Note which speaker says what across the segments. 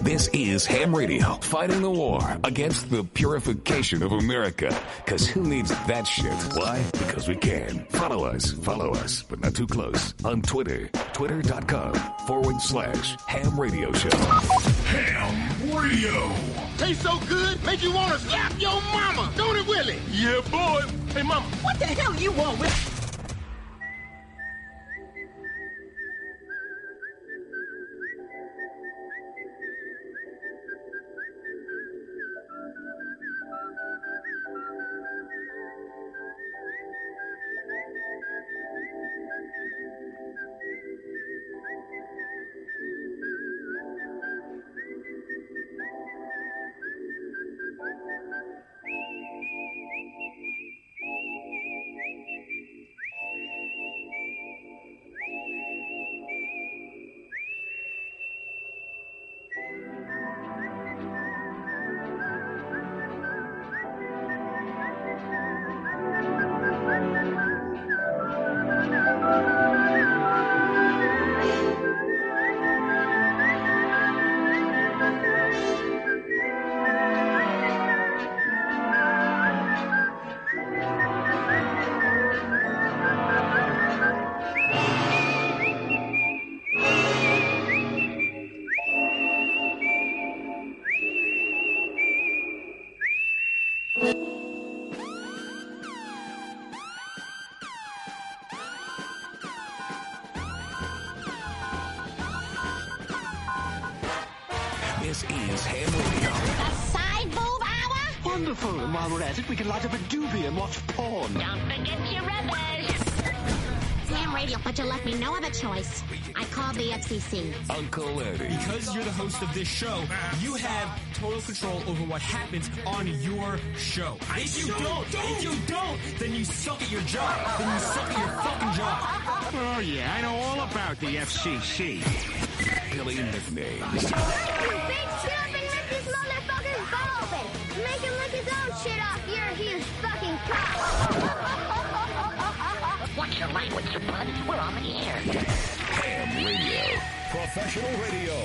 Speaker 1: This is Ham Radio, fighting the war against the purification of America. Because who needs that shit? Why? Because we can. Follow us, follow us, but not too close. On Twitter, twitter.com forward slash Ham Radio Show. Ham Radio.
Speaker 2: Tastes so good, make you want to slap your mama. Don't it, Willie?
Speaker 3: Yeah, boy. Hey, mama.
Speaker 4: What the hell you want, Willie?
Speaker 1: This is Ham Radio.
Speaker 5: The side boob hour?
Speaker 6: Wonderful. And while we're at it, we can light up a doobie and watch porn.
Speaker 5: Don't forget your rubbish. Damn radio, but you left me no other choice. I called the FCC.
Speaker 1: Uncle Eddie.
Speaker 7: Because you're the host of this show, you have total control over what happens on your show. If you don't, if you don't, then you suck at your job. Then you suck at your fucking job.
Speaker 8: Oh, yeah, I know all about the FCC.
Speaker 1: Billy Nicknames.
Speaker 9: Big stupid let this motherfucker's butt open. Make him lick his own shit off your huge fucking cock.
Speaker 4: Watch your language, bud. We're on the air.
Speaker 1: Ham Radio.
Speaker 10: Professional radio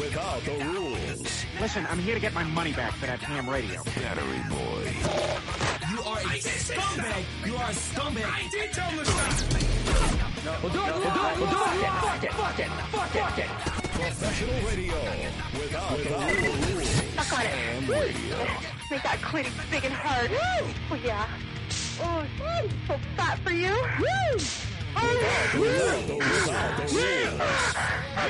Speaker 10: without the rules.
Speaker 8: Listen, I'm here to get my money back for that ham radio.
Speaker 1: Battery Boy.
Speaker 7: You are a scumbag. You are a scumbag. I did tell him to stop.
Speaker 6: We'll do it, we'll do it, we'll do it. Fuck it, fuck it, fuck it, fuck it.
Speaker 10: Professional radio without the rules.
Speaker 11: Suck on it.
Speaker 10: Ham radio.
Speaker 11: Make that clit big and hard. Woo! Oh, yeah. Oh, mm, so fat for you. Woo! Oh, woo!
Speaker 10: Without the rules.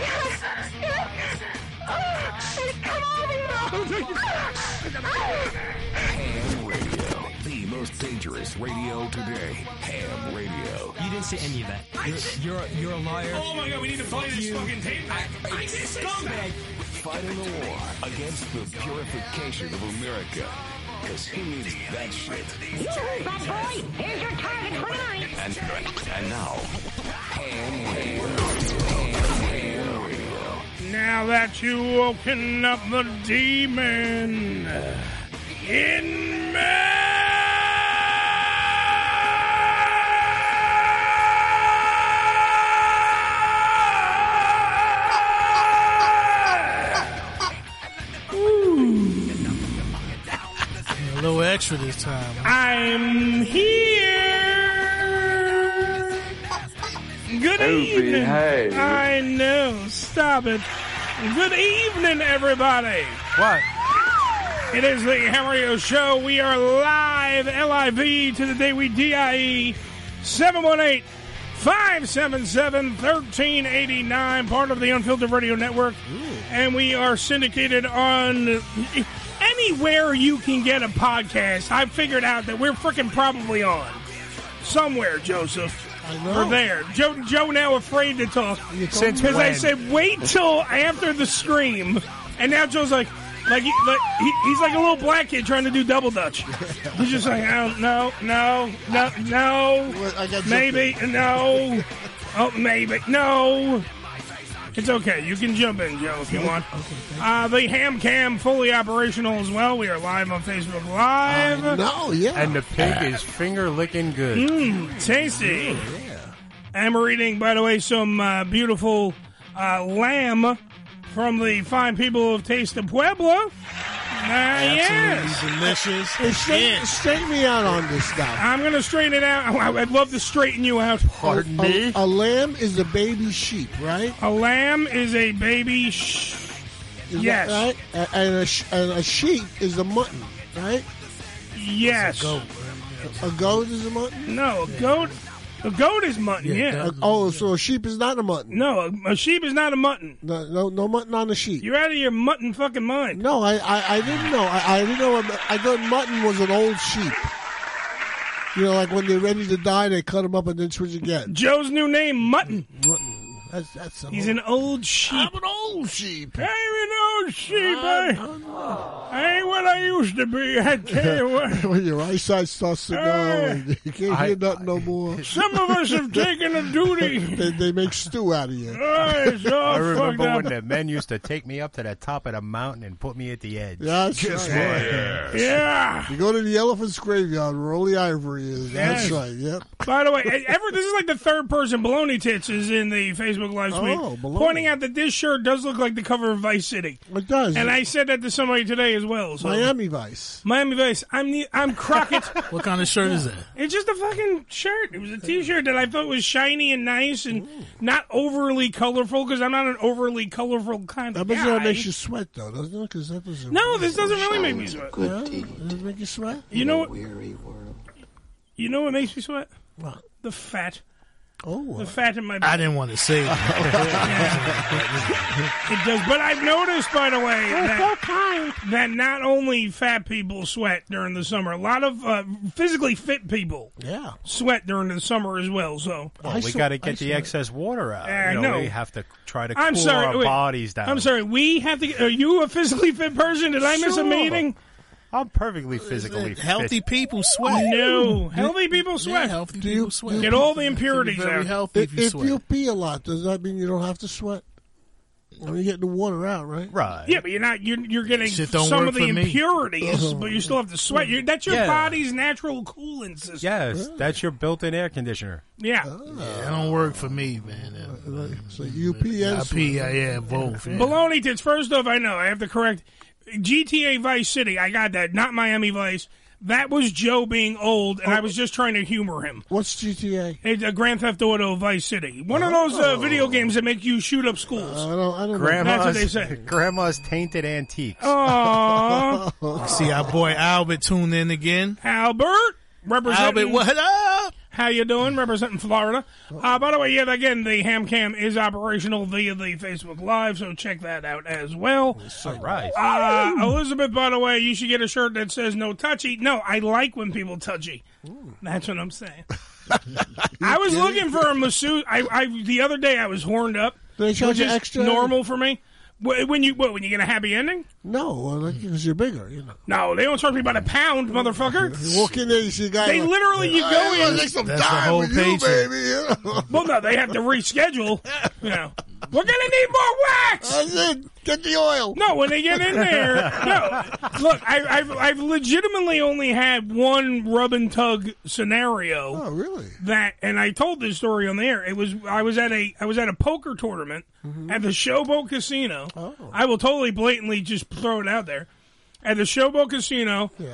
Speaker 11: Yes, yes. Oh, and come on, you know.
Speaker 1: Ham Radio. The most dangerous radio today. Ham Radio.
Speaker 7: You didn't say any of that. You're you're, you're a liar.
Speaker 3: Oh my god, we need to play this fucking tape back. I did say
Speaker 7: Scumbag.
Speaker 1: Fighting the war against the purification of America. Because who needs that shit?
Speaker 4: Bad boy, here's your target for tonight.
Speaker 1: And, and now, Ham Radio. Ham Radio.
Speaker 12: Now that you woken up the demon in
Speaker 13: A little extra this time.
Speaker 12: I'm here. Good evening.
Speaker 14: behave.
Speaker 12: I know. Stop it. Good evening, everybody.
Speaker 13: What?
Speaker 12: It is the Hammerio Show. We are live, LIV, to the day we E. DIE, 718 577 1389, part of the Unfiltered Radio Network. And we are syndicated on anywhere you can get a podcast. I figured out that we're freaking probably on somewhere, Joseph.
Speaker 13: know.
Speaker 12: We're there. Joe, Joe now afraid to talk
Speaker 13: Since
Speaker 12: because I
Speaker 13: when?
Speaker 12: said wait till after the scream, and now Joe's like, like, he, like he, he's like a little black kid trying to do double dutch. He's just like, oh, no, no, no, no,
Speaker 13: I got
Speaker 12: maybe, no, oh maybe, no. It's okay. You can jump in, Joe, if you want. Uh, the ham cam fully operational as well. We are live on Facebook Live.
Speaker 13: No, yeah.
Speaker 15: And the pig is finger licking good.
Speaker 12: Mmm, Tasty. I'm reading, by the way, some uh, beautiful uh, lamb from the fine people of Taste of Puebla. Ah, yes.
Speaker 13: Absolutely delicious.
Speaker 12: Well, straight-
Speaker 13: straighten me out on this stuff.
Speaker 12: I'm going to straighten it out. Oh, I- I'd love to straighten you out.
Speaker 13: Pardon A- me? a lamb is a baby sheep, right?
Speaker 12: A lamb is a baby. Sh-
Speaker 13: Is
Speaker 12: yes.
Speaker 13: That right? A- And a, sh- and a sheep is a mutton, right?
Speaker 12: Yes.
Speaker 13: A goat is a mutton?
Speaker 12: No, a goat. A goat is mutton. Yeah.
Speaker 13: oh, so a sheep is not a mutton?
Speaker 12: No, a, a sheep is not a mutton.
Speaker 13: No, no, no mutton on a sheep.
Speaker 12: You're out of your mutton fucking mind.
Speaker 13: No, I, I, I didn't know. I, I didn't know. I thought mutton was an old sheep. You know, like when they're ready to die, they cut them up and then switch again.
Speaker 12: Joe's new name, Mutton.
Speaker 13: Mutton. That's, that's a
Speaker 12: He's an old sheep.
Speaker 13: an old sheep.
Speaker 12: I'm an old sheep. I, I ain't what I used to be. I tell you what.
Speaker 13: when your eyesight starts to go, you can't
Speaker 12: I-
Speaker 13: hear nothing no more.
Speaker 12: Some of us have taken a duty.
Speaker 13: they, they make stew out of you.
Speaker 12: Oh, it's all
Speaker 15: I remember
Speaker 12: fucked
Speaker 15: when
Speaker 12: up.
Speaker 15: the men used to take me up to the top of the mountain and put me at the edge.
Speaker 13: That's right.
Speaker 12: Yeah.
Speaker 13: You go to the elephant's graveyard where all the ivory is.
Speaker 12: Yes.
Speaker 13: That's right. Yep.
Speaker 12: By the way, e-, ever this is like the third person baloney tits is in the Facebook live tweet,
Speaker 13: Oh, baloney.
Speaker 12: pointing out that this shirt does look like the cover of Vice City.
Speaker 13: It does.
Speaker 12: And I said that to somebody today as well. So.
Speaker 13: Miami Vice.
Speaker 12: Miami Vice. I'm the, I'm Crockett.
Speaker 13: What kind of shirt is that?
Speaker 12: it's just a fucking shirt. It was a T-shirt that I thought was shiny and nice and not overly colorful because I'm not an overly colorful kind
Speaker 13: I
Speaker 12: of
Speaker 13: bet you
Speaker 12: guy.
Speaker 13: that makes you sweat though, doesn't it? 'Cause that was a-
Speaker 12: No, this doesn't really make me sweat.
Speaker 13: Yeah? Does it make you sweat?
Speaker 12: You know what? You know what makes me sweat?
Speaker 13: What?
Speaker 12: The fat.
Speaker 13: Oh,
Speaker 12: The fat in my.
Speaker 13: I didn't want to say
Speaker 12: It does, but I've noticed, by the way, that, that not only fat people sweat during the summer, a lot of uh, physically fit people
Speaker 13: yeah.
Speaker 12: sweat during the summer as well. So
Speaker 15: Well, we got to get the excess water out.
Speaker 12: Yeah, I
Speaker 15: you know,
Speaker 12: know.
Speaker 15: we have to try to cool
Speaker 12: I'm sorry.
Speaker 15: our
Speaker 12: wait.
Speaker 15: bodies down.
Speaker 12: I'm sorry. We have to. Are you a physically fit person? Did I miss a
Speaker 15: Sure.
Speaker 12: meeting?
Speaker 15: I'm perfectly physically fit.
Speaker 13: Healthy people sweat.
Speaker 12: Oh, No, healthy people sweat.
Speaker 13: healthy people sweat.
Speaker 12: Get all the impurities out.
Speaker 13: if, if you pee a lot, does that mean you don't have to sweat? I mean, you're getting the water out, right?
Speaker 15: Right.
Speaker 12: Yeah, but you're not. You're, you're getting
Speaker 13: Shit don't
Speaker 12: some
Speaker 13: work
Speaker 12: of the
Speaker 13: for me. Uh-huh.
Speaker 12: impurities, but you still have to sweat. you that's your
Speaker 15: Yeah.
Speaker 12: body's natural cooling system.
Speaker 15: Yes, that's your built-in air conditioner. Uh,
Speaker 12: Yeah.
Speaker 13: Yeah,
Speaker 14: That don't work for me, man.
Speaker 13: So you pee and
Speaker 14: I pee, I am both. yeah.
Speaker 12: Baloney tits. First off, I know I have to correct GTA Vice City. I got that, not Miami Vice. That was Joe being old, and I was just trying to humor him.
Speaker 13: What's GTA?
Speaker 12: It's a Grand Theft Auto Vice City, one of those uh,
Speaker 13: Oh.
Speaker 12: video games that make you shoot up schools.
Speaker 13: I don't, I don't
Speaker 12: That's what
Speaker 15: Grandma's,
Speaker 12: they say.
Speaker 15: grandma's tainted antiques.
Speaker 12: Aww.
Speaker 14: See our boy Albert tuned in again.
Speaker 12: Albert, representing
Speaker 14: Albert, what up?
Speaker 12: How you doing? Representing Florida. Uh, by the way, yet again, the ham cam is operational via the Facebook Live, so check that out as well.
Speaker 15: All right.
Speaker 12: Uh, Elizabeth, by the way, you should get a shirt that says "No touchy." No, I like when people touchy. That's what I'm saying. I was looking for a masseuse. I, I the other day I was horned up,
Speaker 13: They charge
Speaker 12: which
Speaker 13: you
Speaker 12: is
Speaker 13: extra?
Speaker 12: normal for me. Wh- When you what, when you get a happy ending?
Speaker 13: No, because you're bigger. You know.
Speaker 12: No, they don't charge me by the pound, motherfucker.
Speaker 13: You walk in there, you see a guy.
Speaker 12: They
Speaker 13: like,
Speaker 12: literally, you
Speaker 13: "I
Speaker 12: go
Speaker 13: wanna
Speaker 12: in-
Speaker 13: make some
Speaker 14: That's the
Speaker 13: dime
Speaker 14: whole
Speaker 13: with
Speaker 14: paycheck.
Speaker 13: you, baby.
Speaker 12: Well, no, they have to reschedule. You know, we're gonna need more wax.
Speaker 13: That's it. Get the oil.
Speaker 12: No, when they get in there, no. Look, I, I've I've legitimately only had one rub and tug scenario
Speaker 13: Oh, really?
Speaker 12: that, and I told this story on the air. It was I was at a I was at a poker tournament
Speaker 13: Mm-hmm.
Speaker 12: at the Showboat Casino.
Speaker 13: Oh.
Speaker 12: I will totally blatantly just throw it out there at the Showboat Casino.
Speaker 16: dare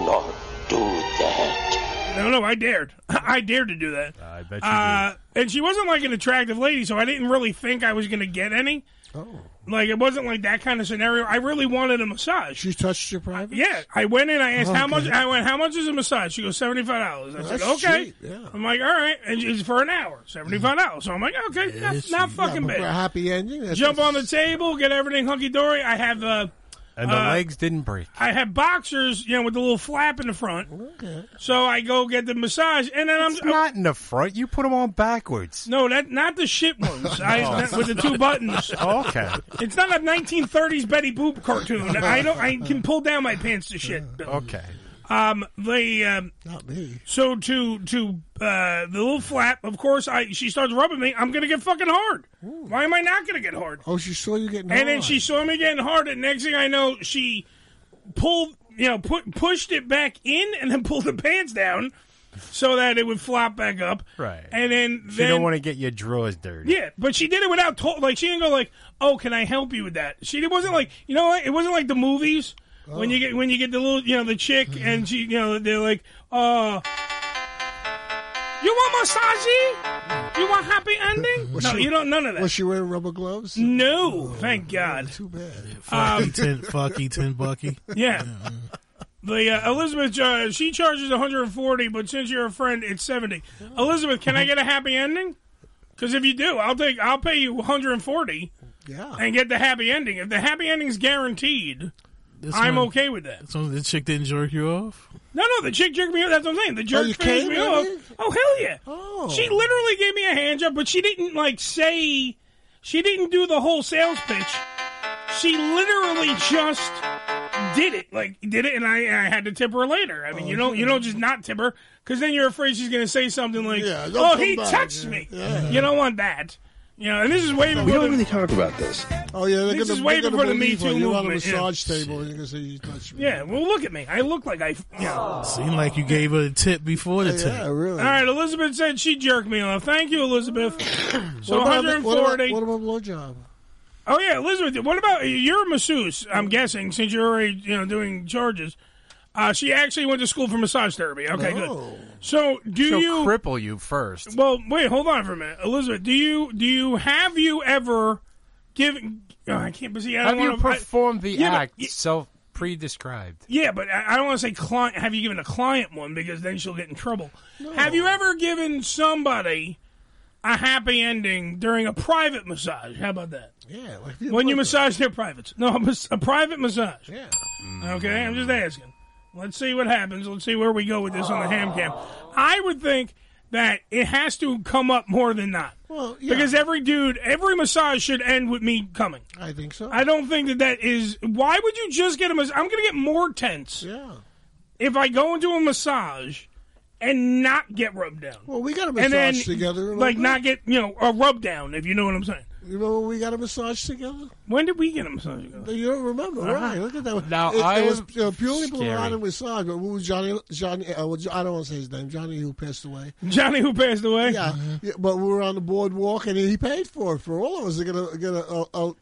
Speaker 16: not do that.
Speaker 12: No, no, I dared. I dared to do that.
Speaker 15: I bet you
Speaker 12: Uh, and she wasn't like an attractive lady, so I didn't really think I was going to get any.
Speaker 13: Oh.
Speaker 12: Like it wasn't like that kind of scenario. I really wanted a massage.
Speaker 13: She touched your private.
Speaker 12: Yeah, I went in. I asked how much.
Speaker 13: Okay.
Speaker 12: I went, how much is a massage? She goes seventy five dollars. I said,
Speaker 13: That's
Speaker 12: okay.
Speaker 13: cheap, yeah.
Speaker 12: I'm like, all right, and it's for an hour, seventy five dollars. So I'm like, okay, that's not fucking
Speaker 13: For a
Speaker 12: bad.
Speaker 13: happy ending. that's-
Speaker 12: Jump on the table, get everything hunky dory. I have uh,
Speaker 15: And the
Speaker 12: Uh,
Speaker 15: legs didn't break.
Speaker 12: I have boxers, you know, with the little flap in the front. So I go get the massage, and then I'm
Speaker 15: It's not in the front. You put them on backwards.
Speaker 12: No, that not the shit ones. I,
Speaker 15: Oh.
Speaker 12: not- with the two buttons.
Speaker 15: Okay.
Speaker 12: It's not a 1930s Betty Boop cartoon. I don't. I can pull down my pants to shit. Bill.
Speaker 15: Okay.
Speaker 12: Um. The um.
Speaker 13: Not me.
Speaker 12: So to to uh the little flap. Of course, I she starts rubbing me. I'm gonna get fucking hard. Why am I not gonna get hard?
Speaker 13: Oh, she saw you getting.
Speaker 12: And then
Speaker 13: hard.
Speaker 12: she saw me getting hard, and next thing I know, she pulled, you know, put pushed it back in, and then pulled the pants down. so that it would flop back up.
Speaker 15: Right.
Speaker 12: And then,
Speaker 15: She
Speaker 12: then
Speaker 15: don't want to get your drawers dirty.
Speaker 12: yeah, but she did it without to- like she didn't go like, "Oh, can I help you with that?" She it wasn't like you know what? It wasn't like the movies when you get when you get the little you know the chick
Speaker 13: Mm-hmm.
Speaker 12: and she you know they're like, "Uh, you want massage? You want happy ending?"
Speaker 13: Was
Speaker 12: no,
Speaker 13: she-
Speaker 12: you don't. None of that.
Speaker 13: Was she wearing rubber gloves? Oh,
Speaker 12: No, thank God.
Speaker 13: Too bad.
Speaker 12: Um,
Speaker 14: Fucky tin, fucky tin bucky.
Speaker 12: Yeah. The uh, Elizabeth, uh, she charges 140, but since you're a friend, it's 70. Elizabeth, can I get a happy ending? Because if you do, I'll take, I'll pay you 140.
Speaker 13: Yeah.
Speaker 12: And get the happy ending. If the happy ending's guaranteed,
Speaker 14: This
Speaker 12: I'm
Speaker 14: one-
Speaker 12: okay with that.
Speaker 14: So the chick didn't jerk you off.
Speaker 12: No, no, the chick jerked me off. That's what I'm saying. The jerk
Speaker 14: you
Speaker 12: finished
Speaker 14: came,
Speaker 12: me
Speaker 14: really?
Speaker 12: off. Oh hell yeah! Oh. She literally gave me a hand job, but she didn't like say. She didn't do the whole sales pitch. She literally just did it, like did it, and I, I had to tip her later. I mean, you don't you don't just not tip her because then you're afraid she's going to say something like,
Speaker 13: Yeah, don't
Speaker 12: "Oh,
Speaker 13: come
Speaker 12: he
Speaker 13: back,
Speaker 12: touched
Speaker 13: yeah.
Speaker 12: me."
Speaker 13: Yeah.
Speaker 12: You don't want that. You know, and this is way before. the-
Speaker 13: talk about this. Oh yeah, they're
Speaker 12: This
Speaker 13: gonna,
Speaker 12: is way
Speaker 13: they're gonna
Speaker 12: before the Me
Speaker 13: believe
Speaker 12: Too
Speaker 13: her. You're on a
Speaker 12: movement, yeah.
Speaker 13: massage table and you're gonna say you touched me.
Speaker 12: yeah, well, look at me. I look like I. Yeah.
Speaker 14: Seemed like you gave her a tip before the tip. Yeah,
Speaker 13: really.
Speaker 12: All right, Elizabeth said she jerked me off. Thank you, Elizabeth. so
Speaker 13: what about,
Speaker 12: 140.
Speaker 13: What about, what about blowjob?
Speaker 12: oh yeah, Elizabeth. What about you're a masseuse? I'm guessing since you're already you know doing charges. Uh, she actually went to school for massage therapy. Okay, good. So do
Speaker 15: She'll
Speaker 12: you?
Speaker 15: cripple you first.
Speaker 12: well, wait, hold on for a minute, Elizabeth. Do you do you have you ever given? Oh, I can't. But see, I
Speaker 15: Have
Speaker 12: don't
Speaker 15: you
Speaker 12: wanna- I-
Speaker 15: performed the
Speaker 12: Yeah, but-
Speaker 15: act self pre-described?
Speaker 12: Yeah, but I, I don't want to say client. Have you given a client one because then she'll get in trouble. Have you ever given somebody a happy ending during a private massage? How about that?
Speaker 13: Yeah.
Speaker 12: When you massage their privates? No, a, mas- a private massage. Yeah.
Speaker 13: Mm-hmm.
Speaker 12: Okay, I'm just asking. Let's see what happens. Let's see where we go with this on the ham cam. I would think that it has to come up more than not.
Speaker 13: Well, yeah.
Speaker 12: Because every dude, every massage should end with me coming.
Speaker 13: I think so.
Speaker 12: I don't think that that is. Why would you just get a massage? I'm going to get more tense.
Speaker 13: Yeah.
Speaker 12: If I go into a massage and not get rubbed down.
Speaker 13: Well, we got a
Speaker 12: and then,
Speaker 13: massage together, remember?
Speaker 12: Like not get you know a rub down if you know what I'm saying.
Speaker 13: You remember when we got a massage together?
Speaker 12: When did we get a massage together?
Speaker 13: You don't remember,
Speaker 12: Uh-huh.
Speaker 13: right? Look at that.
Speaker 12: Now,
Speaker 13: it, it
Speaker 12: I
Speaker 13: was
Speaker 12: am
Speaker 13: uh, purely
Speaker 12: scary.
Speaker 13: Blonde and massage, but we were Johnny. Johnny. Uh, well, Jo- I don't want to say his name. Johnny who passed away.
Speaker 12: Johnny who passed away. Uh-huh.
Speaker 13: Yeah, yeah, but we were on the boardwalk, and he paid for it for all of us to get a get a, a, a,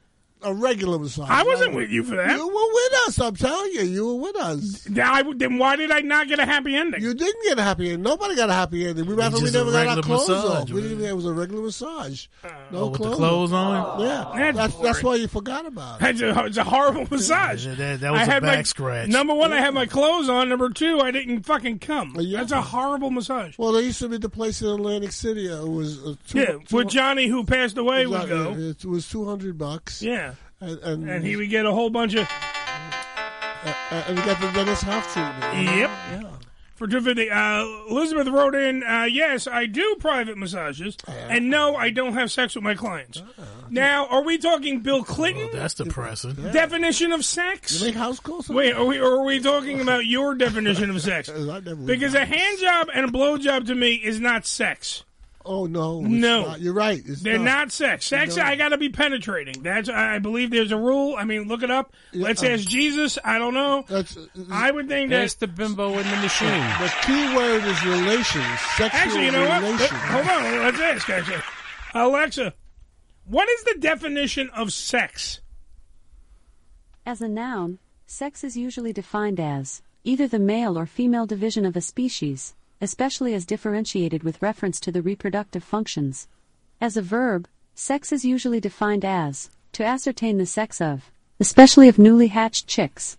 Speaker 13: a regular massage.
Speaker 12: I wasn't with you for that.
Speaker 13: You were with us. I'm telling you, you were with us.
Speaker 12: Then, I, then why did I not get a happy ending?
Speaker 13: You didn't get a happy ending. Nobody got a happy ending. We, remember we
Speaker 14: just a
Speaker 13: never got our
Speaker 14: regular
Speaker 13: clothes
Speaker 14: massage,
Speaker 13: off. We didn't. even- It was a regular massage. No
Speaker 14: Oh, with the
Speaker 13: clothes.
Speaker 14: clothes on?
Speaker 13: Yeah, that's that's, why you forgot about it.
Speaker 12: That's a, it's a horrible massage.
Speaker 14: that- that was
Speaker 12: I
Speaker 14: a
Speaker 12: had my,
Speaker 14: back scratch.
Speaker 12: Number one, I had my clothes on. Number two, I didn't fucking come. That's a horrible massage.
Speaker 13: Well, there used to be the place in Atlantic City. uh, It was uh, two,
Speaker 12: yeah,
Speaker 13: two-
Speaker 12: with Johnny who passed away would
Speaker 13: Exactly.
Speaker 12: go.
Speaker 13: It was two hundred bucks.
Speaker 12: Yeah,
Speaker 13: and, and,
Speaker 12: and he would get a whole bunch of
Speaker 13: uh, and he got the Dennis Hoff treatment.
Speaker 12: Yep. For two fifty, uh, Elizabeth wrote in. Uh, yes, I do private massages,
Speaker 13: Uh-huh.
Speaker 12: and no, I don't have sex with my clients. Now, are we talking Bill Clinton?
Speaker 14: That's depressing.
Speaker 12: Definition of sex?
Speaker 13: You make house calls?
Speaker 12: Wait, are we or are we talking about your definition of sex? Because a hand job and a blow job to me is not sex.
Speaker 13: Oh no, it's
Speaker 12: no,
Speaker 13: not. you're right. It's
Speaker 12: They're not,
Speaker 13: not.
Speaker 12: sex. Sex,
Speaker 13: No.
Speaker 12: I got to be penetrating. That's I I believe there's a rule. I mean, look it up.
Speaker 13: uh,
Speaker 12: Let's ask Jesus. I don't know. I would think that
Speaker 15: That's the bimbo in the machine.
Speaker 13: The key word is relations. Sexual
Speaker 12: Actually, you know what?
Speaker 13: relations.
Speaker 12: Let- Hold on. Let's ask, actually. Alexa, what is the definition of sex?
Speaker 17: As a noun, sex is usually defined as either the male or female division of a species, especially as differentiated with reference to the reproductive functions. As a verb, sex is usually defined as to ascertain the sex of, especially of newly hatched chicks.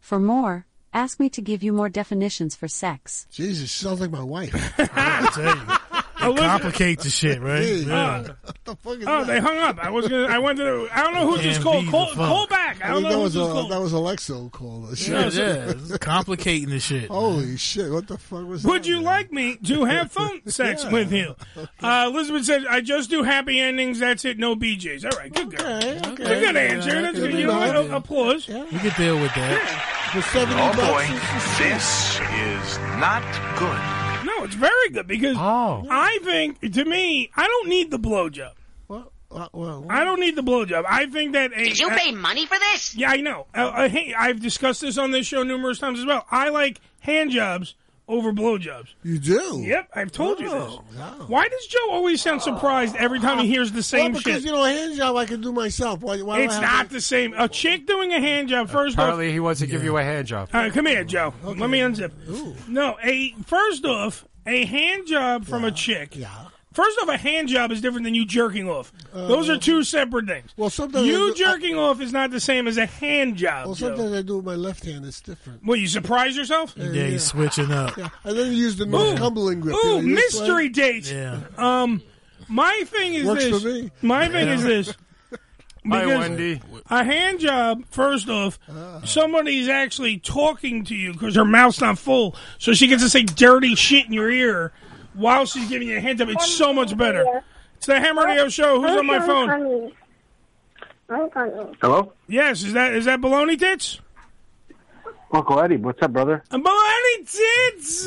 Speaker 17: For more, ask me to give you more definitions for sex.
Speaker 13: Jesus, she sounds like my wife.
Speaker 14: Complicate the shit, right?
Speaker 13: Hey,
Speaker 14: Yeah.
Speaker 12: Oh, they hung up. I was gonna. I went to. The, I don't know who just
Speaker 14: Can't
Speaker 12: called.
Speaker 14: be
Speaker 12: Call,
Speaker 14: the fuck.
Speaker 12: call back. I don't
Speaker 13: that
Speaker 12: know who
Speaker 13: was
Speaker 12: just
Speaker 13: uh,
Speaker 12: called.
Speaker 13: that was Alexa who called us.
Speaker 14: Yeah, yeah. It's complicating the shit.
Speaker 13: Holy shit! What the fuck was
Speaker 12: Would
Speaker 13: that?
Speaker 12: you like me to have phone sex
Speaker 13: Yeah.
Speaker 12: with you? Uh, Elizabeth said, "I just do happy endings. That's it. No BJ's. All right, good girl.
Speaker 13: okay.
Speaker 12: That's a good answer. That's good. You know what? A- Applause.
Speaker 14: We could deal with that.
Speaker 13: For seventy
Speaker 18: Oh
Speaker 13: bucks.
Speaker 18: boy, this is not good.
Speaker 12: No, it's very good because
Speaker 14: Oh.
Speaker 12: I think to me, I don't need the blowjob. I don't need the blowjob. I think that a,
Speaker 5: Did you
Speaker 12: a-
Speaker 5: pay money for this?
Speaker 12: Yeah, I know. Uh, uh, hey, I've discussed this on this show numerous times as well. I like hand jobs over blowjobs.
Speaker 13: You do? Oh,
Speaker 12: Yep, I've told you this. Why does Joe always sound surprised every time he hears the same
Speaker 13: Ah. well, because,
Speaker 12: shit?
Speaker 13: you know, a hand job I can do myself. Why, why do
Speaker 12: it's
Speaker 13: I have
Speaker 12: not the same. A chick doing a hand job first off.
Speaker 15: Apparently, he wants to give you a hand job.
Speaker 12: All right, come here, Joe. Let me unzip. No, a first off, a hand job from a chick. Yeah. First off, a hand job is different than you jerking off. Those are two separate things. Uh, Well,
Speaker 13: sometimes I
Speaker 12: you
Speaker 13: do-
Speaker 12: jerking off is not the same as a hand job.
Speaker 13: Well,
Speaker 12: Joe.
Speaker 13: sometimes I do it with my left hand. It's different.
Speaker 12: Well, you surprise yourself?
Speaker 14: Yeah, he's switching up.
Speaker 13: Yeah. And then you use the North Cumberland grip.
Speaker 12: Ooh,
Speaker 13: you know, you just
Speaker 12: mystery
Speaker 13: like-
Speaker 12: dates. Um, my thing is
Speaker 13: Works
Speaker 12: this.
Speaker 13: for me.
Speaker 12: My thing is
Speaker 13: Yeah.
Speaker 12: this.
Speaker 13: Hi,
Speaker 12: Because
Speaker 13: Wendy.
Speaker 12: A hand job. First off,
Speaker 13: Ah.
Speaker 12: somebody's actually talking to you because her mouth's not full, so she gets to say dirty shit in your ear while she's giving you a hand job. It's so much better. It's the Ham Radio Show. Who's on my phone?
Speaker 19: Hello?
Speaker 12: Yes, is that is that baloney tits?
Speaker 19: Uncle Eddie, what's up, brother?
Speaker 12: Baloney tits.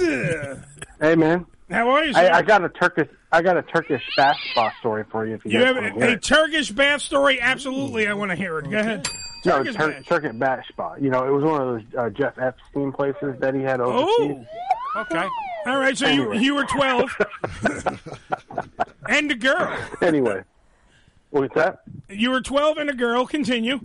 Speaker 12: Uh,
Speaker 19: Hey, man.
Speaker 12: How are you, sir?
Speaker 19: I, I got a Turkish, I got a Turkish bath spa story for you. If you,
Speaker 12: You
Speaker 19: guys
Speaker 12: have
Speaker 19: wanna
Speaker 12: a,
Speaker 19: hear
Speaker 12: a
Speaker 19: it.
Speaker 12: Turkish bath story? Absolutely, I want to hear it. Go ahead.
Speaker 19: no,
Speaker 12: Turkish
Speaker 19: Tur- Turkish bath spa. You know, it was one of those uh, Jeff Epstein places that he had overseas.
Speaker 12: Oh, okay. All right, so you you were twelve, and a girl.
Speaker 19: Anyway, what's that?
Speaker 12: You were twelve and a girl. Continue.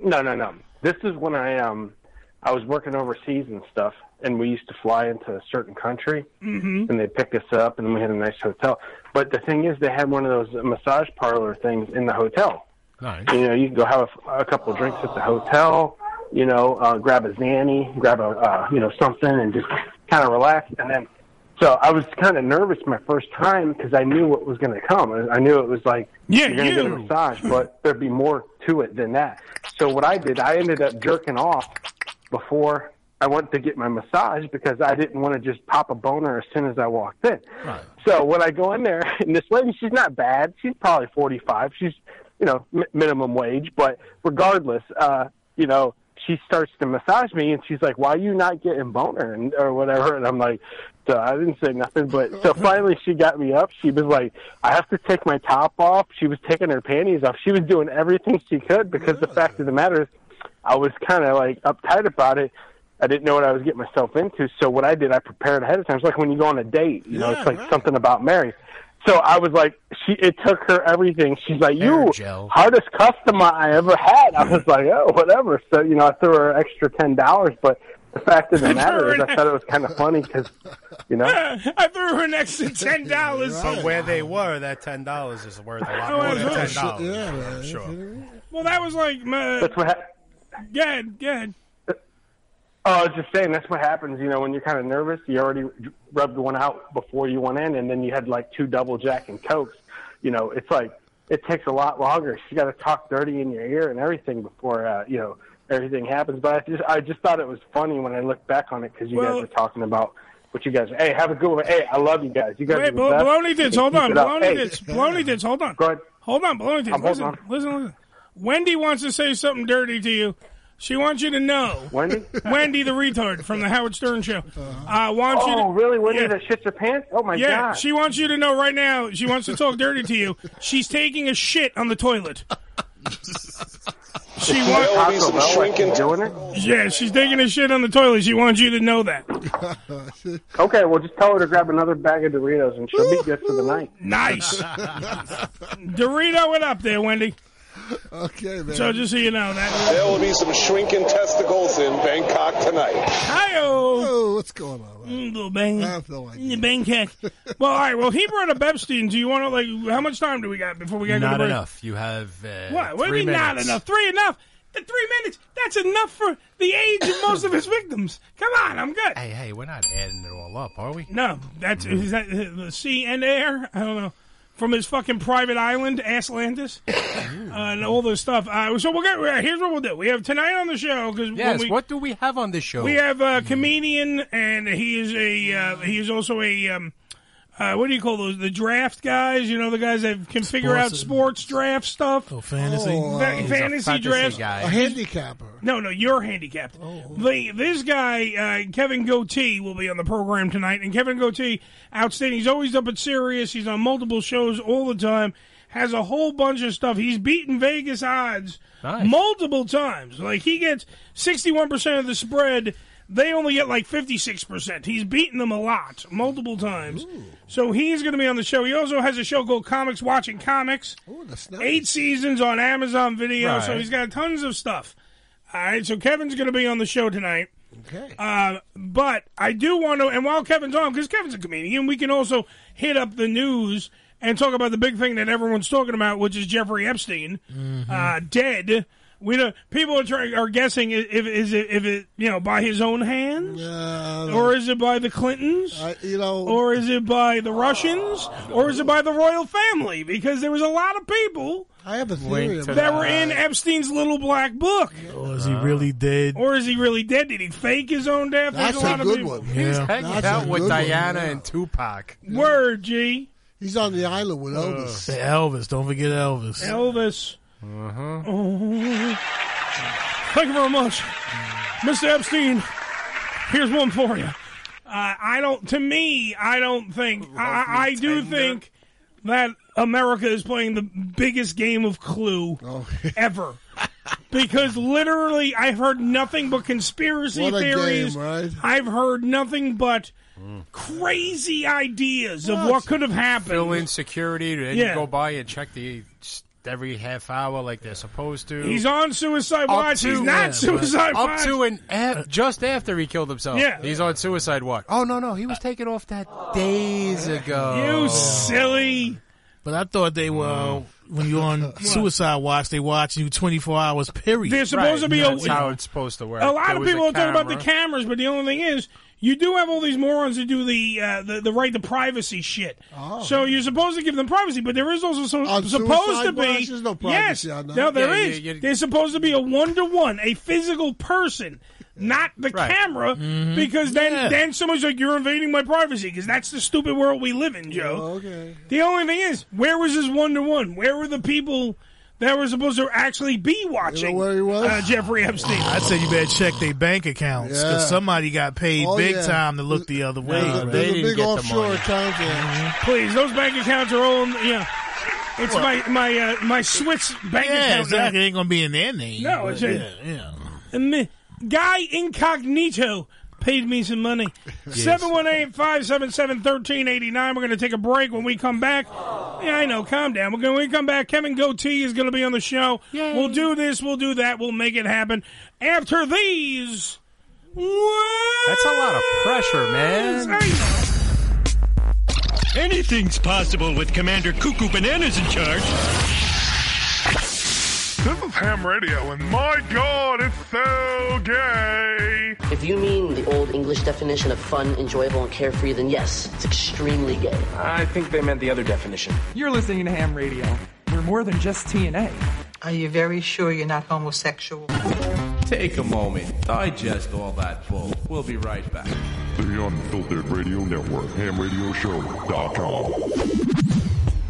Speaker 19: No, no, no. This is when I um, I was working overseas and stuff, and we used to fly into a certain country.
Speaker 20: Mm-hmm.
Speaker 19: and they picked us up, and we had a nice hotel. But the thing is, they had one of those massage parlor things in the hotel.
Speaker 15: Nice.
Speaker 19: You know, you can go have a, a couple of drinks at the hotel. You know, uh, grab a zanny, grab a uh, you know something, and just kind of relax. And then, so I was kind of nervous my first time because I knew what was going to come. I I knew it was like
Speaker 12: yeah,
Speaker 19: you're going to get a
Speaker 12: you.
Speaker 19: massage, but there'd be more to it than that. So what I did, I ended up jerking off before I went to get my massage because I didn't want to just pop a boner as soon as I walked in.
Speaker 20: Right.
Speaker 19: So when I go in there, and this lady, she's not bad. She's probably 45. She's, you know, m- minimum wage. But regardless, uh, you know, she starts to massage me and she's like, why you not getting boner and, or whatever? And I'm like, so I didn't say nothing. But so finally she got me up. She was like, I have to take my top off. She was taking her panties off. She was doing everything she could because the fact of the matter is I was kind of like uptight about it. I didn't know what I was getting myself into. So what I did, I prepared ahead of time. It's like when you go on a date, you know, it's like something about Mary. So I was like, she. It took her everything. She's like, you hardest customer I ever had. I was like, oh, whatever. So you know, I threw her extra ten dollars. But the fact of the matter is, I thought it was kind of funny because, you know,
Speaker 12: I threw her an extra ten dollars.
Speaker 15: But where they were, that ten dollars is worth a lot
Speaker 12: Oh,
Speaker 15: more
Speaker 12: I
Speaker 15: than
Speaker 12: know.
Speaker 15: ten dollars.
Speaker 12: Yeah,
Speaker 15: I'm sure.
Speaker 12: Well, that was like my.
Speaker 19: that's what. happened.
Speaker 12: Go ahead, go ahead.
Speaker 19: Oh, I was just saying that's what happens. You know, when you're kind of nervous, you already rubbed one out before you went in, and then you had like two double Jack and cokes. You know, it's like it takes a lot longer. You got to talk dirty in your ear and everything before uh, you know everything happens. But I just I just thought it was funny when I looked back on it because you
Speaker 12: Well-
Speaker 19: guys were talking about what you guys. Hey, have a good one. Hey, I love you guys. You guys.
Speaker 12: Wait,
Speaker 19: are the
Speaker 12: Blo-
Speaker 19: best.
Speaker 12: Baloney dits.
Speaker 19: Keep
Speaker 12: Hold on,
Speaker 19: it up.
Speaker 12: Baloney
Speaker 19: Hey.
Speaker 12: dits. Baloney dits. Hold on. Hold on, Baloney dits.
Speaker 19: I'm holding
Speaker 12: Listen, listen, listen. Wendy wants to say something dirty to you. She wants you to know.
Speaker 19: Wendy.
Speaker 12: Wendy the retard from the Howard Stern show. Uh, wants you to,
Speaker 19: Oh, really? Wendy
Speaker 12: Yeah.
Speaker 19: that shits her pants? Oh my
Speaker 12: yeah,
Speaker 19: god.
Speaker 12: she wants you to know right now. She wants to talk dirty to you. She's taking a shit on the toilet. She wants.
Speaker 19: Taco Bell, like, doing it.
Speaker 12: Yeah, she's taking a shit on the toilet. She wants you to know that.
Speaker 19: Okay, well, just tell her to grab another bag of Doritos and she'll be good for the night.
Speaker 12: Nice. Dorito it up there, Wendy.
Speaker 13: Okay, man.
Speaker 12: So just so you know that.
Speaker 21: There will be some shrinking testicles in Bangkok tonight.
Speaker 12: Hi
Speaker 13: Oh, what's going on?
Speaker 12: Mm, Little bang. I have no idea. Bangkok. well, all right. Well, he brought up Epstein. Do you want to like? How much time do we got before we got
Speaker 15: Not
Speaker 12: to break?
Speaker 15: enough. You have uh,
Speaker 12: What? What do
Speaker 15: three
Speaker 12: you mean not
Speaker 15: minutes.
Speaker 12: enough? Three enough? The three minutes. That's enough for the age of most of his victims. Come on, I'm good.
Speaker 15: Hey, hey, we're not adding it all up, are we?
Speaker 12: No, that's
Speaker 15: Mm-hmm.
Speaker 12: is that uh, the sea and air? I don't know. From his fucking private island, Aslantis, uh,
Speaker 15: Mm.
Speaker 12: and all this stuff. Uh, so we'll get. uh, Here's what we'll do. We have tonight on the show because
Speaker 15: Yes.
Speaker 12: we,
Speaker 15: what do we have on this show?
Speaker 12: we have a comedian, and he is a uh, he is also a um, uh, what do you call those? The draft guys, you know, the guys that can figure out
Speaker 14: Sports-
Speaker 12: sports draft stuff. Oh,
Speaker 14: fantasy.
Speaker 12: fa-
Speaker 14: He's a
Speaker 12: fantasy,
Speaker 14: fantasy
Speaker 12: draft
Speaker 14: guy.
Speaker 13: A handicapper.
Speaker 12: No, no, you're handicapped. The, this guy, uh, Kevin Goatee, will be on the program tonight. And Kevin Goatee, outstanding. He's always up at Sirius. He's on multiple shows all the time. Has a whole bunch of stuff. He's beaten Vegas odds multiple times. Like he gets sixty-one percent of the spread They only get like 56%. He's beaten them a lot, multiple times. So he's going to be on the show. He also has a show called Comics Watching Comics. Eight seasons on Amazon Video. So
Speaker 13: Right.
Speaker 12: he's got tons of stuff. All right. So Kevin's going to be on the show tonight.
Speaker 13: Okay.
Speaker 12: Uh, but I do want to, and while Kevin's on, because Kevin's a comedian, we can also hit up the news and talk about the big thing that everyone's talking about, which is Jeffrey Epstein uh, dead. We know people are, trying, are guessing i- if is it if it you know by his own hands, or is it by the Clintons,
Speaker 13: you know,
Speaker 12: or is it by the Russians, or is it by the royal family? Because there was a lot of people
Speaker 13: I have a
Speaker 14: Wink to
Speaker 12: that were
Speaker 14: that.
Speaker 12: in Epstein's little black book.
Speaker 14: Or is he really dead?
Speaker 12: Or is he really dead? Did he fake his own death? There's
Speaker 14: That's
Speaker 12: a
Speaker 14: a
Speaker 12: lot of
Speaker 14: good
Speaker 12: people-
Speaker 14: one. He was Yeah. hanging
Speaker 13: That's out a with good one, Diana yeah. and
Speaker 12: Tupac. Word, G.
Speaker 13: He's on the island with Elvis.
Speaker 14: Say Elvis. Don't forget Elvis.
Speaker 12: Elvis.
Speaker 14: Uh-huh.
Speaker 12: Oh. Thank you very much, Mr. Epstein. Here's one for you. Uh, I don't. To me, I don't think. I, I do think that America is playing the biggest game of Clue ever. Because literally, I've heard nothing but conspiracy
Speaker 13: What a game,
Speaker 12: theories.
Speaker 13: right?
Speaker 12: I've heard nothing but crazy ideas of what could have happened.
Speaker 15: Fill in security, then
Speaker 12: Yeah.
Speaker 15: you go by and check the every half hour like they're supposed to.
Speaker 12: He's on suicide watch. He's not suicide
Speaker 15: up
Speaker 12: watch.
Speaker 15: to and af- just after he killed himself.
Speaker 12: Yeah.
Speaker 15: he's on suicide watch. Oh no, no, he was taken off that days ago.
Speaker 12: You silly.
Speaker 14: But I thought they were uh, when you're on suicide watch, they watch you 24 hours. Period.
Speaker 12: They're supposed to be
Speaker 14: Right.
Speaker 12: a- That's how it's
Speaker 15: supposed to work.
Speaker 12: a lot of people are talking about the cameras, but the only thing is, you do have all these morons that do the uh, the, the right to privacy shit. So you're supposed to give them privacy, but there is also some,
Speaker 13: Oh. On
Speaker 12: supposed to
Speaker 13: suicide
Speaker 12: be
Speaker 13: watch, there's no privacy
Speaker 12: yes,
Speaker 13: on that.
Speaker 12: no, there
Speaker 13: Yeah,
Speaker 12: is.
Speaker 13: you- you-
Speaker 12: There's supposed to be a one to one, a physical person, not the camera, because then
Speaker 13: Mm-hmm. Yeah.
Speaker 12: then someone's like, "You're invading my privacy," because that's the stupid world we live in, Joe.
Speaker 13: Oh, okay.
Speaker 12: The only thing is, where was his one to one? Where were the people that were supposed to actually be watching Uh, Jeffrey Epstein?
Speaker 14: I said you better check their bank accounts because
Speaker 12: Yeah.
Speaker 14: somebody got paid
Speaker 12: Oh,
Speaker 14: big
Speaker 12: yeah.
Speaker 14: time to look the other way.
Speaker 13: Uh, There's a- there's a big offshore account there.
Speaker 12: Mm-hmm. Please, those bank accounts are all. Yeah, it's
Speaker 14: Well-
Speaker 12: my my uh, my Swiss bank
Speaker 14: Yeah,
Speaker 12: account.
Speaker 14: exactly. It ain't gonna be in their name.
Speaker 12: No,
Speaker 14: but
Speaker 12: it's
Speaker 14: yeah,
Speaker 12: a-
Speaker 14: yeah.
Speaker 12: And me- Guy Incognito paid me some money. 718 577 1389. We're going to take a break when we come back. Yeah, I know. Calm down. We're gonna, when we come back, Kevin Goatee is going to be on the show. We'll do this. We'll do that. We'll make it happen. After these. That's
Speaker 15: a lot of pressure, man.
Speaker 20: Anything's possible with Commander Cuckoo Bananas in charge.
Speaker 18: This is ham radio, and my god, it's so gay.
Speaker 22: If you mean the old English definition of fun, enjoyable, and carefree, then yes, it's extremely gay.
Speaker 23: I think they meant the other definition.
Speaker 24: You're listening to Ham Radio. We're more than just TNA. Are you very sure you're not homosexual?
Speaker 23: Take a moment, digest all that bull. We'll be right back.
Speaker 21: The Unfiltered Radio Network, hamradioshow.com.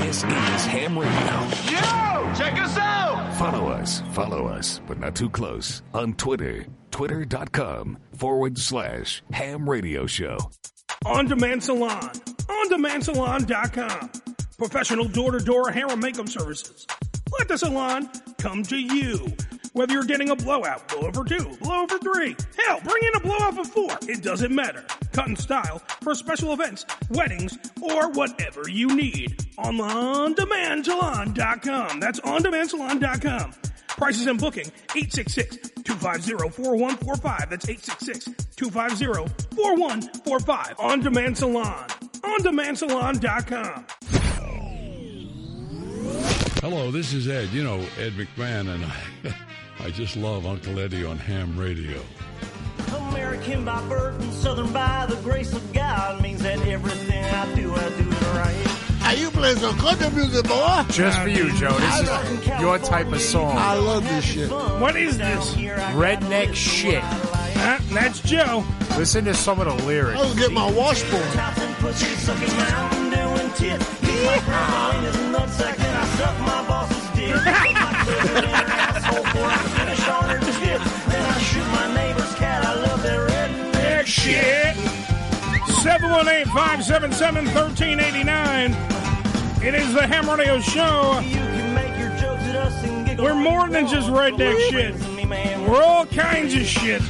Speaker 1: This is Ham Radio.
Speaker 11: Yo! Check us out!
Speaker 1: Follow us, follow us, but not too close on Twitter. Twitter.com forward slash ham radio show.
Speaker 12: On Demand Salon. OnDemandSalon.com. Professional door to door hair and makeup services. Let the salon come to you. Whether you're getting a blowout, blowover two, blowover three, hell, bring in a blowout of four. It doesn't matter. Cut and style for special events, weddings, or whatever you need. On OnDemandSalon.com. That's OnDemandSalon.com. Prices and booking, 866-250-4145. That's 866-250-4145. On Demand Salon. OnDemandSalon.com.
Speaker 2: Hello, this is Ed. You know, Ed McMahon, and I, I just love Uncle Eddie on ham radio.
Speaker 3: American by birth and Southern by the grace of God means that everything I do, I do it right.
Speaker 13: Are you playing some country music, boy?
Speaker 7: Just for you, Joe. This is your type of song.
Speaker 13: I love this shit.
Speaker 12: What is this?
Speaker 7: Redneck shit.
Speaker 12: Uh, that's Joe.
Speaker 7: Listen to some of the lyrics.
Speaker 13: I'll get my washboard.
Speaker 3: Tops and pussy sucking round doing tit. Keep my grandma in his nutsack and I suck my boss's dick. Put my cousin in her asshole before I finish on her tip. Then I shoot my neighbor's cat. I love that redneck
Speaker 12: shit. 718-577-1389. It is the Ham Radio Show. We're more than just redneck shit. We're all kinds of shit.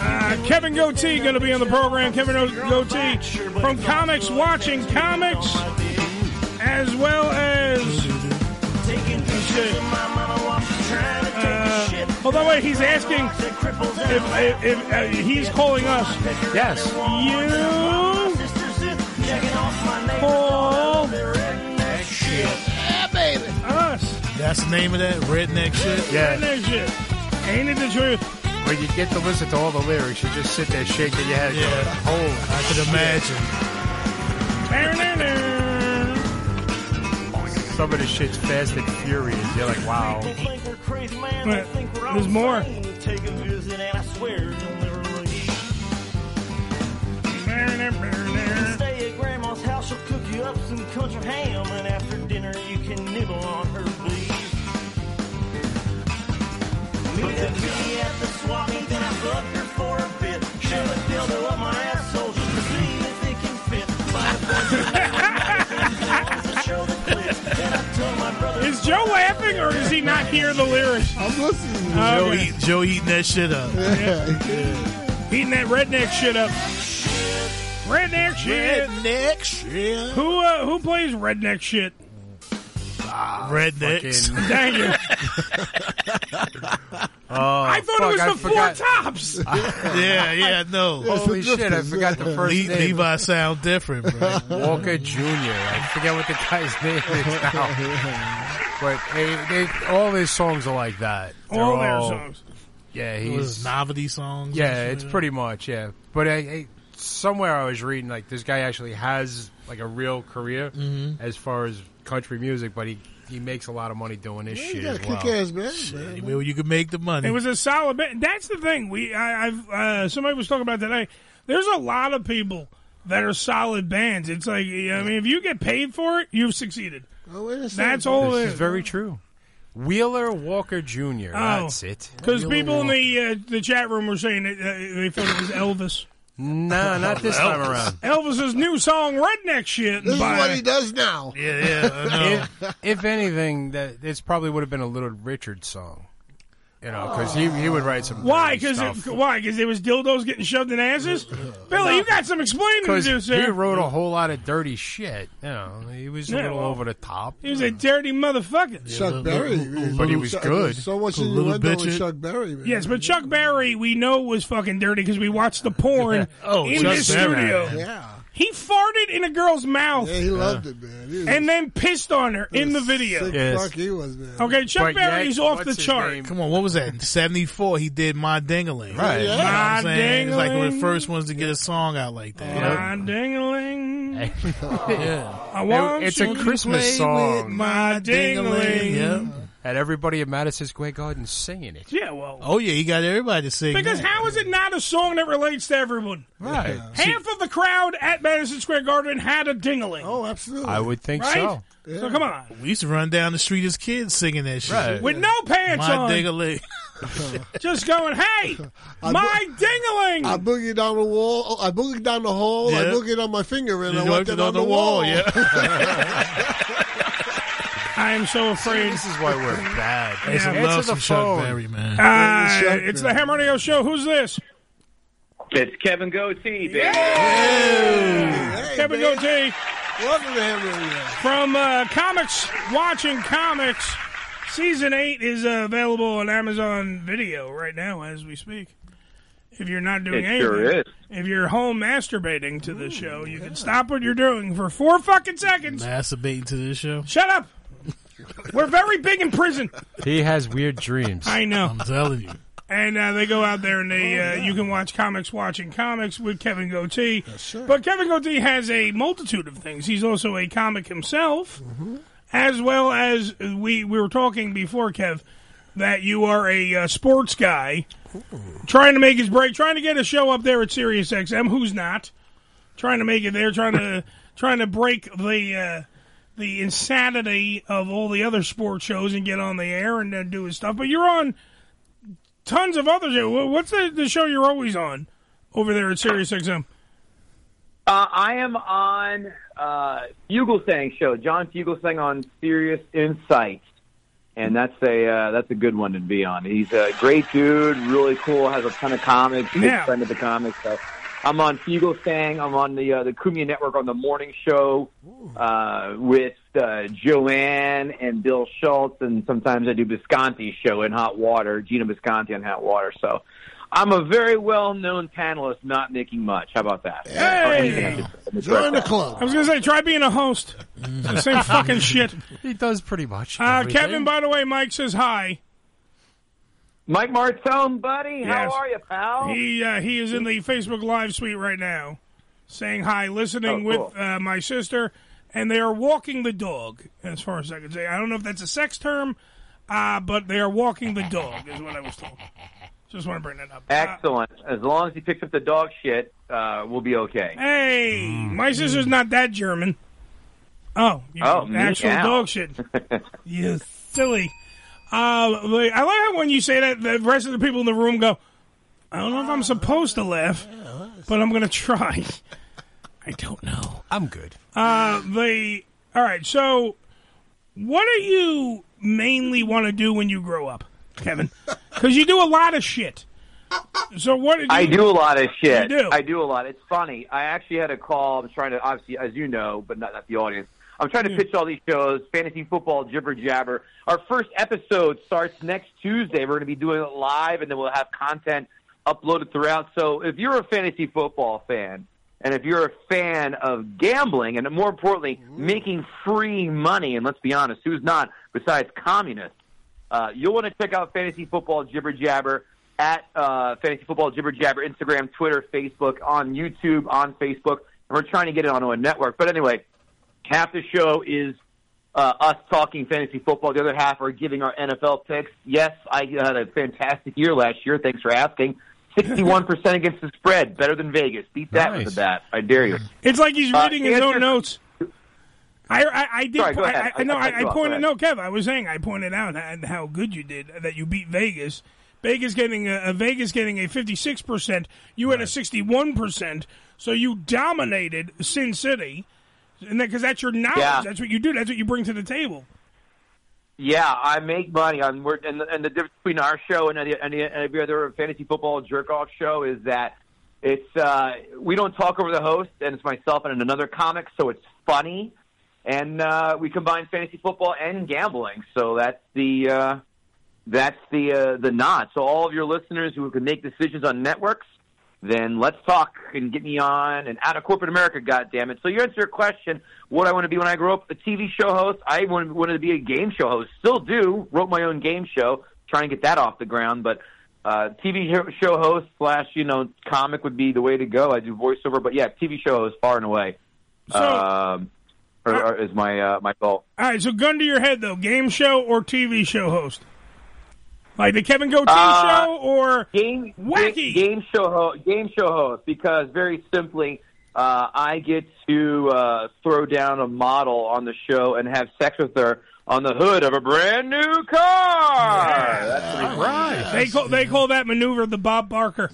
Speaker 12: Uh, Kevin Goatee going to be on the program. Kevin O- Goatee from Comics Watching Comics, as well as. Let's see. Uh, well, that way he's asking if, if, if uh, he's calling us.
Speaker 7: Yes.
Speaker 12: You call yeah, baby. us.
Speaker 14: That's the name of that redneck shit.
Speaker 7: Yeah.
Speaker 12: Redneck shit. Ain't it the truth?
Speaker 7: Where you get to listen to all the lyrics, you just sit there shaking your head.
Speaker 14: Yeah.
Speaker 7: Going, Holy I
Speaker 14: can imagine.
Speaker 7: Some of this shit's fast and furious. You're like, wow.
Speaker 12: There's more.
Speaker 3: Take a visit and I swear you'll never leave. Stay at grandma's house, she'll cook you up some country ham, and after dinner you can nibble on her bleed. Meet a beauty at the swap meet, then I fuck her for a bit. Shove a dildo up my asshole just to see if it can fit. Buy a bunch of show the clip. Then I tell my brother
Speaker 12: Is Joe laughing or does he not hear the lyrics?
Speaker 13: I'm listening.
Speaker 14: Joe, eat, Joe eating that shit up.
Speaker 12: Eating that redneck shit up. Redneck shit.
Speaker 14: Redneck shit.
Speaker 12: Who uh, who plays redneck shit?
Speaker 14: Rednecks.
Speaker 7: fucking-
Speaker 12: Dang it!
Speaker 7: Oh,
Speaker 12: I thought it was
Speaker 7: I
Speaker 12: the
Speaker 7: forgot.
Speaker 12: Four Tops.
Speaker 14: yeah, yeah, no.
Speaker 7: Holy shit, I forgot the
Speaker 14: Le-
Speaker 7: first name.
Speaker 14: Levi sound different, bro.
Speaker 7: Walker Jr. I forget what the guy's name is now. But they, they, all his songs are like that. They're
Speaker 12: All their songs.
Speaker 7: Yeah,
Speaker 14: It was
Speaker 7: he's
Speaker 14: novelty songs.
Speaker 7: yeah, it's pretty much yeah. But I, I, somewhere I was reading like this guy actually has like a real career
Speaker 12: Mm-hmm.
Speaker 14: Mhm.
Speaker 7: as far as country music, but he he makes a lot of money doing this shit
Speaker 13: got
Speaker 7: as
Speaker 13: a
Speaker 7: well.
Speaker 13: kick-ass band, man.
Speaker 14: Where you could make the money.
Speaker 12: It was a solid bit. That's the thing. We I, I've uh, somebody was talking about today. There's a lot of people that are solid bands. It's like I mean, if you get paid for it, you've succeeded.
Speaker 13: Oh, wait a second.
Speaker 12: That's all
Speaker 7: This
Speaker 12: it
Speaker 7: is
Speaker 12: is.
Speaker 7: very true. Wheeler Walker Jr. That's it.
Speaker 12: Because people in the uh, the chat room were saying it, uh, they thought it was Elvis.
Speaker 7: No, not this time around.
Speaker 12: Elvis's new song, Redneck Shit.
Speaker 13: This is
Speaker 12: by-
Speaker 13: what he does now.
Speaker 14: Yeah, yeah. I know.
Speaker 7: If, if anything, that this probably would have been a Little Richard song.
Speaker 15: You know, because he, he would write some.
Speaker 12: Why?
Speaker 15: dirty
Speaker 12: Because
Speaker 15: stuff.
Speaker 12: it, why? Because it was dildos getting shoved in asses. Billy, you got some explaining to
Speaker 15: 'Cause
Speaker 12: do, sir.
Speaker 15: he wrote a whole lot of dirty shit. You know, he was a
Speaker 12: Yeah,
Speaker 15: little
Speaker 12: well,
Speaker 15: over the top.
Speaker 12: He was a dirty motherfucker.
Speaker 15: Chuck Berry, he- But he was Chuck- good. so much A little innuendo with bitch. Chuck
Speaker 12: Berry. Yes, but Chuck Berry, we know was fucking dirty because we watched the porn
Speaker 13: Oh,
Speaker 12: in
Speaker 13: Chuck
Speaker 12: this
Speaker 13: Berry.
Speaker 12: studio.
Speaker 13: Yeah.
Speaker 12: He farted in a girl's mouth.
Speaker 13: he loved it, man. He was
Speaker 12: And then pissed on her in the video.
Speaker 13: sick fuck he was, man.
Speaker 12: Okay, Chuck Berry's off the chart.
Speaker 14: Come on, what was that? In 74, he did My Dingling.
Speaker 12: Right.
Speaker 14: You know what
Speaker 12: My
Speaker 14: I'm saying? It's like one of the
Speaker 12: Dingling.
Speaker 14: first ones to get a song out like that.
Speaker 12: My dingling.
Speaker 15: yeah.
Speaker 14: Uh,
Speaker 12: I want
Speaker 15: it's
Speaker 12: you
Speaker 15: a
Speaker 12: to
Speaker 15: Christmas
Speaker 12: play with
Speaker 15: song.
Speaker 12: My dingling.
Speaker 15: And everybody at Madison Square Garden singing it.
Speaker 12: Yeah, well.
Speaker 14: Oh, yeah, he got everybody to sing.
Speaker 12: Because how is it not a song that relates to everyone?
Speaker 15: Right.
Speaker 12: Half of the crowd at Madison Square Garden had a dingling. Oh, absolutely.
Speaker 14: I would think
Speaker 12: right?
Speaker 14: so.
Speaker 12: So come on.
Speaker 14: We used to run down the street as kids singing that shit.
Speaker 12: Right. With no pants
Speaker 14: My
Speaker 12: on.
Speaker 14: Dingling.
Speaker 12: Just going, hey,
Speaker 13: I
Speaker 12: my dingling.
Speaker 13: I boogie down the wall. I boogie down the hole. I
Speaker 14: Yeah.
Speaker 13: boogie on my finger, and
Speaker 14: You
Speaker 13: I wiped it on the wall.
Speaker 12: I am so afraid.
Speaker 15: this is why we're bad.
Speaker 12: Yeah.
Speaker 14: It's
Speaker 12: Answer
Speaker 14: love
Speaker 12: the
Speaker 14: some Chuck
Speaker 12: phone.
Speaker 14: Berry, man.
Speaker 12: Uh, it's the Ham Radio Show. Who's this?
Speaker 6: It's Kevin Goatee, baby.
Speaker 12: Kevin Goatee. Welcome to Ham Radio. From uh, Comics Watching Comics, Season 8 is uh, available on Amazon Video right now as we speak. If you're not doing
Speaker 6: It
Speaker 12: anything,
Speaker 6: sure is.
Speaker 12: if you're home masturbating to the show, you can stop what you're doing for four fucking seconds.
Speaker 14: Masturbating to this show.
Speaker 12: Shut up. We're very big in prison.
Speaker 15: He has weird dreams.
Speaker 12: I know.
Speaker 14: I'm telling you.
Speaker 12: And uh, they go out there and they uh, you can watch comics watching comics with Kevin Goatee. But Kevin Goatee has a multitude of things. He's also a comic himself, as well as we we were talking before, Kev, that you are a uh, sports guy trying to make his break, trying to get a show up there at Sirius XM. Who's not trying to make it there? Trying to trying to break the. Uh, the insanity of all the other sports shows and get on the air and then do his stuff. But you're on tons of other shows. Wha- What's the, the show you're always on over there at Sirius XM?
Speaker 6: Uh, I am on uh, Fugelsang show, John Fugelsang on Serious Insights, and that's a uh, that's a good one to be on. He's a great dude, really cool, has a ton of comics, big
Speaker 7: Yeah.
Speaker 6: friend of the comics. So I'm on Fugelsang. I'm on the uh, the Kumia Network on the morning show uh, with uh, Joanne and Bill Schultz, and sometimes I do Visconti's show in Hot Water, Gina Visconti on Hot Water. So. I'm a very well-known panelist, not making much. How about that?
Speaker 12: Hey!
Speaker 6: Join the
Speaker 12: club. I was going to say, try being a host. It's the same fucking shit.
Speaker 15: Mm. He does pretty much.
Speaker 12: Uh,
Speaker 6: everything.
Speaker 12: Kevin, by the way, Mike says hi.
Speaker 6: Mike Martone, buddy,
Speaker 12: Yes.
Speaker 6: how are you, pal?
Speaker 12: He uh, he is in the Facebook Live suite right now, saying hi, listening
Speaker 6: Oh, cool.
Speaker 12: with uh, my sister, and they are walking the dog. As far as I can say, I don't know if that's a sex term, uh, but they are walking the dog is what I was told. Just want to bring that up.
Speaker 6: Excellent. As long as he picks up the dog shit, uh, we'll be okay.
Speaker 12: Hey,
Speaker 6: Mm-hmm.
Speaker 12: my sister's not that German. Oh, you
Speaker 6: Oh,
Speaker 12: actual
Speaker 6: meow.
Speaker 12: dog shit. you silly. Uh, like, I like how when you say that, the rest of the people in the room go, I don't know if I'm supposed to laugh, but I'm going to try. I don't know.
Speaker 15: I'm good.
Speaker 12: Uh, the, all right, so what do you mainly want to do when you grow up, Kevin? Because you do a lot of shit. So what did you
Speaker 6: I do a lot of shit.
Speaker 12: You do.
Speaker 6: I do a lot. It's funny. I actually had a call. I'm trying to, obviously, as you know, but not, not the audience. I'm
Speaker 12: Hmm.
Speaker 6: trying to pitch all these shows, fantasy football, jibber jabber. Our first episode starts next Tuesday. We're going to be doing it live, and then we'll have content uploaded throughout. So if you're a fantasy football fan, and if you're a fan of gambling, and more importantly,
Speaker 12: Hmm.
Speaker 6: making free money, and let's be honest, who's not besides communists? Uh, you'll want to check out Fantasy Football Jibber Jabber at uh, Fantasy Football Jibber Jabber, Instagram, Twitter, Facebook, on YouTube, on Facebook. And we're trying to get it onto a network. But anyway, half the show is uh, us talking fantasy football. The other half are giving our NFL picks. Yes, I had a fantastic year last year. Thanks for asking. 61% against the spread. Better than Vegas. Beat that with a bat. I dare you.
Speaker 12: It's like he's
Speaker 6: Uh,
Speaker 12: reading his
Speaker 6: answer-
Speaker 12: own notes. I I, I did.
Speaker 6: Sorry, go
Speaker 12: I-
Speaker 6: ahead.
Speaker 12: I, no,
Speaker 6: I- I
Speaker 12: I,
Speaker 6: cut
Speaker 12: I
Speaker 6: you off. Go
Speaker 12: pointed.
Speaker 6: ahead.
Speaker 12: No, Kev, I was saying I pointed out how- how good you did uh, that you beat Vegas. Vegas getting a, a Vegas getting a fifty six percent. You had a sixty one percent. So you dominated Sin City, and because that's your knowledge.
Speaker 6: Yeah.
Speaker 12: That's what you do. That's what you bring to the table.
Speaker 6: Yeah, I make money. I'm we're, and, and the difference between our show and any, any every other fantasy football jerk off show is that it's uh, we don't talk over the host, and it's myself and another comic, so it's funny, and uh, we combine fantasy football and gambling. So that's the uh, that's the uh, the nod. So all of your listeners who can make decisions on networks, then let's talk and get me on and out of corporate America, goddammit. So you answer your question, what do I want to be when I grow up? A TV show host. I wanted, wanted to be a game show host. Still do. Wrote my own game show, trying to get that off the ground, but uh, TV ho- show host slash you know comic would be the way to go. I do voiceover, but yeah, TV show host far and away
Speaker 12: So-
Speaker 6: um, or, or is my uh, my goal.
Speaker 12: All right, so gun to your head though, game show or TV show host? Like the Kevin Goatee
Speaker 6: Uh,
Speaker 12: show or
Speaker 6: game wacky game show ho- game show host because very simply uh, I get to uh, throw down a model on the show and have sex with her on the hood of a brand new car. That's pretty cool.
Speaker 12: They call they call that maneuver the Bob Barker.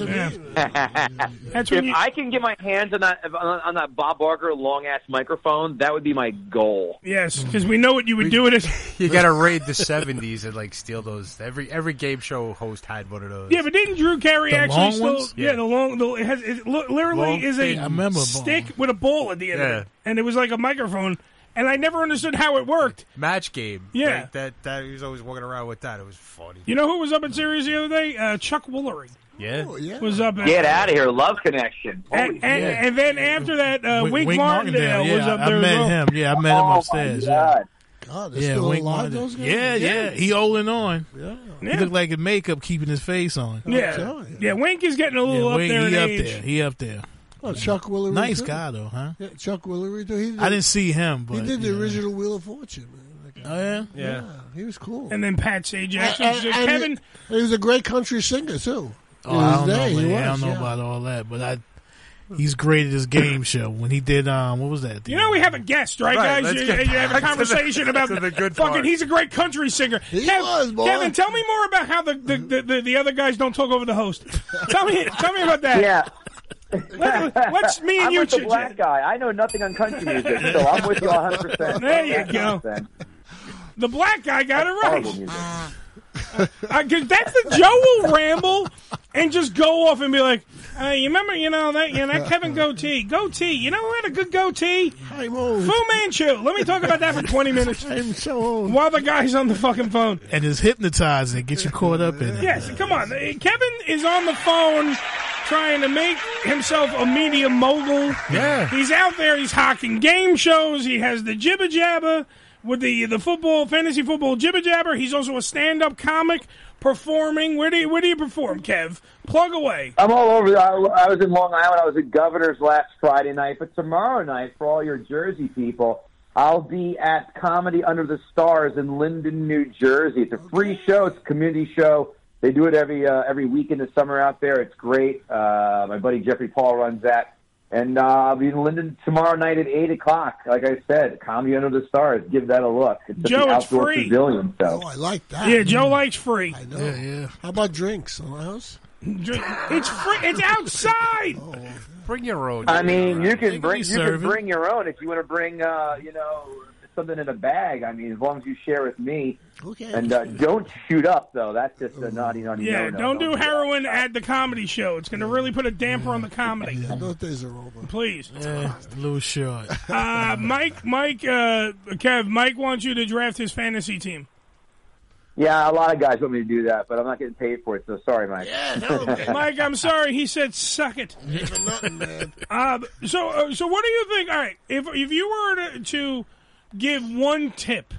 Speaker 12: Yeah. That's
Speaker 6: if
Speaker 12: when you-
Speaker 6: I can get my hands on that on, on that Bob Barker long ass microphone, that would be my goal.
Speaker 12: Yes, because we know what you would do with it.
Speaker 15: You got to raid the '70s and like steal those. Every every game show host had one of those.
Speaker 12: Yeah, but didn't Drew Carey
Speaker 15: The
Speaker 12: actually
Speaker 15: long
Speaker 12: still?
Speaker 15: ones?
Speaker 12: Yeah. the long. The, it has it li- literally
Speaker 15: Long
Speaker 12: is a
Speaker 15: thing. I remember
Speaker 12: stick with a bowl at the end, of
Speaker 15: Yeah.
Speaker 12: it. and it was like a microphone, and I never understood how it worked.
Speaker 15: Match game.
Speaker 12: Yeah.
Speaker 15: Like, that that he was always walking around with that. It was funny.
Speaker 12: You know who was up in series the other day? Uh, Chuck Woolery.
Speaker 6: Oh,
Speaker 15: Oh, Yeah.
Speaker 12: Was up. At,
Speaker 6: Get out of here, love connection.
Speaker 12: And,
Speaker 6: Holy
Speaker 12: and,
Speaker 6: shit.
Speaker 12: and then after that, uh,
Speaker 6: Wink-
Speaker 12: Wink,
Speaker 6: Wink
Speaker 12: Martindale,
Speaker 14: yeah,
Speaker 12: was up there.
Speaker 14: I
Speaker 12: as
Speaker 14: met
Speaker 12: well.
Speaker 14: him. Yeah, I met him
Speaker 6: Oh
Speaker 14: upstairs. yeah.
Speaker 13: God,
Speaker 12: they're still
Speaker 14: Wink
Speaker 12: alive,
Speaker 14: Martindale.
Speaker 12: those guys?
Speaker 14: Yeah, yeah,
Speaker 12: Yeah.
Speaker 14: He holding on.
Speaker 12: Yeah.
Speaker 14: He looked like his makeup keeping his face on.
Speaker 12: Yeah, yeah. Wink is getting a
Speaker 14: Yeah,
Speaker 12: little up
Speaker 14: Wink,
Speaker 12: there in
Speaker 14: he up
Speaker 12: age.
Speaker 14: there. He up there.
Speaker 13: Oh, Chuck Willery.
Speaker 14: Nice
Speaker 13: too.
Speaker 14: guy though, huh?
Speaker 13: Yeah, Chuck Willery. Too. He did,
Speaker 14: I didn't see him, but
Speaker 13: he did the
Speaker 14: you know.
Speaker 13: original Wheel of Fortune. Man. That guy.
Speaker 14: Oh
Speaker 13: yeah? he was cool.
Speaker 12: And then Pat Sajak.
Speaker 13: And-
Speaker 12: Actually,
Speaker 13: and- and
Speaker 12: Kevin.
Speaker 13: he, he was a great country singer too.
Speaker 14: Oh,
Speaker 13: In
Speaker 14: I
Speaker 13: his
Speaker 14: don't
Speaker 13: day,
Speaker 14: know.
Speaker 13: he
Speaker 14: man.
Speaker 13: was,
Speaker 14: I don't know
Speaker 13: yeah.
Speaker 14: about all that, but I he's great at his game show. When he did, um, what was that?
Speaker 12: You know we have a guest, right,
Speaker 14: Right,
Speaker 12: guys?
Speaker 14: let's
Speaker 12: You,
Speaker 14: get
Speaker 12: you have a
Speaker 14: back to the-
Speaker 12: conversation about
Speaker 14: to the good
Speaker 12: fucking.
Speaker 14: part.
Speaker 12: He's a great country singer.
Speaker 14: He
Speaker 12: Kev-
Speaker 14: was, boy.
Speaker 12: Kevin, tell me more about how the the, the, the, the other guys don't talk over the host. tell me, tell me about that.
Speaker 6: Yeah.
Speaker 12: Let, us me and
Speaker 6: I'm
Speaker 12: you.
Speaker 6: with the
Speaker 12: chit-
Speaker 6: black guy. I know nothing on country music, so I'm with you 100. percent
Speaker 12: There you go. The black guy got it right. Uh, 'cause that's the Joe will ramble and just go off and be like, uh, "You remember, you know that, you know, that Kevin goatee, goatee. You know who had a good goatee? Fu Manchu. Let me talk about that for twenty minutes. I'm so old. While the guy's on the fucking phone.
Speaker 14: And it's hypnotizing, get you caught up in it.
Speaker 12: Yes, come on. Uh, Kevin is on the phone trying to make himself a media mogul.
Speaker 14: Yeah.
Speaker 12: He's out there, he's hawking game shows, he has the jibber jabber with the the football fantasy football jibber jabber. He's also a stand up comic performing. Where do you where do you perform, Kev? Plug away.
Speaker 6: I'm all over. I, I was in Long Island. I was at Governor's last Friday night, but tomorrow night for all your Jersey people, I'll be at Comedy Under the Stars in Linden, New Jersey. It's a free show. It's a community show. They do it every uh, every week in the summer out there. It's great. Uh, my buddy Jeffrey Paul runs that, and uh, I'll be in Linden tomorrow night at eight o'clock. Like I said, Comedy Under the Stars. Give that a look. It's at
Speaker 12: Joe,
Speaker 6: the
Speaker 12: it's
Speaker 6: outdoor
Speaker 12: free.
Speaker 6: pavilion. So
Speaker 12: Oh,
Speaker 13: Oh, I like that.
Speaker 12: Yeah, Joe likes free.
Speaker 13: I know. Yeah, yeah. How about drinks on the house? Oh,
Speaker 12: Drink- It's free. It's outside.
Speaker 15: Bring your own.
Speaker 6: I mean, you
Speaker 15: They
Speaker 6: can
Speaker 15: can
Speaker 6: bring
Speaker 15: be
Speaker 6: you can
Speaker 15: serving.
Speaker 6: bring your own if you want to bring uh, you know something in a bag. I mean, as long as you share with me.
Speaker 13: Okay.
Speaker 6: And uh, don't shoot up though. That's just a naughty, naughty.
Speaker 12: Yeah,
Speaker 6: no-no.
Speaker 12: don't do heroin at the comedy show. It's going to really put a damper on the comedy.
Speaker 13: Those days are over.
Speaker 12: Please.
Speaker 14: Yeah, it's a little short.
Speaker 12: Uh, Mike, Mike, uh, Kev, Mike wants you to draft his fantasy team.
Speaker 6: Yeah, a lot of guys want me to do that, but I'm not getting paid for it. So sorry, Mike.
Speaker 12: Mike, I'm sorry. He said, "Suck it." Uh, so, uh, so what do you think? All right, if if you were to, to give one tip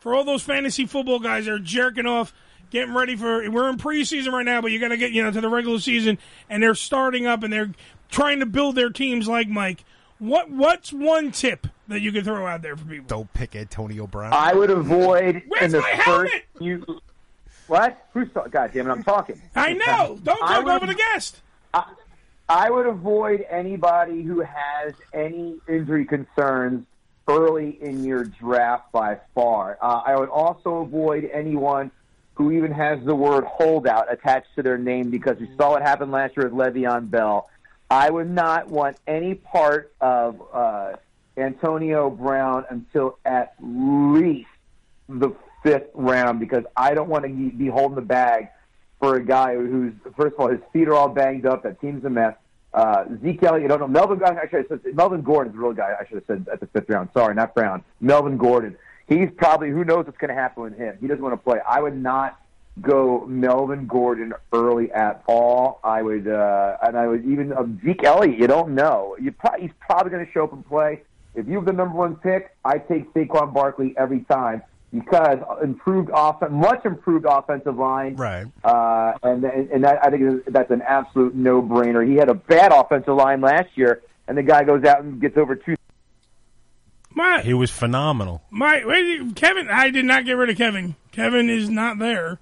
Speaker 12: for all those fantasy football guys that are jerking off, getting ready for we're in preseason right now, but you got to get you know to the regular season, and they're starting up and they're trying to build their teams like Mike. What what's one tip that you could throw out there for people?
Speaker 7: Don't pick Antonio Brown.
Speaker 6: I would avoid in
Speaker 12: Where's
Speaker 6: the
Speaker 12: my
Speaker 6: first you. What? Who's talking? God damn it! I'm talking.
Speaker 12: I know. Don't
Speaker 6: I
Speaker 12: talk
Speaker 6: would-
Speaker 12: over the guest.
Speaker 6: I would avoid anybody who has any injury concerns early in your draft by far. Uh, I would also avoid anyone who even has the word holdout attached to their name because we saw what happened last year with Le'Veon Bell. I would not want any part of uh, Antonio Brown until at least the fifth round because I don't want to be holding the bag for a guy who's first of all his feet are all banged up. That team's a mess. Uh, Zeke Elliott, I don't know. Melvin Gordon, actually, I said, Melvin Gordon's the real guy. I should have said at the fifth round. Sorry, not Brown. Melvin Gordon. He's probably who knows what's going to happen with him. He doesn't want to play. I would not go Melvin Gordon early at all. I would, uh, and I would even um, Zeke Elliott. You don't know. You pro- he's probably going to show up and play. If you have the number one pick, I take Saquon Barkley every time because improved offense, much improved offensive line,
Speaker 14: right?
Speaker 6: Uh, and and that, I think that's an absolute no brainer. He had a bad offensive line last year, and the guy goes out and gets over two.
Speaker 12: My,
Speaker 7: He was phenomenal.
Speaker 12: my, wait, Kevin, I did not get rid of Kevin. Kevin is not there.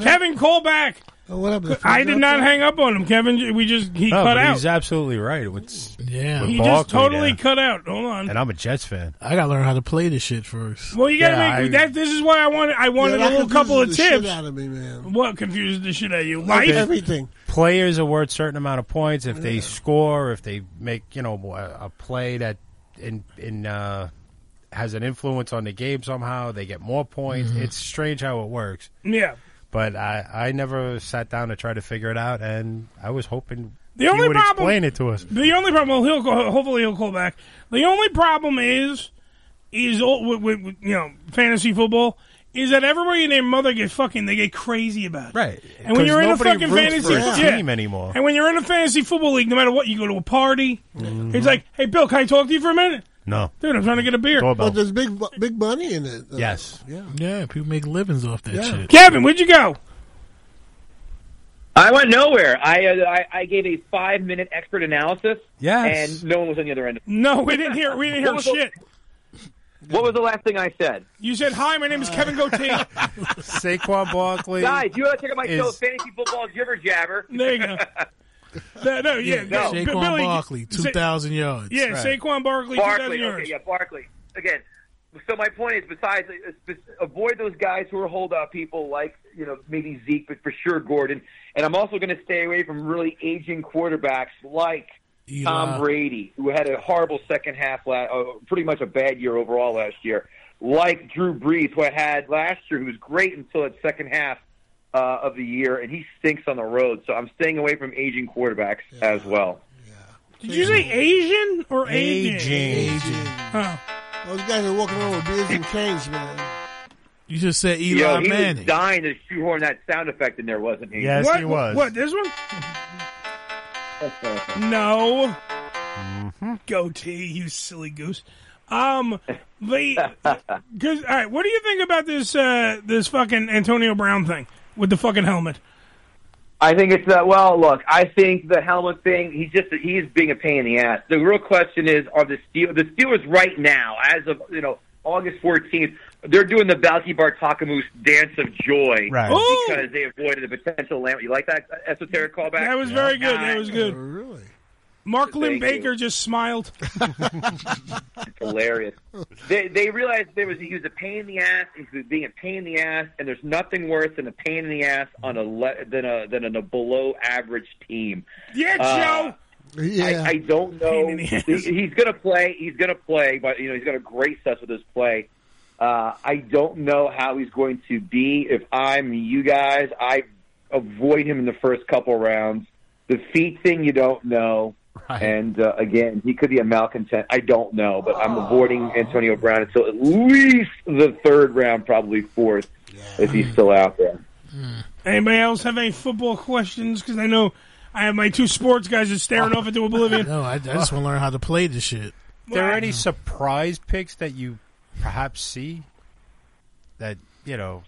Speaker 12: Kevin, call back.
Speaker 14: Oh,
Speaker 13: what happened?
Speaker 12: I did not hang up on him, Kevin. We just he
Speaker 7: no,
Speaker 12: cut
Speaker 7: Oh, but
Speaker 12: out.
Speaker 7: He's absolutely right. With, yeah,
Speaker 12: he just totally cut out. Hold on.
Speaker 7: And I'm a Jets fan.
Speaker 14: I gotta learn how to play this shit first.
Speaker 12: Well, you gotta make that. This is why I wanted. I wanted
Speaker 14: Yeah,
Speaker 12: a
Speaker 14: that
Speaker 12: little couple of
Speaker 14: confuses the shit
Speaker 12: tips.
Speaker 14: out of
Speaker 13: me, man.
Speaker 12: What confuses the shit out of you? Life.
Speaker 7: Players are worth certain amount of points if they score, if they make you know a a play that in in uh, has an influence on the game somehow, they get more points.
Speaker 12: Mhm.
Speaker 7: It's strange how it works.
Speaker 12: Yeah.
Speaker 7: But I, I never sat down to try to figure it out, and I was hoping
Speaker 12: The
Speaker 7: he
Speaker 12: only
Speaker 7: would
Speaker 12: problem-
Speaker 7: explain it to us.
Speaker 12: The only problem. Well, he'll call, hopefully he'll call back. The only problem is is all, with, with, with, you know fantasy football is that everybody and their mother get fucking they get crazy about it.
Speaker 7: Right.
Speaker 12: And
Speaker 7: 'Cause
Speaker 12: when you're in a
Speaker 7: nobody
Speaker 12: fucking
Speaker 7: roots
Speaker 12: fantasy
Speaker 7: for a
Speaker 12: yeah.
Speaker 7: team anymore.
Speaker 12: And when you're in a fantasy football league, no matter what, you go to a party.
Speaker 13: Mm-hmm.
Speaker 12: It's like, hey, Bill, can I talk to you for a minute?
Speaker 7: No.
Speaker 12: Dude, I'm trying to get a beer.
Speaker 13: But there's big big money in
Speaker 12: Uh,
Speaker 13: it. though.
Speaker 7: Yes.
Speaker 13: Yeah.
Speaker 14: Yeah, people make livings off that shit.
Speaker 12: Kevin, where'd you go?
Speaker 6: I went nowhere. I uh, I, I gave a five minute expert analysis.
Speaker 12: Yes.
Speaker 6: and no one was on the other end. Of it.
Speaker 12: No, we didn't hear. We didn't
Speaker 6: What
Speaker 12: hear
Speaker 6: was the-
Speaker 12: shit.
Speaker 6: What was the last thing I said?
Speaker 12: You said, "Hi, my name is Kevin Gauthier."
Speaker 7: Saquon Barkley.
Speaker 6: Guys, you gotta check out my
Speaker 7: is-
Speaker 6: show, Fantasy Football Jibber Jabber.
Speaker 12: There you go. No, no, yeah, no.
Speaker 14: Saquon
Speaker 12: B- Billy-
Speaker 14: Barkley,
Speaker 12: Sa-
Speaker 14: two thousand yards.
Speaker 12: Yeah, Saquon Barkley, 2000
Speaker 6: Barkley,
Speaker 12: yards.
Speaker 6: okay, yeah, Barkley. Again, so my point is, besides uh, spe- avoid those guys who are holdout people, like you know maybe Zeke, but for sure Gordon. And I'm also going to stay away from really aging quarterbacks like Tom Brady, who had a horrible second half, la- uh, pretty much a bad year overall last year. Like Drew Brees, who I had last year, who was great until that second half uh, of the year, and he stinks on the road. So I'm staying away from aging quarterbacks as well.
Speaker 12: Did you say Asian or Asian? Oh.
Speaker 13: Those guys are walking around with beards and canes, man.
Speaker 14: You just said Eli
Speaker 6: Yo, he
Speaker 14: Manning.
Speaker 6: was dying to shoehorn that sound effect in there, wasn't he?
Speaker 14: Yes,
Speaker 12: what,
Speaker 14: he was.
Speaker 12: What, this one? No.
Speaker 14: Mm-hmm.
Speaker 12: Goatee, you silly goose. Um, the because all right, what do you think about this uh this fucking Antonio Brown thing with the fucking helmet?
Speaker 6: I think it's uh, well. Look, I think the helmet thing. He's just he's being a pain in the ass. The real question is, are the Steel the Steelers right now, as of you know August fourteenth, they're doing the Balky Bartakamus dance of joy
Speaker 3: Right.
Speaker 12: Ooh!
Speaker 6: because they avoided a potential lamp. You like that esoteric callback?
Speaker 12: That was very good.
Speaker 6: Nice.
Speaker 12: That was good.
Speaker 13: Really,
Speaker 12: Mark Lynn
Speaker 6: Thank you.
Speaker 12: Baker just smiled.
Speaker 6: hilarious. They they realized there was he was a pain in the ass. He was being a pain in the ass, and there's nothing worse than a pain in the ass on a le- than a than a below average team.
Speaker 12: Yeah,
Speaker 6: Uh,
Speaker 12: Joe.
Speaker 6: I, I don't know. He- he's going to play. He's going to play, but you know he's going to grace us with his play. Uh, I don't know how he's going to be. If I'm you guys, I avoid him in the first couple rounds. The feet thing, you don't know. And uh, again, he could be a malcontent. I don't know, but I'm avoiding Antonio Brown until at least the third round, probably fourth, if he's still out there.
Speaker 12: Anybody else have any football questions? Because I know I have my two sports guys just staring off into oblivion.
Speaker 14: Oh. No, I, I just want to learn how to play this shit.
Speaker 7: there are any surprise picks that you perhaps see that you know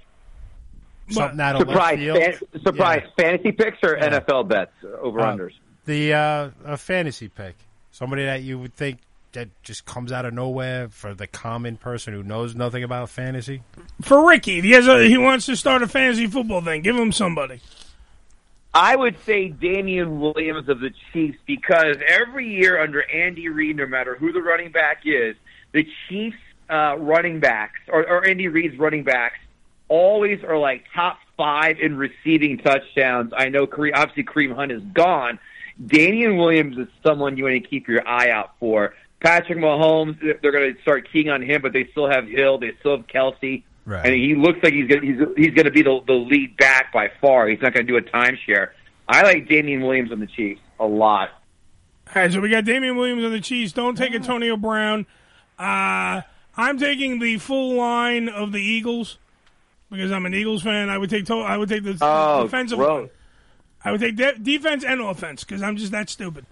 Speaker 7: something out of
Speaker 6: surprise,
Speaker 7: left field?
Speaker 6: fan- surprise fantasy picks or NFL bets over
Speaker 7: Uh,
Speaker 6: unders.
Speaker 7: the uh, a fantasy pick, somebody that you would think that just comes out of nowhere for the common person who knows nothing about fantasy.
Speaker 12: For Ricky, if he has a, he wants to start a fantasy football thing, give him somebody.
Speaker 6: I would say Damian Williams of the Chiefs because every year under Andy Reid, no matter who the running back is, the Chiefs uh, running backs or, or Andy Reid's running backs always are like top five in receiving touchdowns. I know Kareem, obviously Kareem Hunt is gone. Damian Williams is someone you want to keep your eye out for. Patrick Mahomes, they're going to start keying on him, but they still have Hill, they still have Kelsey.
Speaker 7: Right.
Speaker 6: And he looks like he's gonna, he's he's going to be the, the lead back by far. He's not going to do a timeshare. I like Damian Williams on the Chiefs a lot.
Speaker 12: All right, so we got Damian Williams on the Chiefs. Don't take Antonio Brown. Uh, I'm taking the full line of the Eagles because I'm an Eagles fan. I would take to- I would take the
Speaker 6: Oh,
Speaker 12: defensive
Speaker 6: gross.
Speaker 12: I would take de- defense and offense because I'm just that stupid.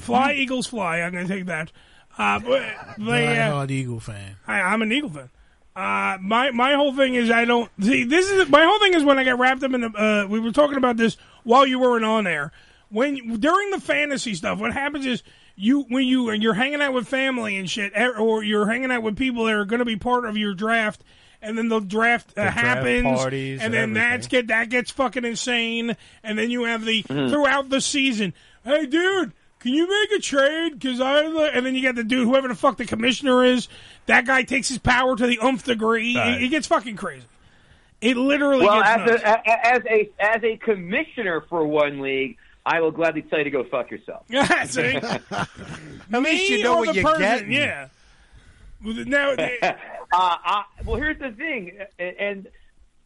Speaker 12: Fly Eagles fly. I'm going to take that. Uh, but they, uh,
Speaker 14: Diehard Eagle fan.
Speaker 12: I, I'm an Eagle fan. Uh, my my whole thing is I don't see this is my whole thing is when I got wrapped up in the uh, we were talking about this while you weren't on air when during the fantasy stuff what happens is you when you and you're hanging out with family and shit er- or you're hanging out with people that are going to be part of your draft and then the draft uh,
Speaker 7: The draft
Speaker 12: happens
Speaker 7: parties
Speaker 12: and,
Speaker 7: and
Speaker 12: then that's get that gets fucking insane and then you have the
Speaker 7: Mhm.
Speaker 12: throughout the season hey dude can you make a trade? Because I and then you got the dude, whoever the fuck the commissioner is, that guy takes his power to the umph degree.
Speaker 6: Right.
Speaker 12: It, it gets fucking crazy. It literally
Speaker 6: well,
Speaker 12: gets nuts.
Speaker 6: as a, a- as a as a commissioner for one league, I will gladly tell you to go fuck yourself.
Speaker 12: Yeah, see?
Speaker 6: At
Speaker 12: least you know what you're getting. Yeah. Now,
Speaker 6: uh, uh, well, here's the thing, and, and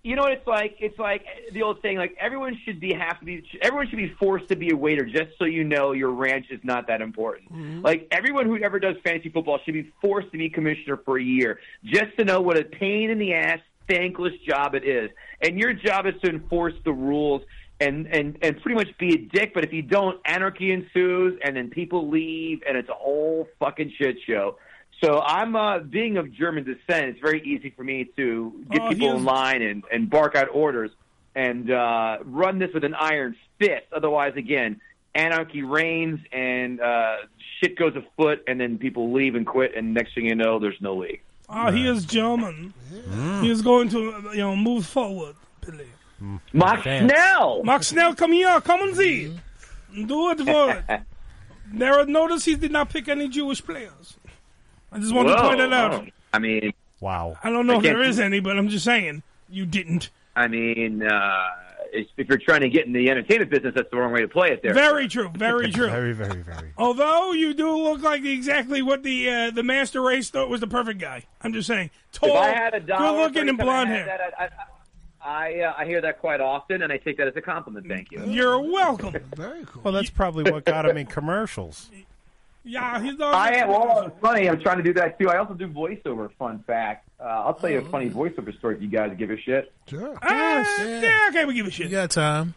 Speaker 6: you know what it's like. It's like the old saying, like everyone should be have to be, everyone should be forced to be a waiter, just so you know your ranch is not that important.
Speaker 11: Mm-hmm.
Speaker 6: Like everyone who ever does fantasy football should be forced to be commissioner for a year, just to know what a pain in the ass, thankless job it is. And your job is to enforce the rules. And, and and pretty much be a dick, but if you don't, anarchy ensues, and then people leave, and it's a whole fucking shit show. So I'm uh, being of German descent. It's very easy for me to get
Speaker 12: Oh,
Speaker 6: people
Speaker 12: he's-
Speaker 6: in line and, and bark out orders and uh, run this with an iron fist. Otherwise, again, anarchy reigns and uh, shit goes afoot, and then people leave and quit. And next thing you know, there's no league.
Speaker 12: Ah, he is German. He is going to you know move forward.
Speaker 6: Mark Snell.
Speaker 12: Max Snell, come here. Come and see. Do it for it. Now, notice he did not pick any Jewish players. I just wanted to
Speaker 6: Whoa.
Speaker 12: point that out.
Speaker 6: I mean,
Speaker 7: wow.
Speaker 12: I don't know if
Speaker 6: Again,
Speaker 12: there is any, but I'm just saying you didn't.
Speaker 6: I mean, uh, if if you're trying to get in the entertainment business, that's the wrong way to play it. There.
Speaker 12: Very true. Very true.
Speaker 7: Very, very, very.
Speaker 12: Although you do look like exactly what the uh, the master race thought was the perfect guy. I'm just saying, tall,
Speaker 6: if I had a dollar,
Speaker 12: good
Speaker 6: for
Speaker 12: looking,
Speaker 6: each
Speaker 12: and
Speaker 6: time I
Speaker 12: blonde
Speaker 6: had
Speaker 12: hair.
Speaker 6: that, I, I, I, uh, I hear that quite often, and I take that as a compliment. Thank you.
Speaker 12: You're welcome.
Speaker 13: Very cool.
Speaker 7: Well, that's probably what got him in commercials.
Speaker 12: Yeah, he's
Speaker 6: I am. Well, it's funny. I'm trying to do that too. I also do voiceover. Fun fact. Uh, I'll tell
Speaker 12: Oh.
Speaker 6: you a funny voiceover story if you guys give a shit.
Speaker 13: Sure.
Speaker 12: Ah, yeah. okay, we give a shit.
Speaker 14: You got time.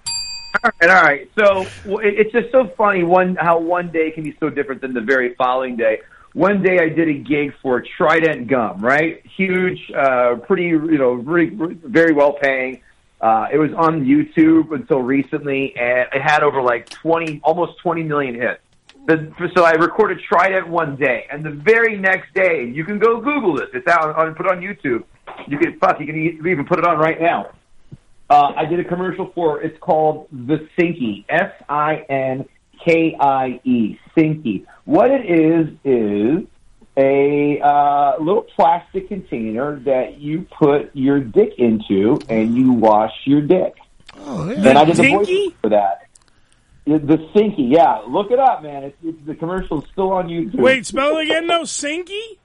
Speaker 6: All right, all right. So well, it- it's just so funny one how one day can be so different than the very following day. One day I did a gig for Trident Gum, right? Huge, uh, pretty, you know, really, very well paying. Uh, it was on YouTube until recently, and it had over like twenty, almost twenty million hits. The, so I recorded Trident one day, and the very next day, you can go Google this. It's out on, put it on YouTube. You can fuck, you can e- even put it on right now. Uh, I did a commercial for it's called the Sinky S I N K I E Sinky. What it is is a uh, little plastic container that you put your dick into and you wash your dick.
Speaker 13: Oh,
Speaker 6: yeah. And I did the voice for that. The Sinky, yeah. Look it up, man. It's, it's the commercial's still on YouTube.
Speaker 12: Wait, spell it again. No, Sinky.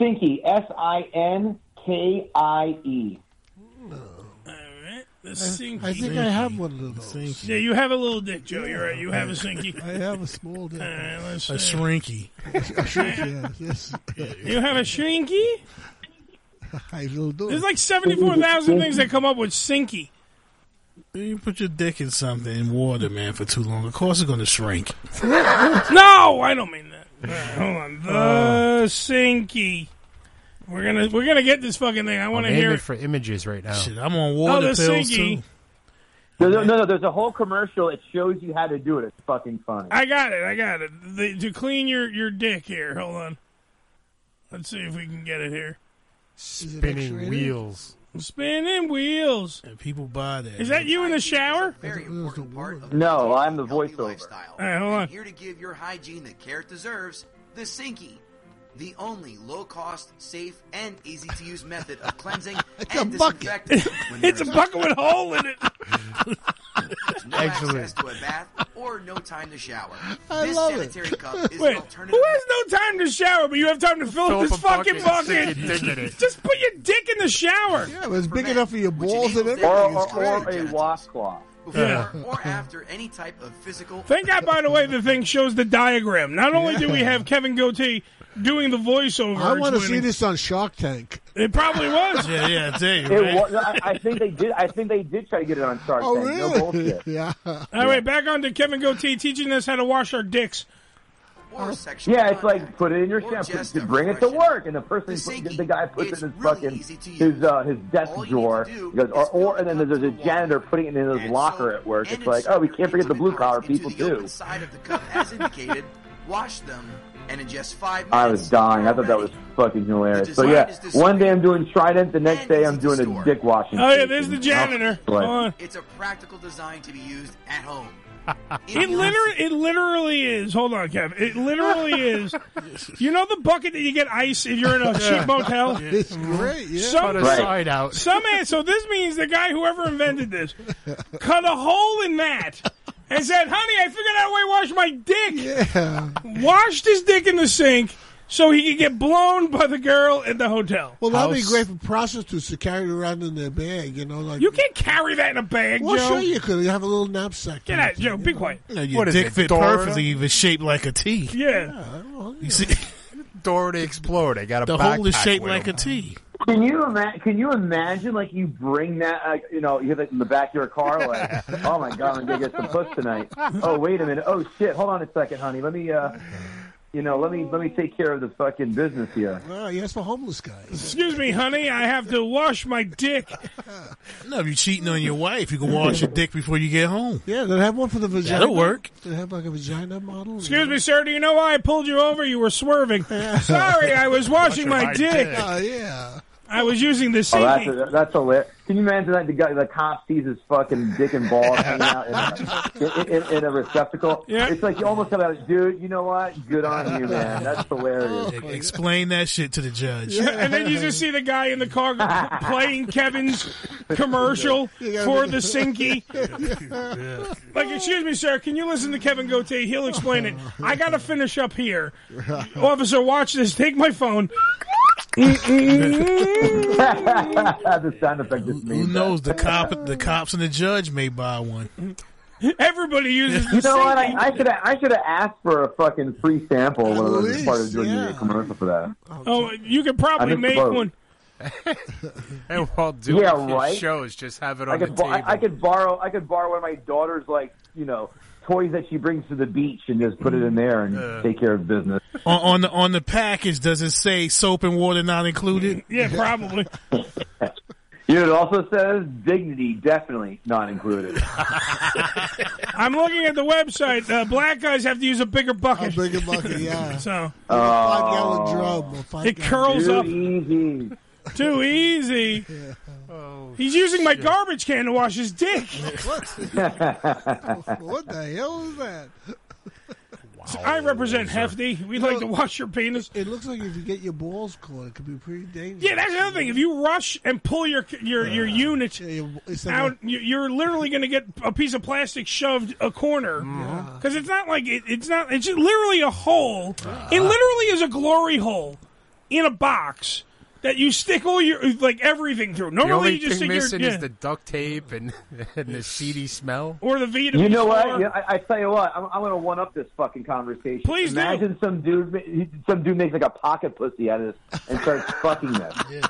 Speaker 6: Sinky S I N K I E.
Speaker 12: The
Speaker 13: I,
Speaker 12: Sinky.
Speaker 13: I think I have one of those.
Speaker 12: Yeah, you have a little dick, Joe. You're right. You have a Sinky.
Speaker 13: I have a small dick.
Speaker 14: A shrinky.
Speaker 13: shrinky, yes. yes.
Speaker 12: You have a Shrinky.
Speaker 13: I will do.
Speaker 12: There's like seventy-four thousand things that come up with Sinky.
Speaker 14: You put your dick in something in water, man, for too long. Of course, it's going to shrink.
Speaker 12: No, I don't mean that. All right, hold on, the
Speaker 13: Uh.
Speaker 12: Sinky. We're gonna we're gonna get this fucking thing. I want to
Speaker 7: I'm
Speaker 12: hear
Speaker 7: aiming
Speaker 12: it.
Speaker 7: for images right now.
Speaker 14: Shit, I'm on
Speaker 12: water Oh, the pills, Sinky. too.
Speaker 6: No, no, no, no. There's a whole commercial. It shows you how to do it. It's fucking funny.
Speaker 12: I got it. I got it. The, to clean your, your dick here. Hold on. Let's see if we can get it here.
Speaker 7: Spinning wheels.
Speaker 12: Spinning wheels. And
Speaker 14: people buy that.
Speaker 12: Is that you in the shower?
Speaker 5: Very important part of
Speaker 6: No, I'm the voiceover.
Speaker 5: lifestyle.
Speaker 12: All right, hold
Speaker 5: And
Speaker 12: on.
Speaker 5: Here to give your hygiene the care it deserves, the Sinky. The only low-cost, safe, and easy-to-use method of cleansing and disinfecting. when there
Speaker 12: It's a
Speaker 5: is-
Speaker 12: bucket with a hole in it.
Speaker 5: No
Speaker 12: Excellent.
Speaker 5: access to a bath or no time to shower.
Speaker 13: I
Speaker 5: this
Speaker 13: love it.
Speaker 5: sanitary cup is
Speaker 12: Wait,
Speaker 5: an
Speaker 12: who has no time to shower, but you have time to fill,
Speaker 13: Fill
Speaker 12: up
Speaker 13: up
Speaker 12: this
Speaker 13: a
Speaker 12: fucking
Speaker 13: bucket and stick
Speaker 12: bucket?
Speaker 13: your dick in it.
Speaker 12: Just put your dick in the shower.
Speaker 13: Yeah, but it's big enough for your balls and everything.
Speaker 6: Or,
Speaker 13: It's
Speaker 6: or, or a
Speaker 13: great.
Speaker 6: washcloth.
Speaker 5: before
Speaker 12: Yeah.
Speaker 5: or after any type of physical.
Speaker 12: Thank God, by the way, the thing shows the diagram. Not only do we have Kevin Goatee doing the voiceover,
Speaker 13: I want to
Speaker 12: it's
Speaker 13: see
Speaker 12: winning.
Speaker 13: this on Shark Tank.
Speaker 12: It probably was.
Speaker 14: Yeah, yeah, dude.
Speaker 6: It was, I, I think they did. I think they did try to get it on Shark
Speaker 12: Oh,
Speaker 6: Tank. No bullshit.
Speaker 13: Oh, yeah.
Speaker 12: All right, back on to Kevin Goatee teaching us how to wash our dicks.
Speaker 6: Yeah, it's like put it in your shower, put- to bring it to work, and the person, put, the guy puts it in his fucking his uh, his desk drawer. He goes, or, or and then there's a janitor putting it in his locker at work. It's like, oh, we can't forget the blue collar people too.
Speaker 5: side of the cup as indicated. Wash them and in just five minutes.
Speaker 6: I was dying. I thought that was fucking hilarious. So yeah, one day I'm doing Trident, the next day I'm doing a dick washing.
Speaker 12: Oh yeah,
Speaker 6: station.
Speaker 12: there's the janitor.
Speaker 6: Oh, like,
Speaker 5: It's a practical design to be used at home.
Speaker 12: It literally, it literally is. Hold on, Kevin. It literally is. You know the bucket that you get ice if you're in a
Speaker 13: Yeah.
Speaker 12: cheap motel.
Speaker 13: It's great, yeah.
Speaker 12: Some
Speaker 13: Cut a Right. side out.
Speaker 12: Some ass- so this means the guy whoever invented this cut a hole in that and said, "Honey, I figured out a way to wash my dick." Washed his dick in the sink so he could get blown by the girl at the hotel.
Speaker 13: Well, that'd be great for prostitutes to carry it around in their bag. You know, like
Speaker 12: You can't carry that in a bag,
Speaker 13: Well,
Speaker 12: Joe.
Speaker 13: sure you could. You have a little knapsack.
Speaker 12: Get out, Joe. Be quiet.
Speaker 14: You know, your dick fit perfectly, even shaped like a T.
Speaker 12: Yeah.
Speaker 14: You see,
Speaker 15: Door to explode. I got a
Speaker 14: the hole is
Speaker 15: backpack
Speaker 14: shaped
Speaker 15: with
Speaker 14: like a
Speaker 15: them.
Speaker 14: T.
Speaker 6: Can you imagine? Can you imagine? Like you bring that, uh, you know, you have it in the back of your car. Like, oh my god, I'm gonna get some puss tonight. Oh wait a minute. Oh shit. Hold on a second, honey. Let me, uh, you know, let me let me take care of the fucking business here.
Speaker 13: Oh, yes, for homeless guys.
Speaker 12: Excuse me, honey. I have to wash my dick.
Speaker 14: No, if you're cheating on your wife, you can wash your dick before you get home.
Speaker 13: Yeah, they have one for the vagina.
Speaker 14: That'll work.
Speaker 13: They have like a vagina model.
Speaker 12: Excuse me, sir. Do you know why I pulled you over? You were swerving. Sorry, I was washing my, dick.
Speaker 13: Oh,
Speaker 14: Uh,
Speaker 13: yeah.
Speaker 12: I was using the
Speaker 6: Oh,
Speaker 12: sink.
Speaker 6: that's a, that's hilarious. Can you imagine that the guy, the cop sees his fucking dick and balls hanging out in a, in, in, in a receptacle?
Speaker 14: Yeah.
Speaker 6: It's like you almost have that, dude. You know what? Good on you, man. That's hilarious.
Speaker 14: Explain that shit to the judge.
Speaker 12: and then you just see the guy in the car playing Kevin's commercial for the Sinky. Like, excuse me, sir, can you listen to Kevin Gauthier? He'll explain it. I got to finish up here. Officer, watch this. Take my phone.
Speaker 6: the sound effect just means
Speaker 14: Who knows? The cop, the cops, and the judge may buy one.
Speaker 12: Everybody uses.
Speaker 6: You know what? I, I should I should have asked for a fucking free sample when I was
Speaker 12: least,
Speaker 6: part of doing the commercial for that.
Speaker 12: Oh, you could probably
Speaker 6: I
Speaker 12: make
Speaker 6: missed both.
Speaker 12: one.
Speaker 15: And while doing
Speaker 6: Yeah,
Speaker 15: his
Speaker 6: right?
Speaker 15: shows, just have it
Speaker 6: I
Speaker 15: on the
Speaker 6: could
Speaker 15: table.
Speaker 6: bo- I, I could borrow I could borrow one of my daughter's like you know toys that she brings to the beach and just put it in there and
Speaker 15: Mm.
Speaker 14: Uh.
Speaker 6: take care of business.
Speaker 14: On, on the on the package, does it say soap and water not included?
Speaker 12: Yeah, probably.
Speaker 6: You know, it also says dignity definitely not included.
Speaker 12: I'm looking at the website. Uh, black guys have to use a bigger bucket. A
Speaker 13: bigger bucket, yeah.
Speaker 12: so
Speaker 13: Five
Speaker 6: Oh.
Speaker 13: gallon drum. or five
Speaker 12: it
Speaker 13: gallon
Speaker 12: curls
Speaker 13: drum.
Speaker 12: up. Too easy.
Speaker 13: Oh,
Speaker 12: He's using my garbage can to wash his dick.
Speaker 13: What the hell is that?
Speaker 12: I represent Hefty. We'd like to wash your penis.
Speaker 13: It looks like if you get your balls caught, it could be pretty dangerous.
Speaker 12: Yeah, that's the other thing. If you rush and pull your your your unit
Speaker 13: like
Speaker 12: out, you- you're literally going to get a piece of plastic shoved a corner because it's not like it, it's not. It's literally a hole. It literally is a glory hole in a box that you stick all your like everything through.
Speaker 15: the
Speaker 12: Normally,
Speaker 15: only
Speaker 12: you just
Speaker 15: thing
Speaker 12: stick your
Speaker 15: missing
Speaker 12: yeah.
Speaker 15: is the duct tape and, and the seedy smell.
Speaker 12: or the Vita.
Speaker 6: You know what? Yeah, I, I tell you what, I'm, I'm going to one up this fucking conversation.
Speaker 12: Please do.
Speaker 6: imagine some dude, ma- some dude makes like a pocket pussy out of this and starts fucking this.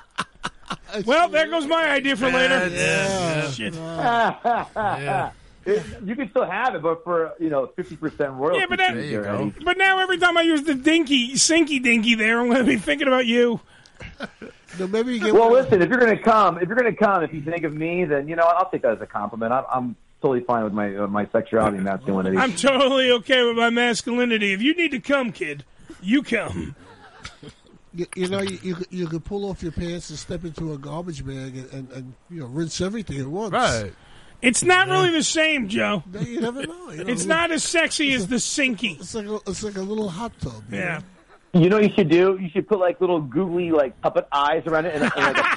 Speaker 12: Well, there goes my idea for later. Shit.
Speaker 6: It- you can still have it, but for you know fifty percent royalty.
Speaker 12: Yeah, but that, but now every time I use the dinky, sinky dinky there, I'm going to be thinking about you.
Speaker 13: No, maybe you get
Speaker 6: well, listen, if you're going to come, if you're going to come, if you think of me, then you know what, I'll take that as a compliment. I'm, I'm totally fine with my uh, my sexuality and masculinity.
Speaker 12: I'm totally okay with my masculinity. If you need to come, kid, you come.
Speaker 13: You, you know, you, you could- you could pull off your pants and step into a garbage bag and, and, and you know rinse everything at once.
Speaker 12: Right. It's not really the same, Joe.
Speaker 13: You never know. you know,
Speaker 12: It's not as sexy as the sinky.
Speaker 13: It's like a, it's like a little hot tub. you
Speaker 12: Yeah.
Speaker 13: know?
Speaker 6: You know, what you should do. You should put like little googly like puppet eyes around it and, and like a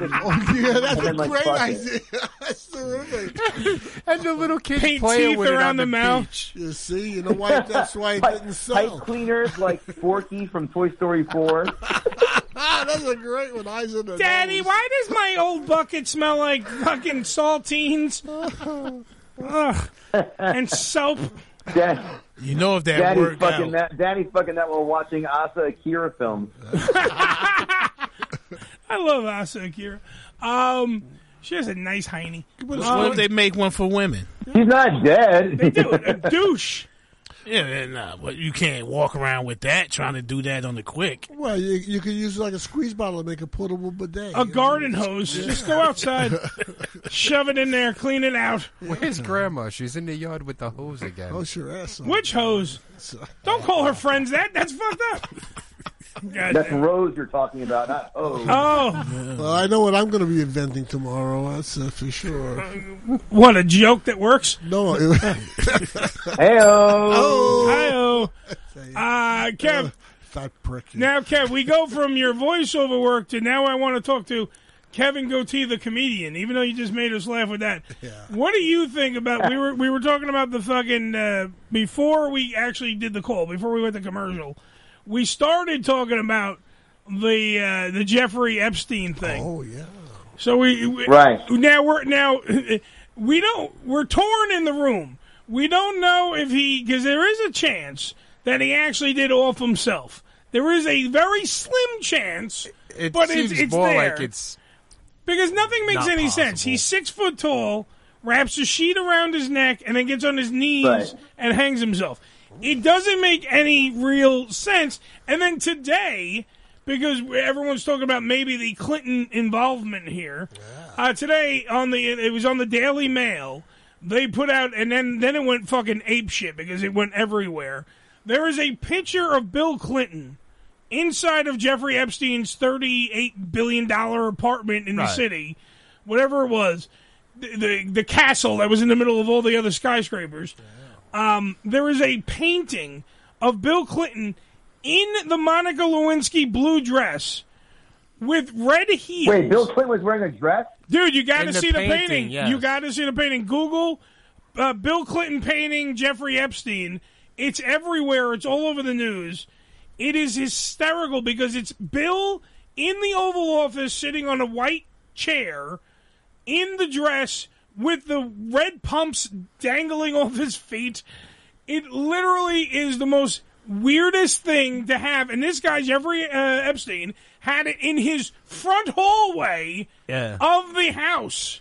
Speaker 6: lipstick. oh,
Speaker 13: yeah, that's
Speaker 6: and then,
Speaker 13: a
Speaker 6: like,
Speaker 13: great
Speaker 6: fuck it.
Speaker 13: idea. that's terrific.
Speaker 15: and the little kids
Speaker 13: Paint
Speaker 15: playing
Speaker 13: teeth
Speaker 15: with it
Speaker 13: around
Speaker 15: on
Speaker 13: the mouth.
Speaker 15: beach.
Speaker 13: You see, you know why? That's why it didn't sell.
Speaker 6: Pipe cleaners like Forky from Toy Story Four.
Speaker 13: Ah, that's a great one. Eyes in the
Speaker 12: Daddy, why does my old bucket smell like fucking saltines? Ugh. And soap.
Speaker 6: Dad,
Speaker 14: you know if that
Speaker 6: Daddy's
Speaker 14: worked
Speaker 6: fucking
Speaker 14: out.
Speaker 6: that. Daddy's fucking that while watching Asa Akira films.
Speaker 12: I love Asa Akira. Um, she has a nice hiney. Um,
Speaker 14: What if they make one for women?
Speaker 6: He's not dead.
Speaker 12: They do. A douche.
Speaker 14: Yeah, yeah, nah, but you can't walk around with that trying to do that on the quick.
Speaker 13: Well, you, you could use like a squeeze bottle and make a portable bidet.
Speaker 12: A garden hose. Just go outside, shove it in there, clean it out.
Speaker 15: Where's Grandma? She's in the yard with the hose again.
Speaker 13: Oh, sure ass.
Speaker 12: Which hose? Don't call her friends that. That's fucked up. God
Speaker 6: That's
Speaker 12: damn.
Speaker 6: Rose you're talking about. Not oh.
Speaker 13: Well, I know what I'm going to be inventing tomorrow. That's uh, for sure.
Speaker 12: What a joke that works.
Speaker 13: No.
Speaker 12: Heyo. Heyo. Oh. Uh, Kev.
Speaker 13: Fat prick.
Speaker 12: Now, Kev, we go from your voiceover work to now I want to talk to Kevin Goatee, the comedian. Even though you just made us laugh with that, what do you think about? We were we were talking about the fucking uh, before we actually did the call before we went to commercial. We started talking about the uh, the Jeffrey Epstein thing. Oh
Speaker 13: yeah.
Speaker 12: So we, we
Speaker 6: Right.
Speaker 12: now we're now we don't we're torn in the room. We don't know if he because there is a chance that he actually did off himself. There is a very slim chance,
Speaker 15: It
Speaker 12: but
Speaker 15: seems
Speaker 12: it's, it's
Speaker 15: more
Speaker 12: there
Speaker 15: like it's
Speaker 12: because nothing makes
Speaker 15: Not
Speaker 12: any sense. He's six foot tall, wraps a sheet around his neck, and then gets on his knees
Speaker 15: Right.
Speaker 12: and hangs himself. It doesn't make any real sense. And then today, because everyone's talking about maybe the Clinton involvement here, uh, today on the it was on the Daily Mail. They put out, and then then it went fucking ape shit because it went everywhere. There is a picture of Bill Clinton inside of Jeffrey Epstein's thirty-eight billion dollar apartment in the
Speaker 15: Right.
Speaker 12: city, whatever it was, the, the the castle that was in the middle of all the other skyscrapers. Um, there is a painting of Bill Clinton in the Monica Lewinsky blue dress with red heels.
Speaker 6: Wait, Bill Clinton was wearing a dress.
Speaker 12: Dude, you got
Speaker 6: In
Speaker 12: to
Speaker 6: the
Speaker 12: see the
Speaker 6: painting,
Speaker 12: painting.
Speaker 6: yes.
Speaker 12: You got to see the painting. Google uh, Bill Clinton painting Jeffrey Epstein. It's everywhere. It's all over the news. It is hysterical because it's Bill in the Oval Office sitting on a white chair in the dress with the red pumps dangling off his feet. It literally is the most weirdest thing to have. And this guy, Jeffrey uh, Epstein, had it in his front hallway
Speaker 15: Yeah.
Speaker 12: of the house.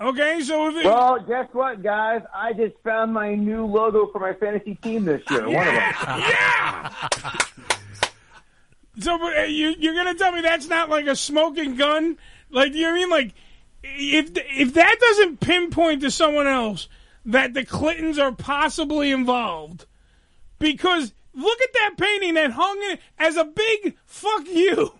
Speaker 12: Okay, so if it,
Speaker 6: Well, guess what, guys? I just found my new logo for my fantasy team this year. One of them.
Speaker 12: so but, uh, you, you're gonna tell me that's not like a smoking gun? Like, you know what I mean? Like, if if that doesn't pinpoint to someone else that the Clintons are possibly involved, because look at that painting that hung in, as a big fuck you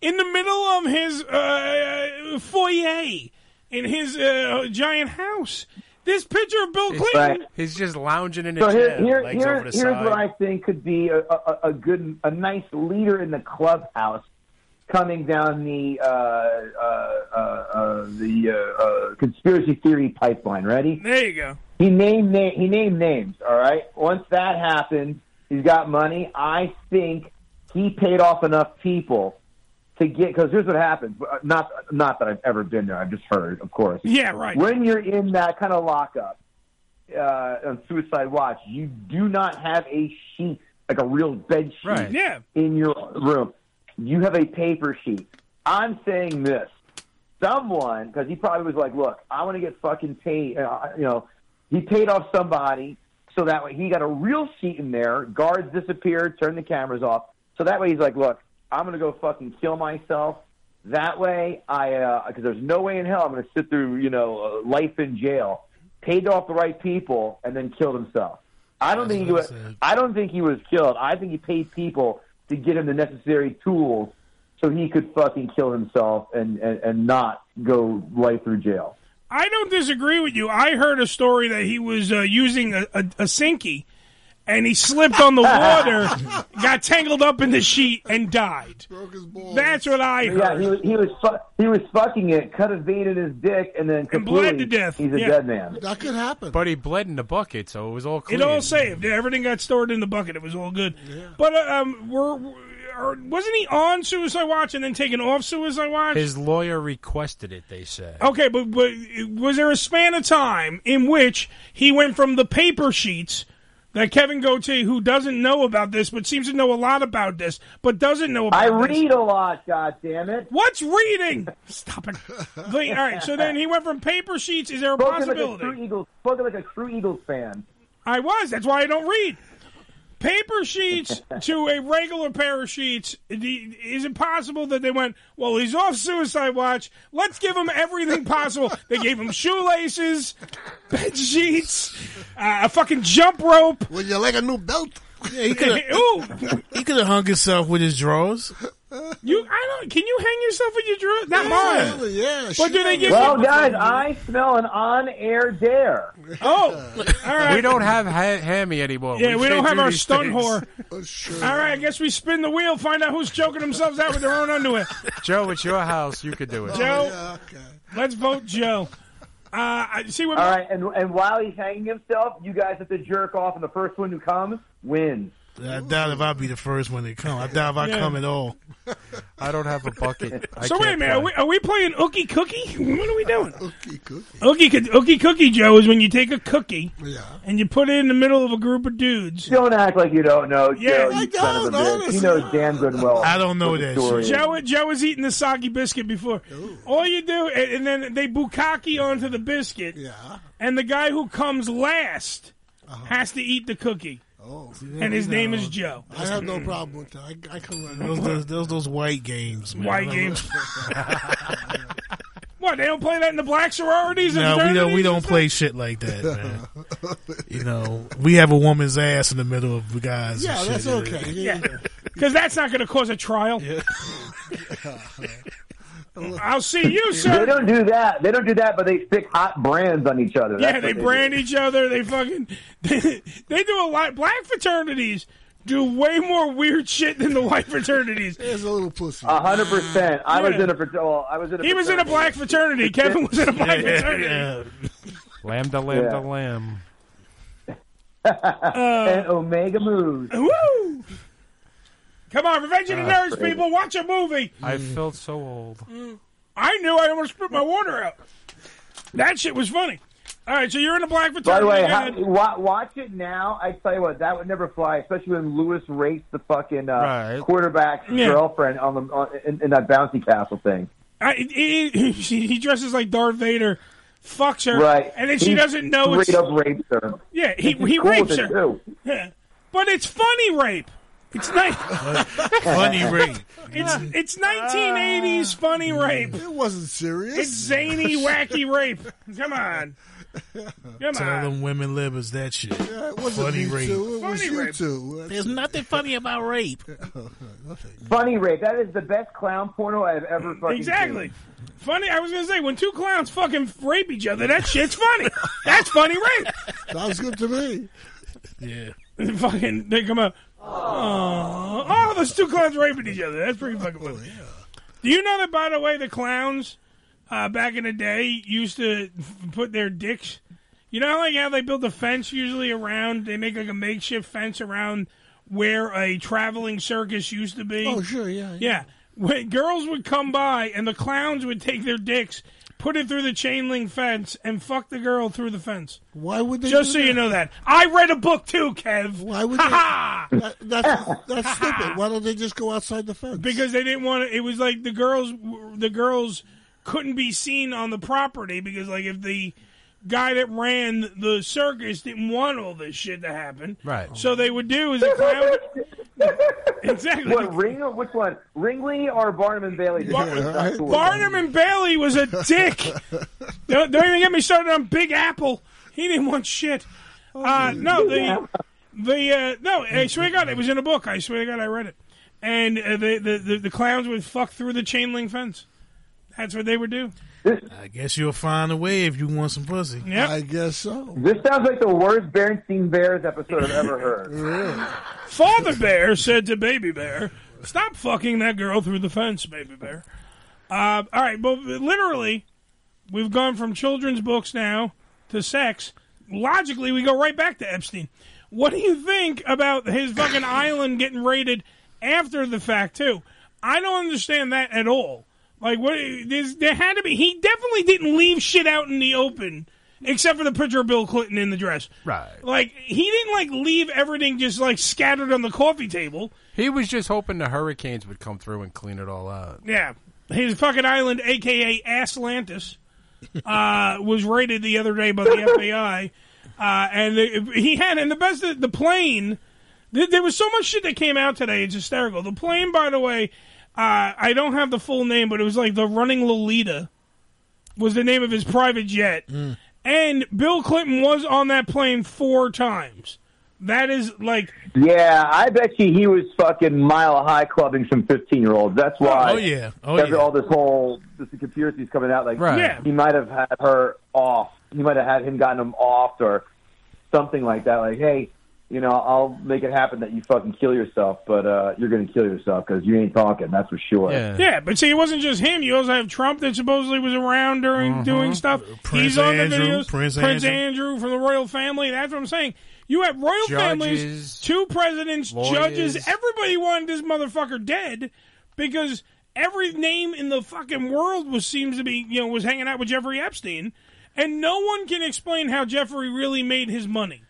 Speaker 12: in the middle of his uh, foyer in his uh, giant house. This picture of Bill Clinton.
Speaker 15: He's just lounging in a
Speaker 6: So
Speaker 15: chair,
Speaker 6: here, here,
Speaker 15: legs
Speaker 6: here-
Speaker 15: over the
Speaker 6: here's
Speaker 15: side.
Speaker 6: what I think could be a, a, a good, a nice leader in the clubhouse coming down the uh, uh, uh, uh, the uh, uh, conspiracy theory pipeline. Ready?
Speaker 12: There you go.
Speaker 6: He named na- he named names. All right. Once that happens, he's got money. I think he paid off enough people to get. Because here's what happens. Uh, Not not that I've ever been there. I've just heard, of course.
Speaker 12: Yeah, right.
Speaker 6: When you're in that kind of lockup uh, on suicide watch, you do not have a sheet like a real bed sheet
Speaker 12: Right. Yeah.
Speaker 6: in your room. You have a paper sheet. I'm saying this someone because he probably was like, "Look, I want to get fucking paid." Uh, you know, he paid off somebody so that way he got a real sheet in there. Guards disappeared, turned the cameras off, so that way he's like, "Look, I'm gonna go fucking kill myself." That way, I because there's no way in hell I'm gonna sit through you know uh, life in jail. Paid off the right people and then killed himself. I don't think he was. I don't think he was killed. I think he paid people to get him the necessary tools so he could fucking kill himself and, and, and not go right through jail.
Speaker 12: I don't disagree with you. I heard a story that he was uh, using a, a, a sinky and he slipped on the water, got tangled up in the sheet, and died. That's what I heard.
Speaker 6: Yeah, he was he was, fu- he was fucking it, cut a vein in his dick, and then
Speaker 12: bled to
Speaker 6: completely-
Speaker 12: death.
Speaker 6: He's a
Speaker 12: Yeah. Uh,
Speaker 6: dead man.
Speaker 13: That could happen.
Speaker 7: But he bled in the bucket, so it was all clean.
Speaker 12: It all saved. Everything got stored in the bucket. It was all good. But uh, um, were, were wasn't he on Suicide Watch and then taken off Suicide Watch?
Speaker 7: His lawyer requested it. They said.
Speaker 12: okay, but, but was there a span of time in which he went from the paper sheets that Kevin Gauthier, who doesn't know about this but seems to know a lot about this, but doesn't know about
Speaker 6: I
Speaker 12: this.
Speaker 6: read a lot, God damn it.
Speaker 12: What's reading? Stop it. Wait, all right, so then he went from paper sheets. Is there a
Speaker 6: Spoken like a
Speaker 12: possibility?
Speaker 6: true Eagles, spoken like a true Eagles fan.
Speaker 12: I was. That's why I don't read. Paper sheets to a regular pair of sheets. the- Is it possible that they went, well, he's off suicide watch. Let's give him everything possible. they gave him shoelaces, bed sheets, uh, a fucking jump rope.
Speaker 13: Would you like a new belt?
Speaker 14: Yeah, he could
Speaker 12: Ooh,
Speaker 14: he could have hung himself with his drawers.
Speaker 12: you, I don't, can you hang yourself with your drawer? Not mine.
Speaker 13: Yeah.
Speaker 12: But do they give
Speaker 6: Well,
Speaker 12: you-
Speaker 6: guys, I smell an on-air dare.
Speaker 12: Oh, all right.
Speaker 7: We don't have ha- Hammy anymore.
Speaker 12: Yeah, we,
Speaker 7: can't
Speaker 12: don't have
Speaker 7: do
Speaker 12: our
Speaker 7: these
Speaker 12: stunt
Speaker 7: things.
Speaker 12: whore. All right, I guess we spin the wheel, find out who's choking themselves out with their own underwear.
Speaker 7: Joe, it's your house. You could do it.
Speaker 12: Joe,
Speaker 6: Oh,
Speaker 12: let's vote Joe. Uh, I see what.
Speaker 6: All right, and and while he's hanging himself, you guys have to jerk off, and the first one who comes wins.
Speaker 14: I doubt if I'll be the first one to come. I doubt if I
Speaker 6: Yeah.
Speaker 14: come at all.
Speaker 7: I don't have a bucket.
Speaker 12: so wait a minute, are we, are we playing Ookie Cookie? What are we doing?
Speaker 13: Ookie Cookie.
Speaker 12: Ookie, coo- ookie Cookie, Joe, is when you take a cookie
Speaker 13: Yeah.
Speaker 12: and you put it in the middle of a group of dudes.
Speaker 6: Don't act like you don't know,
Speaker 12: Yeah,
Speaker 6: Joe.
Speaker 12: I
Speaker 6: you son of a
Speaker 12: don't,
Speaker 6: bitch. He
Speaker 12: honestly.
Speaker 6: knows damn good and well.
Speaker 14: I don't know
Speaker 6: what the
Speaker 14: that
Speaker 6: story is.
Speaker 12: Joe, Joe was eating the soggy biscuit before. All you do, and, and then they bukkake onto the biscuit. Yeah. And the guy who comes last
Speaker 13: Uh-huh.
Speaker 12: has to eat the cookie.
Speaker 13: Oh.
Speaker 12: And his name is Joe.
Speaker 13: I have no problem with that. I, I come right
Speaker 14: Those those, those, those white games, man.
Speaker 12: White games. What? They don't play that in the black sororities? and
Speaker 14: no, we don't. We
Speaker 12: fraternities?
Speaker 14: don't play shit like that, man. you know, we have a woman's ass in the middle of the guys. and
Speaker 12: Yeah,
Speaker 14: shit.
Speaker 12: that's okay. Yeah. Because that's not going to cause a trial. I'll see you,
Speaker 6: They
Speaker 12: sir.
Speaker 6: don't do that. They don't do that, but they stick hot brands on each other.
Speaker 12: Yeah,
Speaker 6: That's
Speaker 12: they
Speaker 6: what
Speaker 12: brand each other. They fucking they, they do a lot. Black fraternities do way more weird shit than the white fraternities.
Speaker 13: There's a little pussy.
Speaker 6: A hundred percent. I was
Speaker 12: Yeah.
Speaker 6: in a fraternity. Well, I was in a.
Speaker 12: He was in a black fraternity. Kevin was in a black fraternity.
Speaker 7: Lambda, lambda,
Speaker 6: Yeah.
Speaker 7: lamb.
Speaker 6: and
Speaker 12: Ah.
Speaker 6: Omega moves.
Speaker 12: Woo! Come on, Revenge of the
Speaker 7: Ah,
Speaker 12: Nerds,
Speaker 7: great.
Speaker 12: people, watch a movie.
Speaker 7: I felt so old.
Speaker 12: I knew I almost spit my water out. That shit was funny. All right, so you're in a black fraternity.
Speaker 6: By the way, how,
Speaker 12: and-
Speaker 6: wa- watch it now. I tell you what, that would never fly, especially when Lewis rates the fucking uh,
Speaker 12: Right.
Speaker 6: quarterback's
Speaker 12: Yeah.
Speaker 6: girlfriend on the on, in, in that bouncy castle thing.
Speaker 12: I, it, it, she, he dresses like Darth Vader, fucks her,
Speaker 6: right,
Speaker 12: and then she
Speaker 6: He
Speaker 12: doesn't know
Speaker 6: Straight
Speaker 12: it's
Speaker 6: up rapes her.
Speaker 12: yeah. He
Speaker 6: Which is
Speaker 12: he
Speaker 6: cool
Speaker 12: rapes
Speaker 6: with
Speaker 12: her,
Speaker 6: it, too.
Speaker 12: Yeah. but it's funny rape. It's nice.
Speaker 14: Funny rape.
Speaker 12: It's it's 1980s funny rape.
Speaker 13: It wasn't serious.
Speaker 12: It's zany, wacky rape. Come on, come
Speaker 14: Tell
Speaker 12: on.
Speaker 14: them women lib is that shit.
Speaker 13: It wasn't
Speaker 14: Funny
Speaker 13: me
Speaker 14: rape.
Speaker 13: too. It was
Speaker 12: Funny
Speaker 13: you
Speaker 12: rape.
Speaker 13: two.
Speaker 14: There's nothing funny about rape.
Speaker 6: Funny rape. That is the best clown porno I've ever fucking
Speaker 12: Exactly.
Speaker 6: seen.
Speaker 12: Funny. I was gonna say when two clowns fucking rape each other, that shit's funny. That's funny rape.
Speaker 13: Sounds good to me.
Speaker 14: Yeah.
Speaker 12: fucking they come out. Oh, oh, those two clowns raping each other. That's pretty fucking
Speaker 13: Oh,
Speaker 12: funny. Do you know that, by the way, the clowns uh, back in the day used to f- put their dicks. You know, like how they build a fence usually around. They make like a makeshift fence around where a traveling circus used to be.
Speaker 13: Oh, sure, yeah, yeah.
Speaker 12: yeah. When girls would come by and the clowns would take their dicks, put it through the chain link fence, and fuck the girl through the fence.
Speaker 13: Why would they?
Speaker 12: Just
Speaker 13: do
Speaker 12: so
Speaker 13: that?
Speaker 12: you know that. I read a book too, Kev.
Speaker 13: Why would
Speaker 12: ha
Speaker 13: they-
Speaker 12: ha!
Speaker 13: That, that's that's stupid. Why don't they just go outside the fence?
Speaker 12: Because they didn't want to. It was like the girls, the girls couldn't be seen on the property because, like, if the guy that ran the circus didn't want all this shit to happen,
Speaker 7: Right.
Speaker 12: So they would do is a clown. exactly.
Speaker 6: What ring? Which one? Ringley or Barnum and Bailey?
Speaker 12: Barnum and Bailey was a dick. don't, don't even get me started on Big Apple. He didn't want shit. Uh, no, the the uh, no. I swear to God, it was in a book. I swear to God, I read it. And uh, the, the the the clowns would fuck through the chain link fence. That's what they would do.
Speaker 14: I guess you'll find a way if you want some pussy.
Speaker 12: Yep. I
Speaker 13: guess so.
Speaker 6: This sounds like the worst Bernstein Bears episode I've ever heard.
Speaker 12: Father Bear said to Baby Bear, "Stop fucking that girl through the fence, Baby Bear." Uh, all right, but literally, we've gone from children's books now to sex. Logically, we go right back to Epstein. What do you think about his fucking island getting raided after the fact too? I don't understand that at all. Like, what? There's, there had to be. He definitely didn't leave shit out in the open, except for the picture of Bill Clinton in the dress.
Speaker 15: Right.
Speaker 12: Like, he didn't like leave everything just like scattered on the coffee table.
Speaker 7: He was just hoping the hurricanes would come through and clean it all out.
Speaker 12: Yeah. His fucking island, aka Aslantis, uh, was raided the other day by the FBI, uh, and the, he had and the best of the plane. There, there was so much shit that came out today; it's hysterical. The plane, by the way, uh, I don't have the full name, but it was like the Running Lolita was the name of his private jet,
Speaker 14: Mm.
Speaker 12: and Bill Clinton was on that plane four times. That is like
Speaker 6: Yeah, I bet you he was fucking mile high clubbing some fifteen year olds. That's why.
Speaker 12: Oh, yeah. Oh,
Speaker 6: that's
Speaker 12: yeah.
Speaker 6: all this whole this conspiracy's coming out. Like,
Speaker 12: Right. Yeah.
Speaker 6: he might have had her off. He might have had him gotten him off or something like that. Like, hey, you know, I'll make it happen that you fucking kill yourself, but uh you're gonna kill yourself because you ain't talking. That's for sure.
Speaker 12: Yeah, but see, it wasn't just him. You also have Trump that supposedly was around during doing stuff.
Speaker 14: Prince
Speaker 12: He's on the
Speaker 14: Andrew,
Speaker 12: videos.
Speaker 14: Prince
Speaker 12: Andrew. from the royal family. That's what I'm saying. You have royal
Speaker 14: Judges,
Speaker 12: families, two presidents, judges.
Speaker 14: lawyers.
Speaker 12: Everybody wanted this motherfucker dead because every name in the fucking world was seems to be you know was hanging out with Jeffrey Epstein, and no one can explain how Jeffrey really made his money.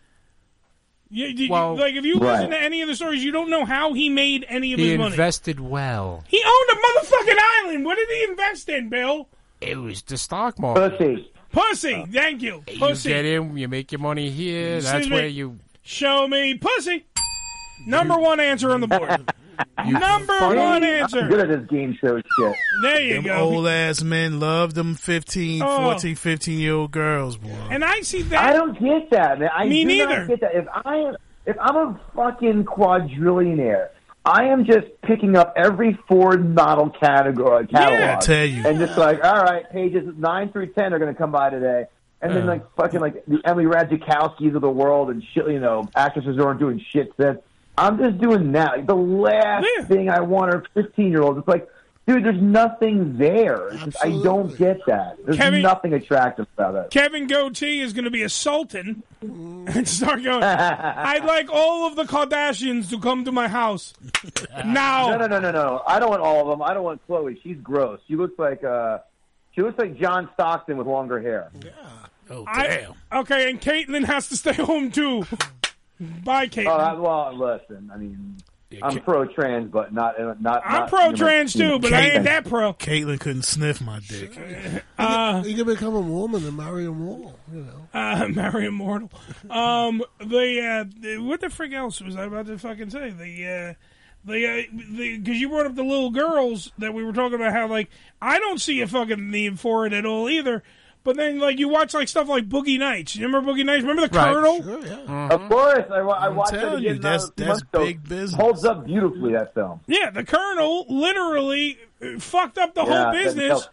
Speaker 12: You, you-
Speaker 7: Well-
Speaker 12: like if you listen
Speaker 7: Right.
Speaker 12: to any of the stories, you don't know how he made any of
Speaker 7: He
Speaker 12: his money.
Speaker 7: invested well.
Speaker 12: He owned a motherfucking island. What did he invest in, Bill?
Speaker 7: It was the stock market. Uh,
Speaker 6: Pussy.
Speaker 12: Pussy. Thank you.
Speaker 7: You
Speaker 12: Pussy.
Speaker 7: get in, you make your money here.
Speaker 12: Excuse
Speaker 7: that's
Speaker 12: me.
Speaker 7: where you.
Speaker 12: Show me pussy. Number one answer on the board. Number one answer.
Speaker 6: I'm good at this game show shit.
Speaker 12: There you
Speaker 14: them
Speaker 12: go.
Speaker 14: old ass men love them 15,
Speaker 12: Oh.
Speaker 14: 14, 15 year old girls, boy.
Speaker 12: And I see that.
Speaker 6: I don't get that, man. I
Speaker 14: Me
Speaker 6: do
Speaker 14: neither.
Speaker 6: Not get that. If I if I'm a fucking quadrillionaire, I am just picking up every Ford model category catalog.
Speaker 14: I tell you.
Speaker 6: And just like, all right, pages nine through ten are going to come by today. And then
Speaker 14: Yeah.
Speaker 6: like fucking like the Emily Radzikowski's of the world and shit, you know, actresses who aren't doing shit since. I'm just doing that. Like, the last thing I want are 15 year olds. It's like, dude, there's nothing there. It's just, I don't get that. There's
Speaker 12: Kevin-
Speaker 6: nothing attractive about it.
Speaker 12: Kevin Goatee is going to be a sultan and start going. I'd like all of the Kardashians to come to my house now.
Speaker 6: No, no, no, no, no. I don't want all of them. I don't want Chloe. She's gross. She looks like uh, she looks like John Stockton with longer hair.
Speaker 14: Oh
Speaker 12: damn. okay, and Caitlyn has to stay home too. Bye, Caitlyn.
Speaker 6: Oh, I, well, listen. I mean, I'm pro trans, but not not. not
Speaker 12: I'm pro-trans too, but I ain't that pro.
Speaker 14: Caitlin couldn't sniff my dick.
Speaker 13: you can become a woman and marry a wall. You know.
Speaker 12: Uh, Mary Immortal. Um, the, uh, the- what the frick else was I about to fucking say? The uh, the uh, the because you brought up the little girls that we were talking about. How like I don't see a fucking need for it at all either. But then like you watch like stuff like Boogie Nights. You remember Boogie Nights? Remember the
Speaker 6: Right.
Speaker 12: Colonel?
Speaker 13: Sure, yeah.
Speaker 6: Of course, I, wa- I
Speaker 12: I'm
Speaker 6: watched it
Speaker 12: telling
Speaker 6: again.
Speaker 12: you,
Speaker 6: now
Speaker 12: that's-
Speaker 6: a few
Speaker 12: that's
Speaker 6: months ago.
Speaker 12: big business.
Speaker 6: Holds up beautifully that film.
Speaker 12: Yeah, the Colonel literally uh, fucked up the
Speaker 6: Yeah,
Speaker 12: whole
Speaker 6: that
Speaker 12: business
Speaker 6: helped.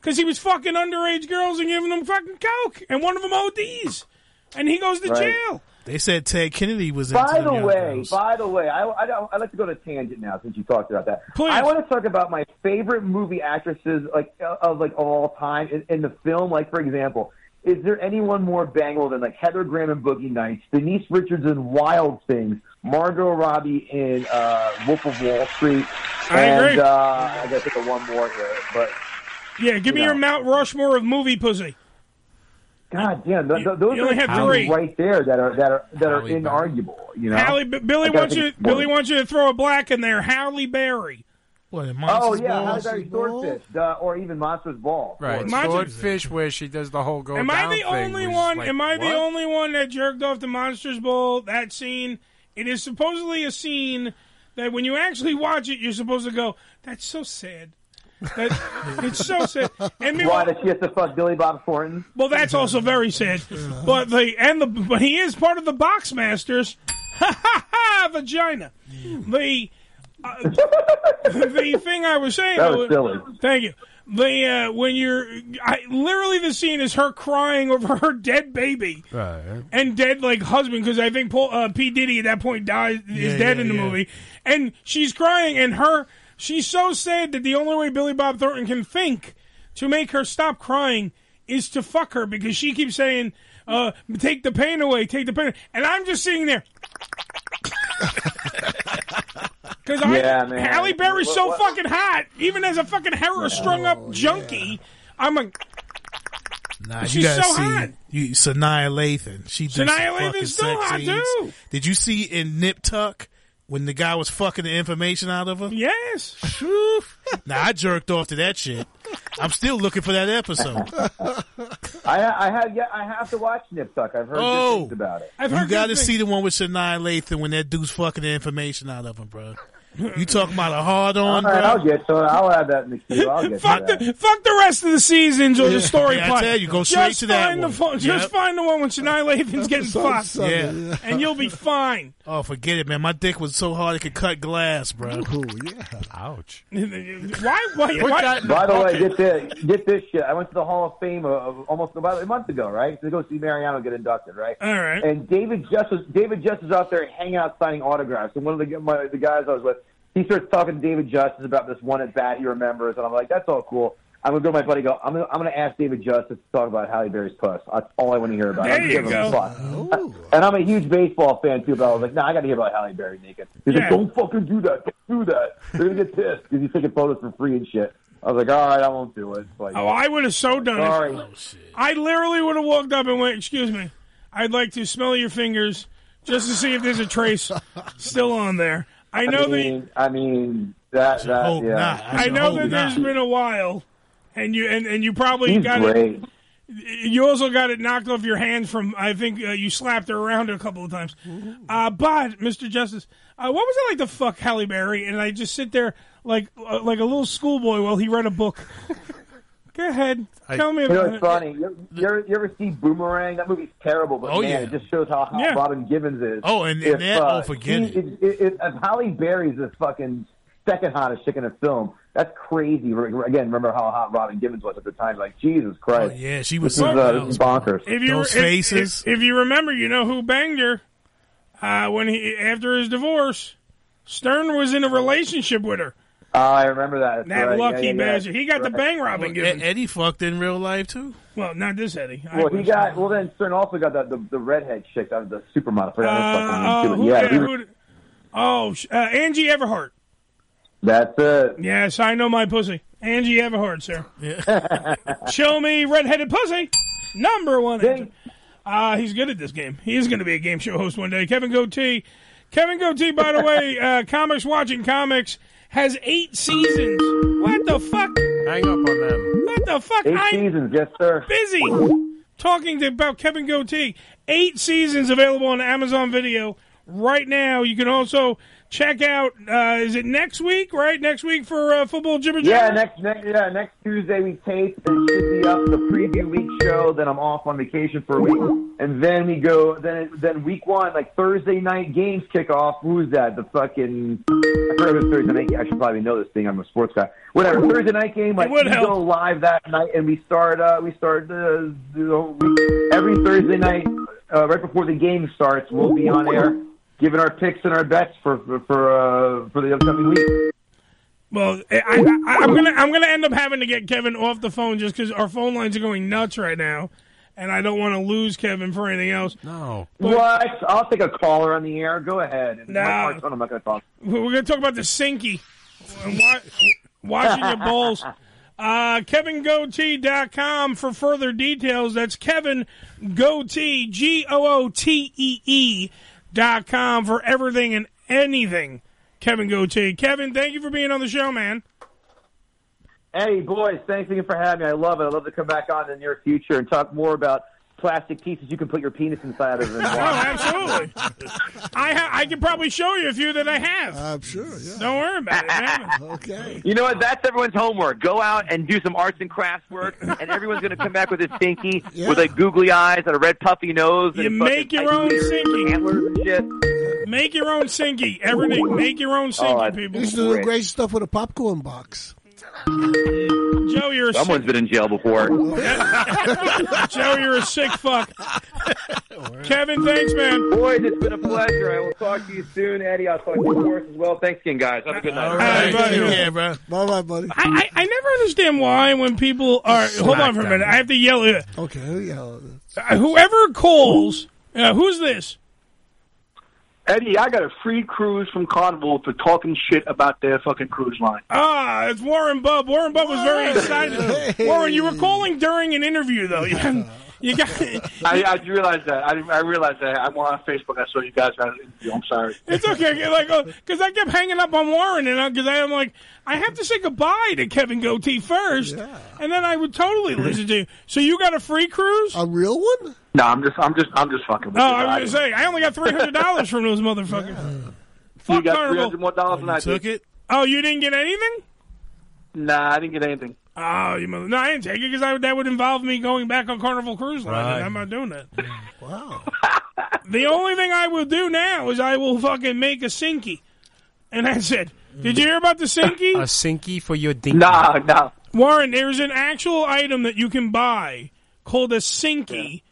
Speaker 12: because he was fucking underage girls and giving them fucking coke, and one of them ODs, and he goes to
Speaker 6: Right.
Speaker 12: jail.
Speaker 14: They said Ted Kennedy was into
Speaker 6: By
Speaker 14: them
Speaker 6: the
Speaker 14: young
Speaker 6: way,
Speaker 14: girls.
Speaker 6: by the way, I, I, don't- I'd like to go to tangent now since you talked about that.
Speaker 12: Please.
Speaker 6: I want to talk about my favorite movie actresses like uh, of like of all time in, in the film. Like for example, is there anyone more bangable than like Heather Graham in Boogie Nights, Denise Richards in Wild Things, Margot Robbie in uh, Wolf of Wall Street,
Speaker 12: I
Speaker 6: and
Speaker 12: agree.
Speaker 6: Uh, I got to think of one more here, but
Speaker 12: Yeah, give me
Speaker 6: You
Speaker 12: your
Speaker 6: know.
Speaker 12: Mount Rushmore of movie pussy.
Speaker 6: God damn, th- th- those
Speaker 12: you
Speaker 6: are
Speaker 12: only
Speaker 6: the
Speaker 12: have
Speaker 6: ones
Speaker 12: three.
Speaker 6: right there that are that are that are inarguable. You know,
Speaker 12: Halle, B- Billy
Speaker 6: I gotta
Speaker 12: wants
Speaker 6: think
Speaker 12: you.
Speaker 6: of one.
Speaker 12: Billy wants you to throw a black in there. Halle Berry.
Speaker 14: What?
Speaker 6: Oh yeah, Halle Berry swordfish, uh, or even monster's ball. of
Speaker 7: Right.
Speaker 6: course.
Speaker 12: Imagine-
Speaker 7: Swordfish, where she does the whole go
Speaker 12: Am
Speaker 7: down
Speaker 12: I the
Speaker 7: thing
Speaker 12: only
Speaker 7: was
Speaker 12: one?
Speaker 7: like,
Speaker 12: am I
Speaker 7: what?
Speaker 12: the only one that jerked off the Monsters Bowl? That scene. It is supposedly a scene that when you actually watch it, you're supposed to go, "That's so sad." That, it's so sad. And
Speaker 6: Why
Speaker 12: meanwhile,
Speaker 6: that she has to fuck Billy Bob Thornton?
Speaker 12: well, that's also very sad. But the and the but he is part of the Box Masters. Ha ha ha! Vagina. The uh, the thing I was saying.
Speaker 6: That was
Speaker 12: though-
Speaker 6: silly.
Speaker 12: Thank you. They uh, when you're I, literally the scene is her crying over her dead baby
Speaker 7: Right.
Speaker 12: and dead like husband because I think Paul, uh, P Diddy at that point dies is
Speaker 7: Yeah,
Speaker 12: dead
Speaker 7: yeah,
Speaker 12: in the
Speaker 7: yeah.
Speaker 12: movie, and she's crying and her she's so sad that the only way Billy Bob Thornton can think to make her stop crying is to fuck her because she keeps saying, uh, "Take the pain away, take the pain," away." and I'm just sitting there. Because
Speaker 6: Yeah,
Speaker 12: I,
Speaker 6: man.
Speaker 12: Halle Berry's so
Speaker 6: What- what-
Speaker 12: fucking hot, even as a fucking
Speaker 14: Oh,
Speaker 12: heroin strung up junkie, I'm like,
Speaker 14: Nah,
Speaker 12: She's
Speaker 14: you gotta
Speaker 12: so
Speaker 14: see
Speaker 12: hot.
Speaker 14: You, Sanaa Lathan. She
Speaker 12: Sanaa
Speaker 14: did some fucking
Speaker 12: Lathan's so
Speaker 14: sex
Speaker 12: hot,
Speaker 14: scenes.
Speaker 12: too.
Speaker 14: Did you see in Nip Tuck when the guy was fucking the information out of her?
Speaker 12: Yes.
Speaker 14: now I jerked off to that shit. I'm still looking for that episode.
Speaker 6: I, I have yet. I have to watch Nip Tuck. I've heard
Speaker 14: Oh.
Speaker 6: good things about it.
Speaker 14: you got to see the one with Sanaa Lathan when that dude's fucking the information out of him, bro. You talking about a hard
Speaker 6: All
Speaker 14: on,
Speaker 6: right,
Speaker 14: bro?
Speaker 6: I'll get to it. I'll add that in the queue. I'll get
Speaker 12: Fuck
Speaker 6: to that.
Speaker 12: the fuck the rest of the seasons or the story
Speaker 14: Yeah, I
Speaker 12: plot.
Speaker 14: tell you, go straight
Speaker 12: just
Speaker 14: to that
Speaker 12: find
Speaker 14: one.
Speaker 12: The fu- Just
Speaker 14: Yep.
Speaker 12: find the one when Shania Lathan's getting fucked,
Speaker 14: Yeah.
Speaker 12: and you'll be fine.
Speaker 14: Oh, forget it, man. My dick was so hard it could cut glass, bro.
Speaker 13: Oh, yeah.
Speaker 14: Ouch.
Speaker 12: why? Why?
Speaker 14: Put
Speaker 12: why-
Speaker 14: that-
Speaker 6: By the
Speaker 14: Okay.
Speaker 6: way, get this, get this shit. I went to the Hall of Fame uh, of almost about a month ago, right? To go see Mariano get inducted, right?
Speaker 12: All right.
Speaker 6: And David Justice, David Justice out there hanging out signing autographs, and one of the my, the guys I was with, he starts talking to David Justice about this one at bat he remembers, and I'm like, that's all cool. I'm gonna go to my buddy. and Go. I'm gonna, I'm gonna ask David Justice to talk about Halle Berry's puss. That's all I want to hear about. I
Speaker 12: There
Speaker 6: don't
Speaker 12: you
Speaker 6: give a
Speaker 12: go.
Speaker 6: fuck.
Speaker 13: Oh,
Speaker 6: And I'm a huge baseball fan too, but I was like, no, nah, I got to hear about Halle Berry naked. He's
Speaker 12: Yeah.
Speaker 6: like, don't fucking do that. Don't do that. They're gonna get pissed because he's taking photos for free and shit. I was like, all right, I won't do it. Like,
Speaker 12: Oh, I would have so done
Speaker 6: Sorry.
Speaker 14: Oh,
Speaker 12: it. I literally would have walked up and went, "Excuse me, I'd like to smell your fingers just to see if there's a trace still on there." I know that
Speaker 6: mean, I mean that. that
Speaker 12: hope
Speaker 6: yeah.
Speaker 12: not. I know that there's been a while, and you and, and you probably
Speaker 6: He's
Speaker 12: got
Speaker 6: great.
Speaker 12: it. You also got it knocked off your hands from I think uh, you slapped her around a couple of times. Uh, but Mr. Justice, uh, what was it like to fuck Halle Berry? And I just sit there like uh, like a little schoolboy while he read a book. Go ahead, tell me
Speaker 6: you know,
Speaker 12: about
Speaker 6: it's
Speaker 12: it.
Speaker 6: funny. You, you, ever, you ever see Boomerang? That movie's terrible, but
Speaker 12: Oh,
Speaker 6: man,
Speaker 12: yeah.
Speaker 6: it just shows how hot
Speaker 12: Yeah.
Speaker 6: Robin Givens is.
Speaker 14: Oh, and- and
Speaker 6: If,
Speaker 14: that-
Speaker 6: uh,
Speaker 14: oh, forget
Speaker 6: he-
Speaker 14: it.
Speaker 6: It, it, it, if Holly Berry's the fucking second hottest chick in a film. That's crazy. Re- re- Again, remember how hot Robin Givens was at the time? Like Jesus Christ.
Speaker 14: Oh, yeah, she was
Speaker 6: This is,
Speaker 14: something
Speaker 6: uh, this
Speaker 14: else.
Speaker 6: is bonkers.
Speaker 12: If you if- if- If, you remember, you know who banged her uh, when he after his divorce. Stern was in a relationship with her.
Speaker 6: Oh, I remember that. That's
Speaker 12: That
Speaker 6: right.
Speaker 12: lucky
Speaker 6: yeah, yeah, yeah.
Speaker 12: bastard. He got the bang robbing
Speaker 14: Well,
Speaker 12: given.
Speaker 14: Ed- Oh, E-, Eddie fucked in real life too.
Speaker 12: Well, not this Eddie. I
Speaker 6: Well, he
Speaker 12: wish.
Speaker 6: got. Well, then Stern also got the the, the redhead chick, uh, the supermodel. I forgot her
Speaker 12: Uh,
Speaker 6: fucking name, too.
Speaker 12: who-
Speaker 6: yeah,
Speaker 12: yeah,
Speaker 6: he was-
Speaker 12: who- oh, sh- uh, Angie Everhart.
Speaker 6: that's it.
Speaker 12: Yes, I know my pussy. Angie Everhart, sir. Show me redheaded pussy. Number one. answer. Uh, he's good at this game. He is going to be a game show host one day. Kevin Goatee. Kevin Goatee, by the way, uh, Comics Watching Comics has eight seasons. What the fuck?
Speaker 7: Hang up on them.
Speaker 12: What the fuck?
Speaker 6: Eight
Speaker 12: I'm
Speaker 6: seasons, yes, sir.
Speaker 12: busy talking to, about Kevin Goatee. Eight seasons available on Amazon Video right now. You can also check out. Uh, is it next week? Right next week for uh, football jibber
Speaker 6: Yeah,
Speaker 12: jabber?
Speaker 6: next, next yeah next Tuesday we tape and should be up the preview week show. Then I'm off on vacation for a week, and then we go. Then it, then week one, like Thursday night games kick off. Who's that? The fucking I forgot it was Thursday night. I should probably know this thing. I'm a sports guy. Whatever. Thursday night game. Like
Speaker 12: It would
Speaker 6: we
Speaker 12: help.
Speaker 6: go live that night, and we start. Uh, we start uh, you know, we, every Thursday night uh, right before the game starts. We'll be on air. Giving our picks and our bets for for for, uh, for the upcoming week.
Speaker 12: Well, I, I, I- I'm gonna I'm gonna end up having to get Kevin off the phone just because our phone lines are going nuts right now, and I don't want to lose Kevin for anything else.
Speaker 7: No.
Speaker 6: What? I'll take a caller on the air. Go ahead.
Speaker 12: No.
Speaker 6: My heart's on, I'm not going to talk.
Speaker 12: We're going to talk about the sinky and wa- washing your bowls. Uh, KevinGoatee.com for further details. That's Kevin Goatee, G O O T E E dot com for everything and anything. Kevin Goatee. Kevin, thank you for being on the show, man.
Speaker 6: Hey, boys, thanks again for having me. I love it. I'd love to come back on in the near future and talk more about plastic pieces you can put your penis inside of. And
Speaker 12: Oh, absolutely. I ha- I can probably show you a few that I have. I'm sure, yeah. Don't worry about it. man.
Speaker 13: okay.
Speaker 6: You know what? That's everyone's homework. Go out and do some arts and crafts work, and everyone's going to come back with a stinky, with like googly eyes and a red puffy nose.
Speaker 12: You
Speaker 6: and
Speaker 12: make
Speaker 6: fucking
Speaker 12: your own
Speaker 6: ears and
Speaker 12: sinky.
Speaker 6: antlers and shit.
Speaker 12: Make
Speaker 8: Oh.
Speaker 12: your own sinky. Everything. Make your own sinky,
Speaker 6: Oh, I-
Speaker 12: people.
Speaker 13: Used to do great stuff with a popcorn box.
Speaker 12: Joe, you're a
Speaker 6: Someone's been in jail before.
Speaker 12: Joe, you're a sick fuck. Kevin, thanks, man.
Speaker 6: Boys, it's been a pleasure. I will talk to you soon, Eddie. I'll talk to you Morris as well. Thanks again, guys. Have a good night.
Speaker 12: Yeah, bro. Bye, bye, buddy. I, I, I never understand why when people are. hold on for a minute. I have to yell. At,
Speaker 13: Okay, who yelled?
Speaker 12: uh, whoever calls, uh, who's this?
Speaker 8: Eddie, I got a free cruise from Carnival for talking shit about their fucking cruise line.
Speaker 12: Ah, it's Warren Bubb. Warren Bubb was very excited. Warren, you were calling during an interview, though. You, you got.
Speaker 8: I, I realized that. I, I realized that. I'm on Facebook. I saw you guys had an interview. I'm sorry.
Speaker 12: It's okay, like, because I kept hanging up on Warren, and because I'm like, I have to say goodbye to Kevin Goatee first, and then I would totally listen to you. So you got a free cruise?
Speaker 13: A real one?
Speaker 8: No, I'm just, I'm just, I'm just fucking. With
Speaker 12: Oh,
Speaker 8: you.
Speaker 12: I was
Speaker 8: I
Speaker 12: gonna say, I only got three hundred dollars from those motherfuckers.
Speaker 8: You
Speaker 12: Fuck
Speaker 8: got three
Speaker 12: Carnival.
Speaker 8: hundred more dollars than I
Speaker 12: took
Speaker 8: did.
Speaker 12: it. Oh, you didn't get anything?
Speaker 8: Nah, I didn't get anything.
Speaker 12: Oh, you mother! No, I didn't take it because that would involve me going back on Carnival Cruise Line,
Speaker 8: Right.
Speaker 12: and I'm not doing that. wow. the only thing I will do now is I will fucking make a sinky, and that's it. Did you hear about the sinky?
Speaker 7: A sinky for your dinky.
Speaker 8: Nah, nah.
Speaker 12: Warren, there's an actual item that you can buy called a Sinky.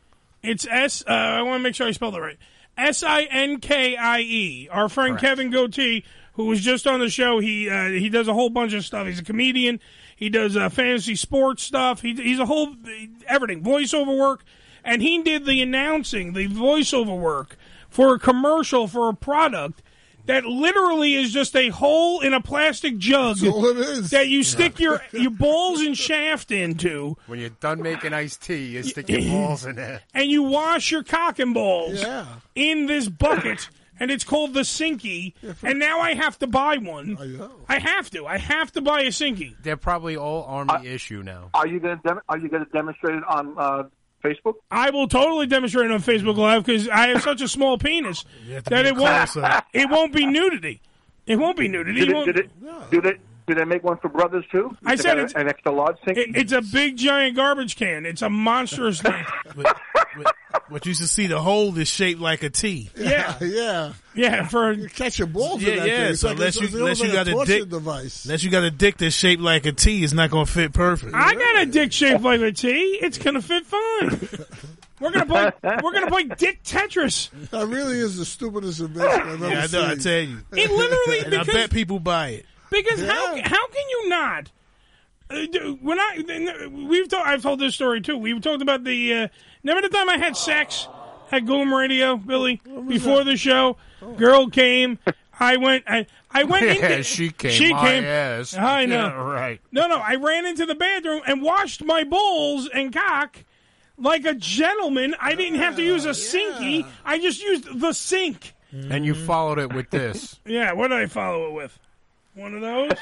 Speaker 12: It's S. Uh, I want to make sure I spelled it right. S I N K I E. Our friend Kevin Goatee, who was just on the show, he uh, he does a whole bunch of stuff. He's a comedian. He does uh, fantasy sports stuff. He, he's a whole everything voiceover work, and he did the announcing, the voiceover work for a commercial for a product that literally is just a hole in a plastic jug that you stick your your balls and shaft into,
Speaker 15: When you're done making iced tea, you stick your balls in there.
Speaker 12: and you wash your cock and balls in this bucket. And it's called the Sinky, and now I have to buy one. I, have to. I have to buy a Sinky.
Speaker 15: They're probably all army issue now.
Speaker 8: Uh, Are you gonna, dem- are you gonna demonstrate it on uh, Facebook?
Speaker 12: I will totally demonstrate it on Facebook Live because I have such a small penis that
Speaker 8: be
Speaker 12: it won't.
Speaker 8: class up.
Speaker 12: It won't be nudity. It won't be nudity.
Speaker 8: Did
Speaker 12: It
Speaker 8: it,
Speaker 12: won't-
Speaker 8: did it, did it, did they make one for brothers too?
Speaker 12: I
Speaker 8: They
Speaker 12: said
Speaker 8: got
Speaker 12: it's-
Speaker 8: an extra large thing.
Speaker 12: It- it's a big giant garbage can. It's a monstrous thing.
Speaker 14: But you should see the hole is shaped like a T.
Speaker 12: Yeah,
Speaker 13: yeah,
Speaker 12: yeah. For you
Speaker 13: catch your balls.
Speaker 14: Yeah,
Speaker 13: in that
Speaker 14: yeah,
Speaker 13: Thing. It's
Speaker 14: so
Speaker 13: like
Speaker 14: unless
Speaker 13: it's,
Speaker 14: you-
Speaker 13: it's almost
Speaker 14: unless you
Speaker 13: like
Speaker 14: got a
Speaker 13: a torture
Speaker 14: dick-
Speaker 13: device.
Speaker 14: Unless you got a dick that's shaped like a T, it's not going to fit perfect.
Speaker 12: I got a dick shaped like a T. It's gonna fit fine. We're gonna play. We're gonna play Dick Tetris.
Speaker 13: That really is the stupidest investment I've ever
Speaker 14: Yeah, I know. I
Speaker 13: seen.
Speaker 14: tell you,
Speaker 12: It literally.
Speaker 14: And I
Speaker 12: because-
Speaker 14: bet people buy it.
Speaker 12: Because how how can you not? Uh, do- when I then, uh, we've told I've told this story too. We've talked about the uh, never the time I had sex at Goom Radio, Billy, before the show. Girl came. I went. I, I went.
Speaker 15: Oh. Yeah,
Speaker 12: into,
Speaker 15: she came.
Speaker 12: She
Speaker 15: My
Speaker 12: came.
Speaker 15: ass.
Speaker 12: I know.
Speaker 15: Yeah, right.
Speaker 12: No, no. I ran into the bathroom and washed my balls and cock like a gentleman. I didn't have to use
Speaker 15: Ah,
Speaker 12: a sinky. I just used the sink.
Speaker 15: And you followed it with this.
Speaker 12: Yeah. What did I follow it with? One of those.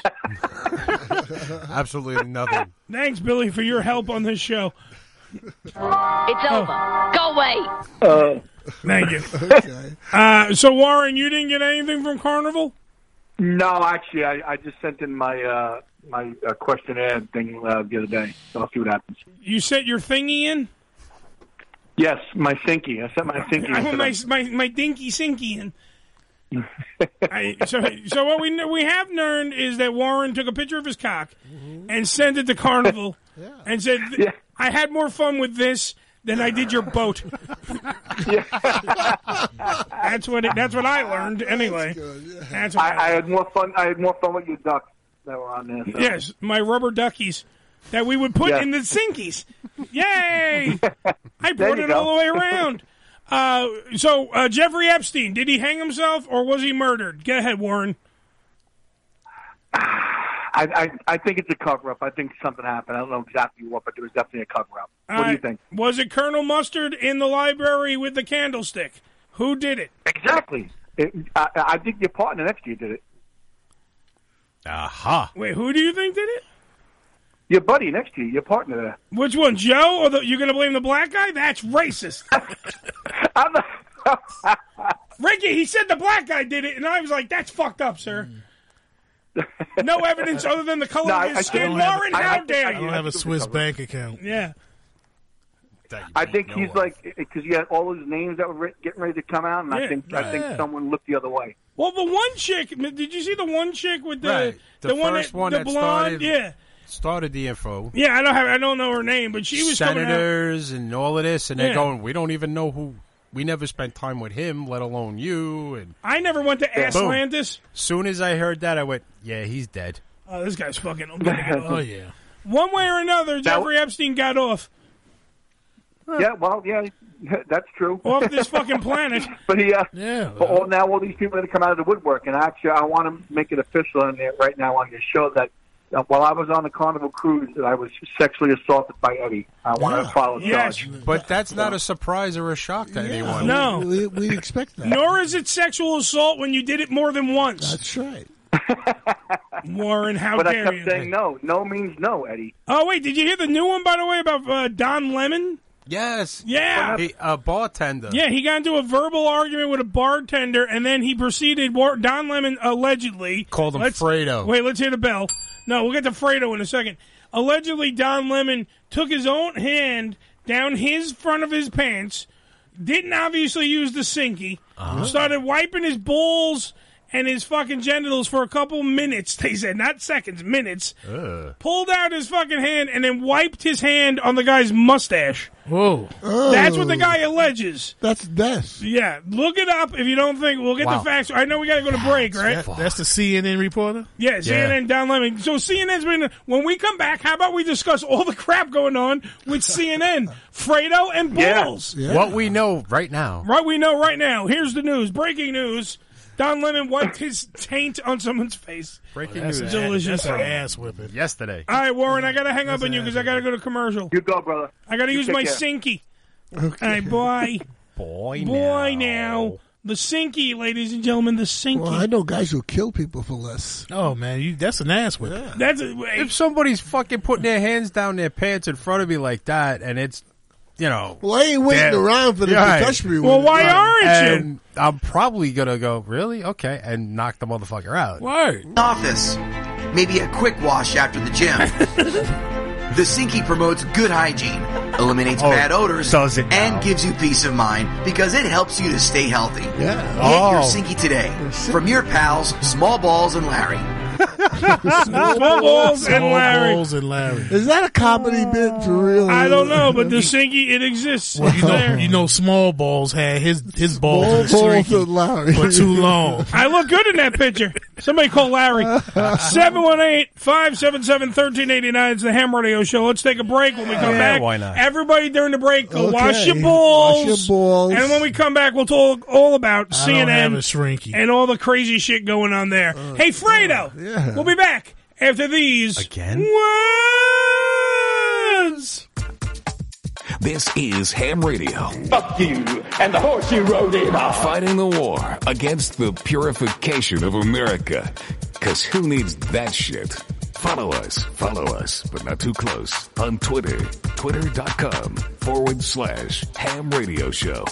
Speaker 15: Absolutely nothing.
Speaker 12: Thanks, Billy, for your help on this show. Oh.
Speaker 9: It's over. Go away.
Speaker 12: Uh, Thank you. Uh, so, Warren, you didn't get anything from Carnival?
Speaker 8: No, actually, I, I just sent in my uh, my uh, questionnaire thing uh, the other day, so I'll see what happens.
Speaker 12: You sent your thingy in?
Speaker 8: Yes, my thinky. I sent my thinky.
Speaker 12: I want
Speaker 8: in
Speaker 12: my,
Speaker 8: today.
Speaker 12: my, my dinky sinky in. I, so, so what we kn- we have learned is that Warren took a picture of his cock and sent it to Carnival and said, "I had more fun with this than I did your boat." that's what it, that's what I learned anyway. That's what I,
Speaker 8: I, I had more fun. I had more fun with your ducks that were on there. So.
Speaker 12: Yes, my rubber duckies that we would put
Speaker 8: Yeah.
Speaker 12: in the sinkies. Yay! I brought
Speaker 8: you
Speaker 12: it
Speaker 8: go.
Speaker 12: all the way around. Uh, so uh, Jeffrey Epstein, did he hang himself or was he murdered? Go ahead, Warren.
Speaker 8: I, I I think it's a cover up. I think something happened. I don't know exactly what, but there was definitely a cover up. What do
Speaker 12: Uh,
Speaker 8: you think?
Speaker 12: Was it Colonel Mustard in the library with the candlestick? Who did it?
Speaker 8: Exactly. It, I, I think your partner next to you did it.
Speaker 15: Aha.
Speaker 12: Wait, who do you think did it?
Speaker 8: Your buddy next to you, your partner there.
Speaker 12: Which one, Joe? Or the, you're going to blame the black guy? That's racist. Ricky, he said the black guy did it, and I was like, "That's fucked up, sir." no evidence other than the color
Speaker 8: No, I-
Speaker 12: of
Speaker 8: I
Speaker 12: his skin.
Speaker 8: don't have-
Speaker 12: Warren,
Speaker 8: I- I
Speaker 12: how
Speaker 8: think
Speaker 12: dare
Speaker 8: I
Speaker 12: you?
Speaker 8: don't have a
Speaker 14: Swiss bank account.
Speaker 12: Yeah.
Speaker 8: I think he's like because he had all his names that were re- getting ready to come out, and
Speaker 12: Yeah,
Speaker 8: I think I
Speaker 12: right.
Speaker 8: think someone looked the other way.
Speaker 12: Well, the one chick. Did you see the one chick with the
Speaker 8: Right.
Speaker 12: the,
Speaker 8: The
Speaker 12: one
Speaker 8: first
Speaker 12: that,
Speaker 8: one
Speaker 12: the
Speaker 8: that
Speaker 12: blonde?
Speaker 8: started-
Speaker 12: Yeah.
Speaker 7: started the info.
Speaker 12: Yeah, I don't have, I don't know her name, but she was coming out-
Speaker 7: senators and all of this, and they're
Speaker 12: Yeah.
Speaker 7: going, we don't even know who. We never spent time with him, let alone you. And
Speaker 12: I never went to
Speaker 7: Yeah. Boom.
Speaker 12: Aslantis.
Speaker 7: soon as I heard that, I went, yeah, he's dead.
Speaker 12: Oh, this guy's fucking. I'm gonna get
Speaker 7: Oh,
Speaker 12: off. One way or another, Jeffrey Epstein got off.
Speaker 8: Yeah, well, yeah, that's true.
Speaker 12: Off this fucking planet.
Speaker 8: But he, uh,
Speaker 12: yeah.
Speaker 8: But all, now all these people that come out of the woodwork, and actually, I want to make it official on there right now on your show that uh, while I was on the Carnival cruise, that I was sexually assaulted by Eddie. I want to
Speaker 14: Oh,
Speaker 8: follow charge.
Speaker 7: But that's not a surprise or a shock to anyone.
Speaker 12: No.
Speaker 13: We, we expect that.
Speaker 12: Nor is it sexual assault when you did it more than once. That's
Speaker 13: right.
Speaker 12: Warren, how
Speaker 8: but I
Speaker 12: dare
Speaker 8: kept
Speaker 12: you?
Speaker 8: saying no. No means no, Eddie.
Speaker 12: Oh wait, did you hear the new one by the way about uh, Don Lemon?
Speaker 7: Yes.
Speaker 12: Yeah.
Speaker 7: He- a bartender.
Speaker 12: Yeah, he got into a verbal argument with a bartender, and then he proceeded. War- Don Lemon allegedly
Speaker 7: Called him Fredo.
Speaker 12: Wait, let's hear the bell. No, we'll get to Fredo in a second. Allegedly, Don Lemon took his own hand down his front of his pants, didn't obviously use the sinky,
Speaker 7: Uh-huh.
Speaker 12: started wiping his balls and his fucking genitals for a couple minutes. They said not seconds, minutes.
Speaker 10: Uh.
Speaker 12: Pulled out his fucking hand and then wiped his hand on the guy's mustache.
Speaker 14: Whoa.
Speaker 12: That's what the guy alleges.
Speaker 13: Oh. That's death.
Speaker 12: Yeah, look it up if you don't think we'll get
Speaker 14: Wow.
Speaker 12: the facts. I know we got to go to break, right?
Speaker 14: That- that's the CNN reporter?
Speaker 12: Yeah, CNN Don Lemon. So CNN's been. When we come back, how about we discuss all the crap going on with CNN, Fredo, and Balls?
Speaker 7: What we know right now.
Speaker 12: Right, we know right now. Here's the news. Breaking news: Don Lemon wiped his taint on someone's face.
Speaker 7: Breaking
Speaker 14: That's
Speaker 7: news.
Speaker 14: an-
Speaker 12: Delicious.
Speaker 14: That's an ass whipping.
Speaker 7: Yesterday.
Speaker 12: All right, Warren, I gotta hang up on you because I gotta go to commercial. You
Speaker 8: go, brother.
Speaker 12: I gotta
Speaker 14: You
Speaker 12: use
Speaker 14: take
Speaker 12: my
Speaker 14: care.
Speaker 12: sinky. All right, boy.
Speaker 7: Boy,
Speaker 12: Boy, now the sinky, ladies and gentlemen, the sinky.
Speaker 13: Well, I know guys who kill people for less.
Speaker 14: Oh man, you that's an ass whipping.
Speaker 12: That's
Speaker 7: if somebody's fucking putting their hands down their pants in front of me like that, and it's you know,
Speaker 13: well, I ain't waiting around for them to touch me with Well, it. why aren't you?
Speaker 7: I'm probably gonna go really okay and knock the motherfucker out.
Speaker 5: Why? Office. Maybe a quick wash after the gym. the Sinky promotes good hygiene, eliminates
Speaker 7: Oh,
Speaker 5: bad odors,
Speaker 7: does it
Speaker 5: and
Speaker 7: now.
Speaker 5: gives you peace of mind because it helps you to stay healthy. Yeah. Get your
Speaker 7: Oh.
Speaker 5: Sinky today from your pals, Small Balls and Larry.
Speaker 12: Small balls and Larry.
Speaker 14: Balls and Larry.
Speaker 13: Is that a comedy bit for real?
Speaker 12: I don't know, but the sinky it exists.
Speaker 14: Well,
Speaker 12: It's
Speaker 14: you know,
Speaker 12: there.
Speaker 14: you know, small balls had his his balls
Speaker 12: Small
Speaker 14: in the
Speaker 12: balls
Speaker 14: streaky
Speaker 12: and Larry.
Speaker 14: for too long.
Speaker 12: I look good in that picture. Somebody call Larry. 718-577-1389 is the Ham Radio Show. Let's take a break when we come
Speaker 7: Yeah,
Speaker 12: back.
Speaker 7: why not?
Speaker 12: Everybody during the break, go
Speaker 7: Okay.
Speaker 12: wash your balls.
Speaker 7: Wash your balls.
Speaker 12: And when we come back, we'll talk all about
Speaker 14: I
Speaker 12: CNN
Speaker 14: don't have a shrinky.
Speaker 12: and all the crazy shit going on there.
Speaker 7: Uh,
Speaker 12: hey, Fredo, we'll be back after these. Again? Words.
Speaker 1: This is Ham Radio. Fuck you and the horse you rode in on. Fighting the war against the purification of America. Cause who needs that shit? Follow us, follow us, but not too close on Twitter. Twitter.com forward slash ham radio show.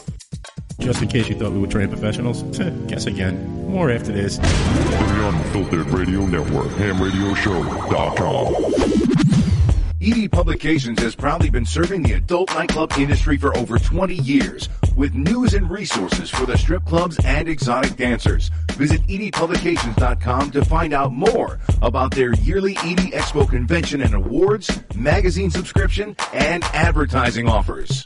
Speaker 10: Just in case you thought we were trained professionals, guess again. More after this.
Speaker 11: On the Unfiltered Radio Network, hamradioshow.com.
Speaker 25: ED E Publications has proudly been serving the adult nightclub industry for over 20 years with news and resources for the strip clubs and exotic dancers. Visit E edpublications.com to find out more about their yearly ED Expo convention and awards, magazine subscription, and advertising offers.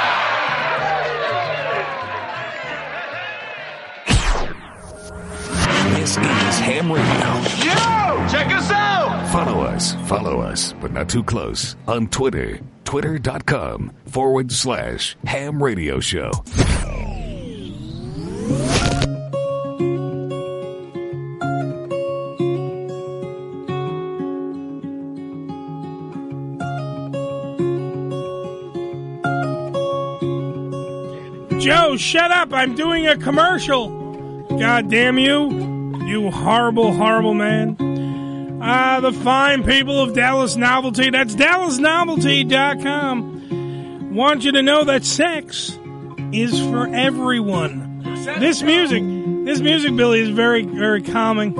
Speaker 1: This is Ham Radio.
Speaker 4: Yo! Check us out!
Speaker 1: Follow us, follow us, but not too close on Twitter, twitter.com forward slash ham radio show.
Speaker 12: Joe, shut up. I'm doing a commercial. God damn you. You horrible, horrible man. Ah, the fine people of Dallas Novelty. That's DallasNovelty.com. Want you to know that sex is for everyone. This music, this music, Billy, is very, very calming,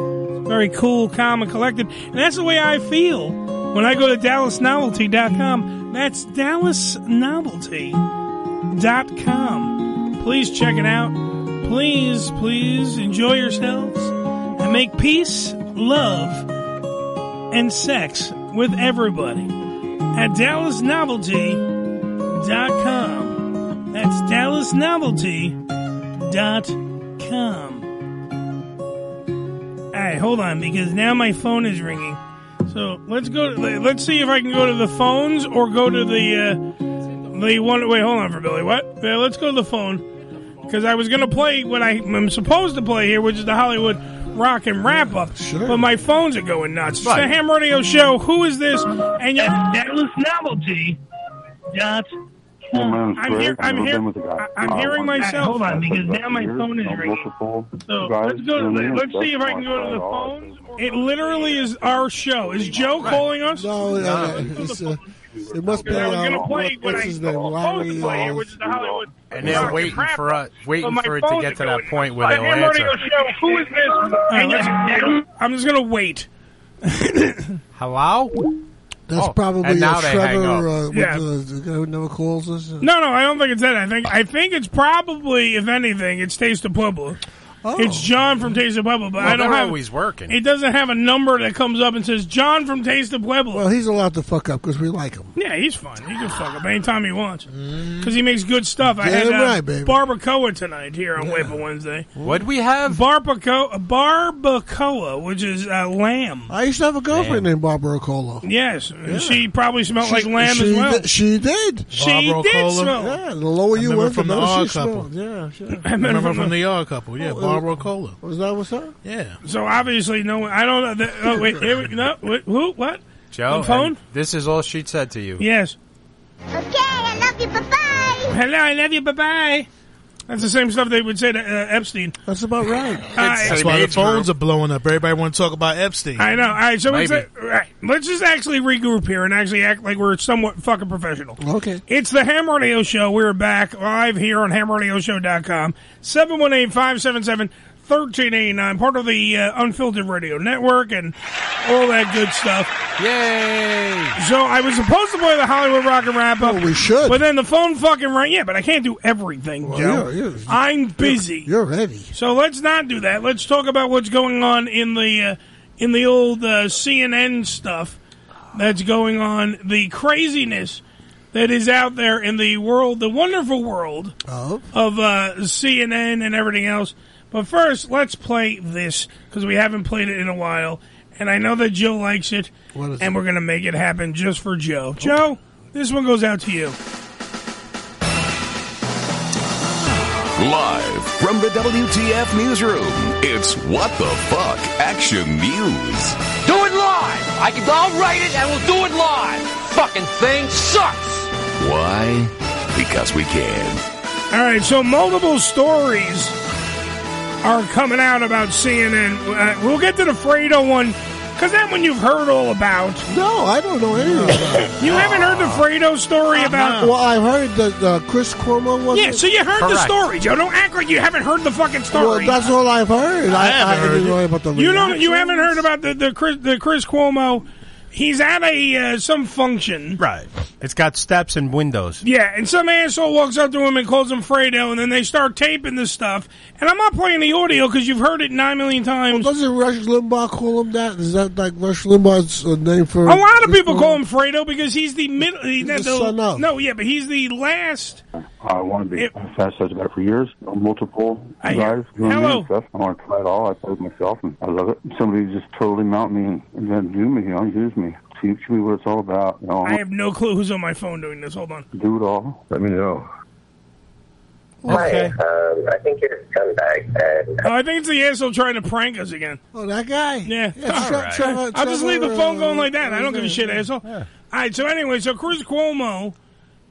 Speaker 12: very cool, calm, and collected. And that's the way I feel when I go to DallasNovelty.com. That's Dallas Novelty com. Please check it out. Please, please enjoy yourselves and make peace, love, and sex with everybody at DallasNovelty.com. That's DallasNovelty.com. Hey, hold on, because now my phone is ringing. So let's go. Let's see if I can go to the phones or go to the. Uh, the one. Wait, hold on for Billy. What? Yeah, let's go to the phone because I was going to play what I, am supposed to play here, which is the Hollywood rock and wrap up. Sure. But my phones are going nuts.
Speaker 3: Right.
Speaker 12: It's the Ham Radio Show. Who is this? And you Dallas Novelty. Dot. I'm here. I'm here.
Speaker 11: Oh,
Speaker 12: I'm hearing myself. Hold on, because now my phone is ringing. So let's go. To, let's see if I can go to the phones. It literally is our show. Is Joe calling us?
Speaker 13: No, no, no, it's, uh, it must be.
Speaker 12: I was
Speaker 13: uh,
Speaker 12: gonna play
Speaker 13: what-
Speaker 12: when
Speaker 13: what's
Speaker 12: I
Speaker 13: his name?
Speaker 12: supposed to play
Speaker 13: Larry.
Speaker 12: here, which is the Hollywood.
Speaker 13: And they're
Speaker 12: Rock
Speaker 13: waiting
Speaker 12: Crap.
Speaker 15: for us,
Speaker 12: But
Speaker 15: waiting
Speaker 12: my
Speaker 15: for it to
Speaker 12: phones
Speaker 15: get to
Speaker 12: are
Speaker 15: that
Speaker 12: going
Speaker 15: point where
Speaker 12: nuts. The
Speaker 15: they'll
Speaker 12: Ham Radio
Speaker 15: answer.
Speaker 12: Show, Who is this? And you- I'm just gonna wait.
Speaker 15: Hello?
Speaker 13: That's
Speaker 15: Oh,
Speaker 13: probably
Speaker 15: and now
Speaker 13: a
Speaker 15: they hang
Speaker 13: Trevor,
Speaker 15: up.
Speaker 13: uh, with
Speaker 12: Yeah.
Speaker 13: the, the guy who never calls us.
Speaker 12: No, no, I don't think it's that. I think I think it's probably, if anything, it's Taste of Pueblo.
Speaker 13: Oh.
Speaker 12: It's John from Taste of Pueblo, but
Speaker 15: Well,
Speaker 12: I don't
Speaker 15: they're
Speaker 12: have
Speaker 15: always working.
Speaker 12: It doesn't have a number that comes up and says John from Taste of Pueblo.
Speaker 13: Well, he's allowed to fuck up because we like him.
Speaker 12: Yeah, he's fun. He can fuck up anytime he wants because he makes good stuff. I had
Speaker 13: Damn
Speaker 12: uh,
Speaker 13: right, baby.
Speaker 12: barbacoa tonight here on Whipple Wednesday.
Speaker 15: What'd we have?
Speaker 12: Barbacoa, barbacoa, which is uh, lamb.
Speaker 13: I used to have a girlfriend named Barbara Cola.
Speaker 12: Yes, she probably smelled like lamb
Speaker 13: she
Speaker 12: as well.
Speaker 13: Did, she did.
Speaker 12: She Barbara did Cola. smell.
Speaker 13: Yeah, the lower you
Speaker 12: Remember
Speaker 13: went,
Speaker 12: from
Speaker 13: the
Speaker 12: the
Speaker 13: more
Speaker 12: R
Speaker 13: she
Speaker 12: couple.
Speaker 13: smelled. Yeah, sure.
Speaker 12: I remember
Speaker 14: Remember
Speaker 12: from
Speaker 14: from the R couple, yeah, Barbara Cola.
Speaker 13: Was that what's up?
Speaker 14: Yeah.
Speaker 12: So obviously, no. I don't know. That, oh wait, here we, no. Wait, who? What?
Speaker 15: Joe,
Speaker 12: On phone?
Speaker 15: and this is all she said to you.
Speaker 12: Yes. Okay, I love you. Bye bye. Hello, I love you. Bye bye. That's the same stuff they would say to uh, Epstein.
Speaker 13: That's about right.
Speaker 14: That's why the phones are blowing up. Everybody want to talk about Epstein.
Speaker 12: I know. All right, so uh, it's
Speaker 14: Maybe.
Speaker 12: a, right. let's just actually regroup here and actually act like we're somewhat fucking professional.
Speaker 13: Okay.
Speaker 12: It's the Ham Radio Show. We're back live here on hamradioshow.com. 718-577-1389, part of the uh, Unfiltered Radio Network and all that good stuff.
Speaker 15: Yay!
Speaker 12: So I was supposed to play the Hollywood Rock and Wrap Up. we should. But then the phone fucking rang. Yeah, but I can't do everything, Joe.
Speaker 13: yeah, yeah.
Speaker 12: I'm busy.
Speaker 13: You're heavy.
Speaker 12: So let's not do that. Let's talk about what's going on in the uh, in the old uh, CNN stuff that's going on. The craziness that is out there in the world, the wonderful world
Speaker 13: Oh.
Speaker 12: of uh, CNN and everything else. But first, let's play this because we haven't played it in a while, and I know that Joe likes it,
Speaker 13: What is
Speaker 12: and
Speaker 13: it?
Speaker 12: we're gonna make it happen just for Joe. Joe, this one goes out to you.
Speaker 1: Live from the WTF newsroom, it's What the Fuck Action News.
Speaker 16: Do it live! I can, I'll write it and we'll do it live! Fucking thing sucks!
Speaker 1: Why? Because we can.
Speaker 12: All right, so multiple stories are coming out about CNN. Uh, we'll get to the Fredo one Because then when you've heard all about.
Speaker 13: No, I don't know anything about
Speaker 12: You haven't heard the Fredo
Speaker 13: Uh-huh.
Speaker 12: story about.
Speaker 13: Well, I heard that uh, Chris Cuomo was.
Speaker 12: yeah, so you heard the story, Joe. Don't act like you haven't heard the fucking story.
Speaker 13: Well, that's all I've heard. I, I,
Speaker 12: haven't
Speaker 13: didn't know about the.
Speaker 12: You don't. You
Speaker 13: reaction.
Speaker 12: haven't heard about the the Chris, the Chris Cuomo. He's at a uh, some function, right?
Speaker 7: It's got steps and windows.
Speaker 12: Yeah, and some asshole walks up to him and calls him Fredo, and then they start taping this stuff. And I'm not playing the audio because you've heard it nine million times.
Speaker 13: Doesn't Rush Limbaugh call him that? Is that like Rush Limbaugh's uh, name for?
Speaker 12: a lot of people call him Fredo because he's the middle. He's
Speaker 13: the son of.
Speaker 12: no, yeah, but he's the last.
Speaker 17: I want to be
Speaker 12: It-
Speaker 17: fast as about it for years. Multiple
Speaker 12: Hey,
Speaker 17: guys. you know what I mean,
Speaker 12: hello.
Speaker 17: and Stuff. I want to try it all. I play it myself, and I love it. Somebody just totally mount me and, and then do me, you know, use me. Teach me what it's all about. You know,
Speaker 12: I have no clue who's on my phone doing this. Hold on.
Speaker 17: do it all. Let me know.
Speaker 18: Hi, um, I think you're a scumbag, and
Speaker 12: Oh, I think it's the asshole trying to prank us again.
Speaker 13: Oh, that guy.
Speaker 12: Yeah.
Speaker 13: Yeah, Tre- Alright. Trevor-
Speaker 12: I'll just leave the
Speaker 13: Trevor,
Speaker 12: phone going
Speaker 13: uh,
Speaker 12: like that. I don't give a
Speaker 13: yeah,
Speaker 12: shit,
Speaker 13: yeah.
Speaker 12: asshole. All right. So anyway, so Chris Cuomo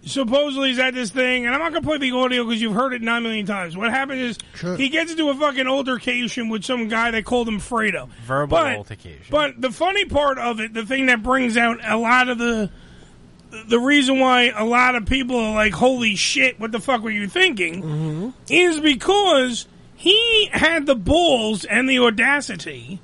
Speaker 12: supposedly is at this thing, and I'm not gonna play the audio because you've heard it nine million times. What happens is he gets into a fucking altercation with some guy that called him Fredo.
Speaker 7: Verbal
Speaker 12: But-
Speaker 7: altercation.
Speaker 12: But the funny part of it, the thing that brings out a lot of the the reason why a lot of people are like, "Holy shit, what the fuck were you thinking?" is because he had the balls and the audacity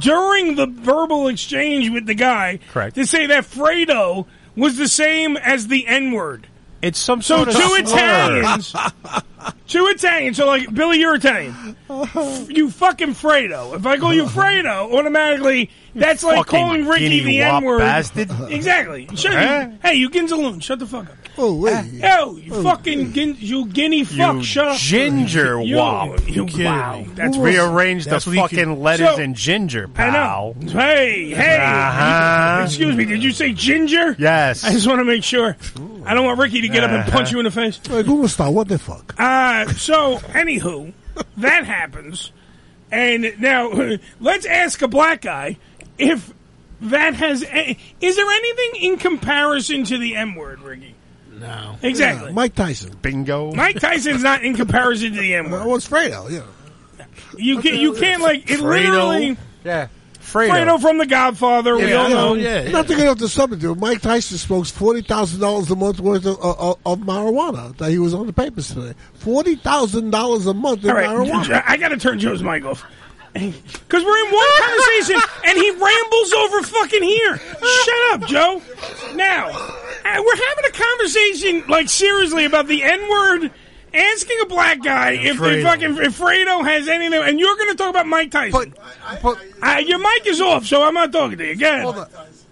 Speaker 12: during the verbal exchange with the guy
Speaker 7: Correct.
Speaker 12: to say that Fredo was the same as the N word.
Speaker 7: It's some
Speaker 12: so
Speaker 7: sort of
Speaker 12: two
Speaker 7: slur.
Speaker 12: Italians, two Italians. So like Billy, you're Italian. F- You fucking Fredo. If I call you Fredo, automatically that's like
Speaker 7: fucking
Speaker 12: calling Ricky
Speaker 7: guinea
Speaker 12: the
Speaker 7: wop
Speaker 12: N word.
Speaker 7: bastard.
Speaker 12: Exactly. Shut
Speaker 7: Huh?
Speaker 12: you, hey, you Ginzaloon, shut the fuck up. Oh wait. Oh. yo, you fucking gin, you guinea fuck.
Speaker 7: You
Speaker 12: shut up.
Speaker 7: ginger
Speaker 12: You-
Speaker 7: wop.
Speaker 12: You, wow. That's
Speaker 7: rearrange
Speaker 12: that's
Speaker 7: the
Speaker 12: what you
Speaker 7: fucking
Speaker 12: can-
Speaker 7: letters
Speaker 12: So-
Speaker 7: in ginger,
Speaker 12: I
Speaker 7: pal.
Speaker 12: know. Hey, hey.
Speaker 7: Uh-huh.
Speaker 12: Excuse me, did you say ginger?
Speaker 7: Yes.
Speaker 12: I just want to make sure. I don't want Ricky to get up and punch
Speaker 13: Uh-huh.
Speaker 12: you in the face.
Speaker 13: Hey, Google Star, what the fuck?
Speaker 12: Uh, so, anywho, that happens. And now, let's ask a black guy if that has. A- is there anything in comparison to the M word, Ricky? No. Exactly.
Speaker 13: Yeah, Mike Tyson.
Speaker 7: Bingo.
Speaker 12: Mike Tyson's not in comparison to the M word.
Speaker 13: Well, it's Fredo, yeah.
Speaker 12: You can't, you can't like, it literally.
Speaker 7: Yeah.
Speaker 12: Fredo. from The Godfather, we all know.
Speaker 13: Nothing else to something to do. Mike Tyson smokes forty thousand dollars a month worth of, of, of marijuana that he was on the papers today. Forty thousand dollars a month in
Speaker 12: All right,
Speaker 13: marijuana.
Speaker 12: I got to turn Joe's mic off. Because we're in one conversation and he rambles over fucking here. Shut up, Joe. Now, uh, we're having a conversation, like, seriously, about the N word. Asking a black guy if they
Speaker 3: Fredo.
Speaker 12: fucking if Fredo has anything, and you're going to talk about Mike Tyson. But, uh, your mic is off, so I'm not talking to you. Go ahead.
Speaker 19: Hold on.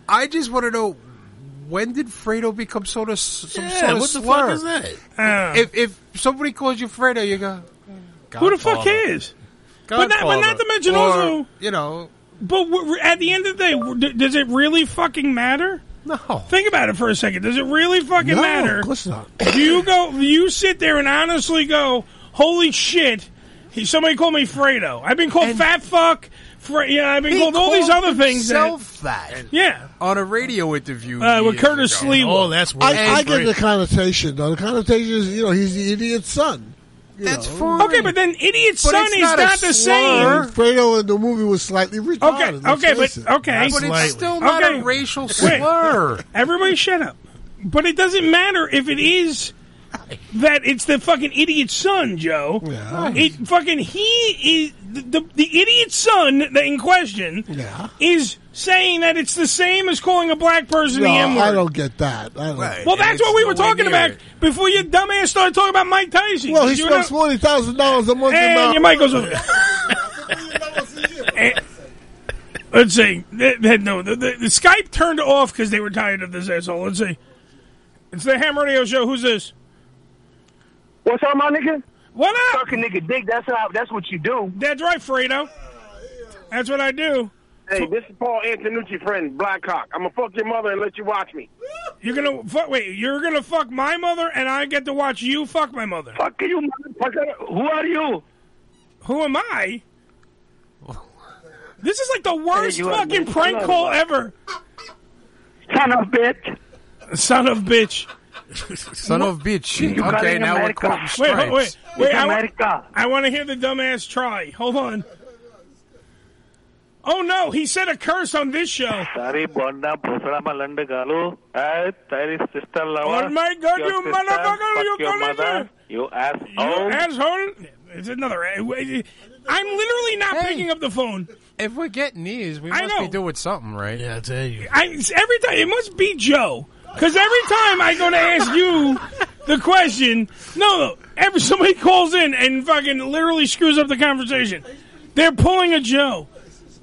Speaker 19: I just want to know when did Fredo become sort of some
Speaker 12: Yeah,
Speaker 19: sort of
Speaker 12: what
Speaker 19: slur?
Speaker 12: the fuck is that?
Speaker 19: If if somebody calls you Fredo, you go.
Speaker 12: Who the fuck
Speaker 19: Godfather.
Speaker 12: cares? But not, but not to
Speaker 19: Godfather.
Speaker 12: mention
Speaker 19: Or,
Speaker 12: also,
Speaker 19: you know.
Speaker 12: But w- w- at the end of the day, w- d- does it really fucking matter? No. Think about it for a second. Does it really fucking
Speaker 13: No,
Speaker 12: matter?
Speaker 13: of course not.
Speaker 12: Do you go? do You sit there and honestly go, "Holy shit!" he- Somebody called me Fredo. I've been called fat fuck. Fre- you know, I've been
Speaker 19: He
Speaker 12: called all these
Speaker 19: called
Speaker 12: other things.
Speaker 19: himself
Speaker 12: that. Yeah.
Speaker 19: On a radio interview
Speaker 12: Uh, with
Speaker 19: years
Speaker 12: Curtis
Speaker 19: ago.
Speaker 12: Sliwa. Oh, that's worse.
Speaker 13: I, I
Speaker 12: That's
Speaker 13: get the
Speaker 12: great.
Speaker 13: connotation though. The connotation is you know he's the idiot's son.
Speaker 19: That's
Speaker 13: fine.
Speaker 12: Okay, but then idiot
Speaker 13: But
Speaker 12: son
Speaker 13: it's
Speaker 12: is
Speaker 13: not
Speaker 12: not,
Speaker 13: a slur.
Speaker 12: the same.
Speaker 13: Fredo in the movie was slightly retarded.
Speaker 12: Okay, okay, but okay,
Speaker 19: But it's still not
Speaker 12: Okay.
Speaker 19: a racial
Speaker 12: Wait.
Speaker 19: slur.
Speaker 12: Everybody, shut up. But it doesn't matter if it is that it's the fucking idiot son, Joe. It fucking he is the the, the idiot son that in question is saying that it's the same as calling a black person
Speaker 13: no,
Speaker 12: the M
Speaker 13: I
Speaker 12: word.
Speaker 13: don't get that. I don't get
Speaker 12: Well, that's what we were talking about before your dumbass started talking about Mike Tyson.
Speaker 13: Well, he
Speaker 12: You
Speaker 13: spends
Speaker 12: know-
Speaker 13: forty thousand dollars a month.
Speaker 12: And
Speaker 13: in
Speaker 12: your mic goes over. Eh, Let's see. Th- th- no, the, the, the Skype turned off because they were tired of this asshole. Let's see. It's the Ham Radio Show. Who's this? What's up, my nigga? What up? Fucking nigga dick. That's how. That's what you do. That's right, Fredo. That's what I do.
Speaker 20: Hey, this is Paul Antonucci, friend Blackhawk. I'm gonna fuck your mother and let you watch me.
Speaker 12: You're gonna fuck. Wait, you're gonna fuck my mother, and I get to watch you fuck my mother.
Speaker 20: Fuck you, motherfucker. Who are you?
Speaker 12: Who am I? This is like the worst
Speaker 20: you are
Speaker 12: fucking
Speaker 20: my
Speaker 12: prank
Speaker 20: son.
Speaker 12: call ever. Son of bitch. Son of bitch.
Speaker 19: Son of bitch. okay, now we're caught
Speaker 12: Wait, hold- wait, wait. I, wa-
Speaker 19: America.
Speaker 12: I want to hear the dumbass try. Hold on. Oh no, he said a curse on this show.
Speaker 2: તારી બોનના ભૂસડામાં લંડ ઘાલું આ તારી sister લાવા
Speaker 12: Oh my God,
Speaker 2: your
Speaker 12: you
Speaker 2: sister,
Speaker 12: motherfucker,
Speaker 2: fuck
Speaker 12: you
Speaker 2: your
Speaker 12: gonna
Speaker 2: mother, you asshole.
Speaker 12: asshole! It's another. I'm literally not picking up the phone.
Speaker 7: If we're getting these, we
Speaker 12: I
Speaker 7: must be
Speaker 12: know.
Speaker 7: doing something right.
Speaker 14: Yeah, I tell you.
Speaker 12: I, it's every time it must be Joe because every time I go to ask you the question, no, no, every somebody calls in and fucking literally screws up the conversation. They're pulling a Joe.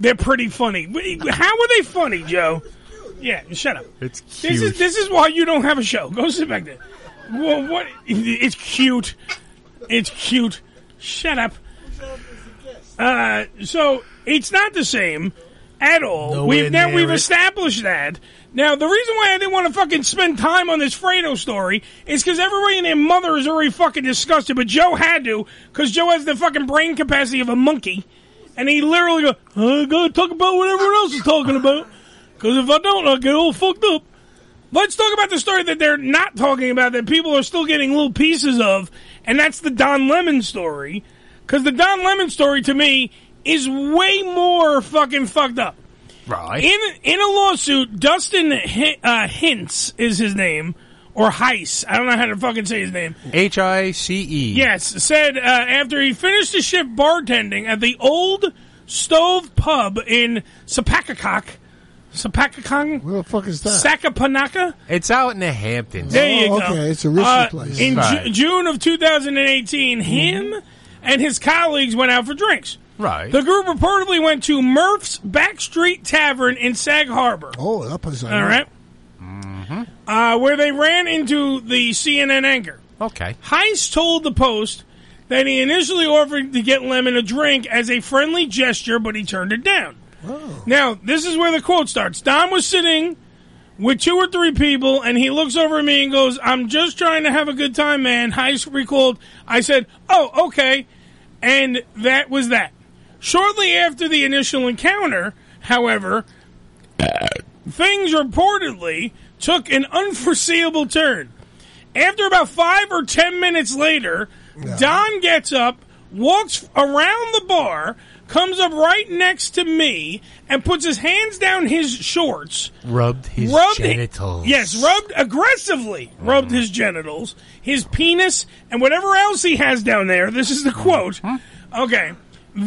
Speaker 12: They're pretty funny. Wait, How are they funny, Joe? Yeah, shut up.
Speaker 7: It's
Speaker 12: This
Speaker 7: cute.
Speaker 12: is this is why you don't have a show. Go sit back there. Well, what? It's cute. It's cute. Shut up. Uh, so it's not the same at all.
Speaker 14: Nowhere
Speaker 12: we've now
Speaker 14: near
Speaker 12: we've
Speaker 14: it.
Speaker 12: established that. Now the reason why I didn't want to fucking spend time on this Fredo story is because everybody and their mother has already fucking discussed it, but Joe had to because Joe has the fucking brain capacity of a monkey, and he literally go, "I gotta talk about what everyone else is talking about, because if I don't, I'll get all fucked up." Let's talk about the story that they're not talking about that people are still getting little pieces of, and that's the Don Lemon story. Because the Don Lemon story to me is way more fucking fucked up. Right. In in a lawsuit, Dustin Hi- uh, Hintz is his name, or Heiss. I don't know how to fucking say his name.
Speaker 7: H I C E.
Speaker 12: Yes, said uh, after he finished his shift bartending at the old stove pub in Sapakakak. Sapakakong?
Speaker 13: Where the fuck is that?
Speaker 12: Sakapanaka?
Speaker 7: It's out in the Hamptons.
Speaker 12: There you go.
Speaker 13: Oh, okay, it's a risky
Speaker 12: Uh,
Speaker 13: place. Mm-hmm.
Speaker 12: In Ju-
Speaker 7: Right.
Speaker 12: June of 2018, him and his colleagues went out for drinks.
Speaker 7: Right.
Speaker 12: The group reportedly went to Murph's Backstreet Tavern in Sag Harbor.
Speaker 13: Oh, that place. Mm-hmm. I
Speaker 12: All
Speaker 13: know.
Speaker 12: right. Uh, where they ran into the CNN anchor.
Speaker 7: Okay.
Speaker 12: Heist told the Post that he initially offered to get Lemon a drink as a friendly gesture, but he turned it down. Now, this is where the quote starts. Don was sitting with two or three people, and he looks over at me and goes, I'm just trying to have a good time, man. Heist recalled. I said, Oh, okay. And that was that. Shortly after the initial encounter, however, things reportedly took an unforeseeable turn. After about five or ten minutes later, Don gets up, walks around the bar, comes up right next to me, and puts his hands down his shorts.
Speaker 7: Rubbed his
Speaker 12: rubbed
Speaker 7: genitals.
Speaker 12: yes, rubbed aggressively. Rubbed his genitals, his penis, and whatever else he has down there. This is the quote. Okay.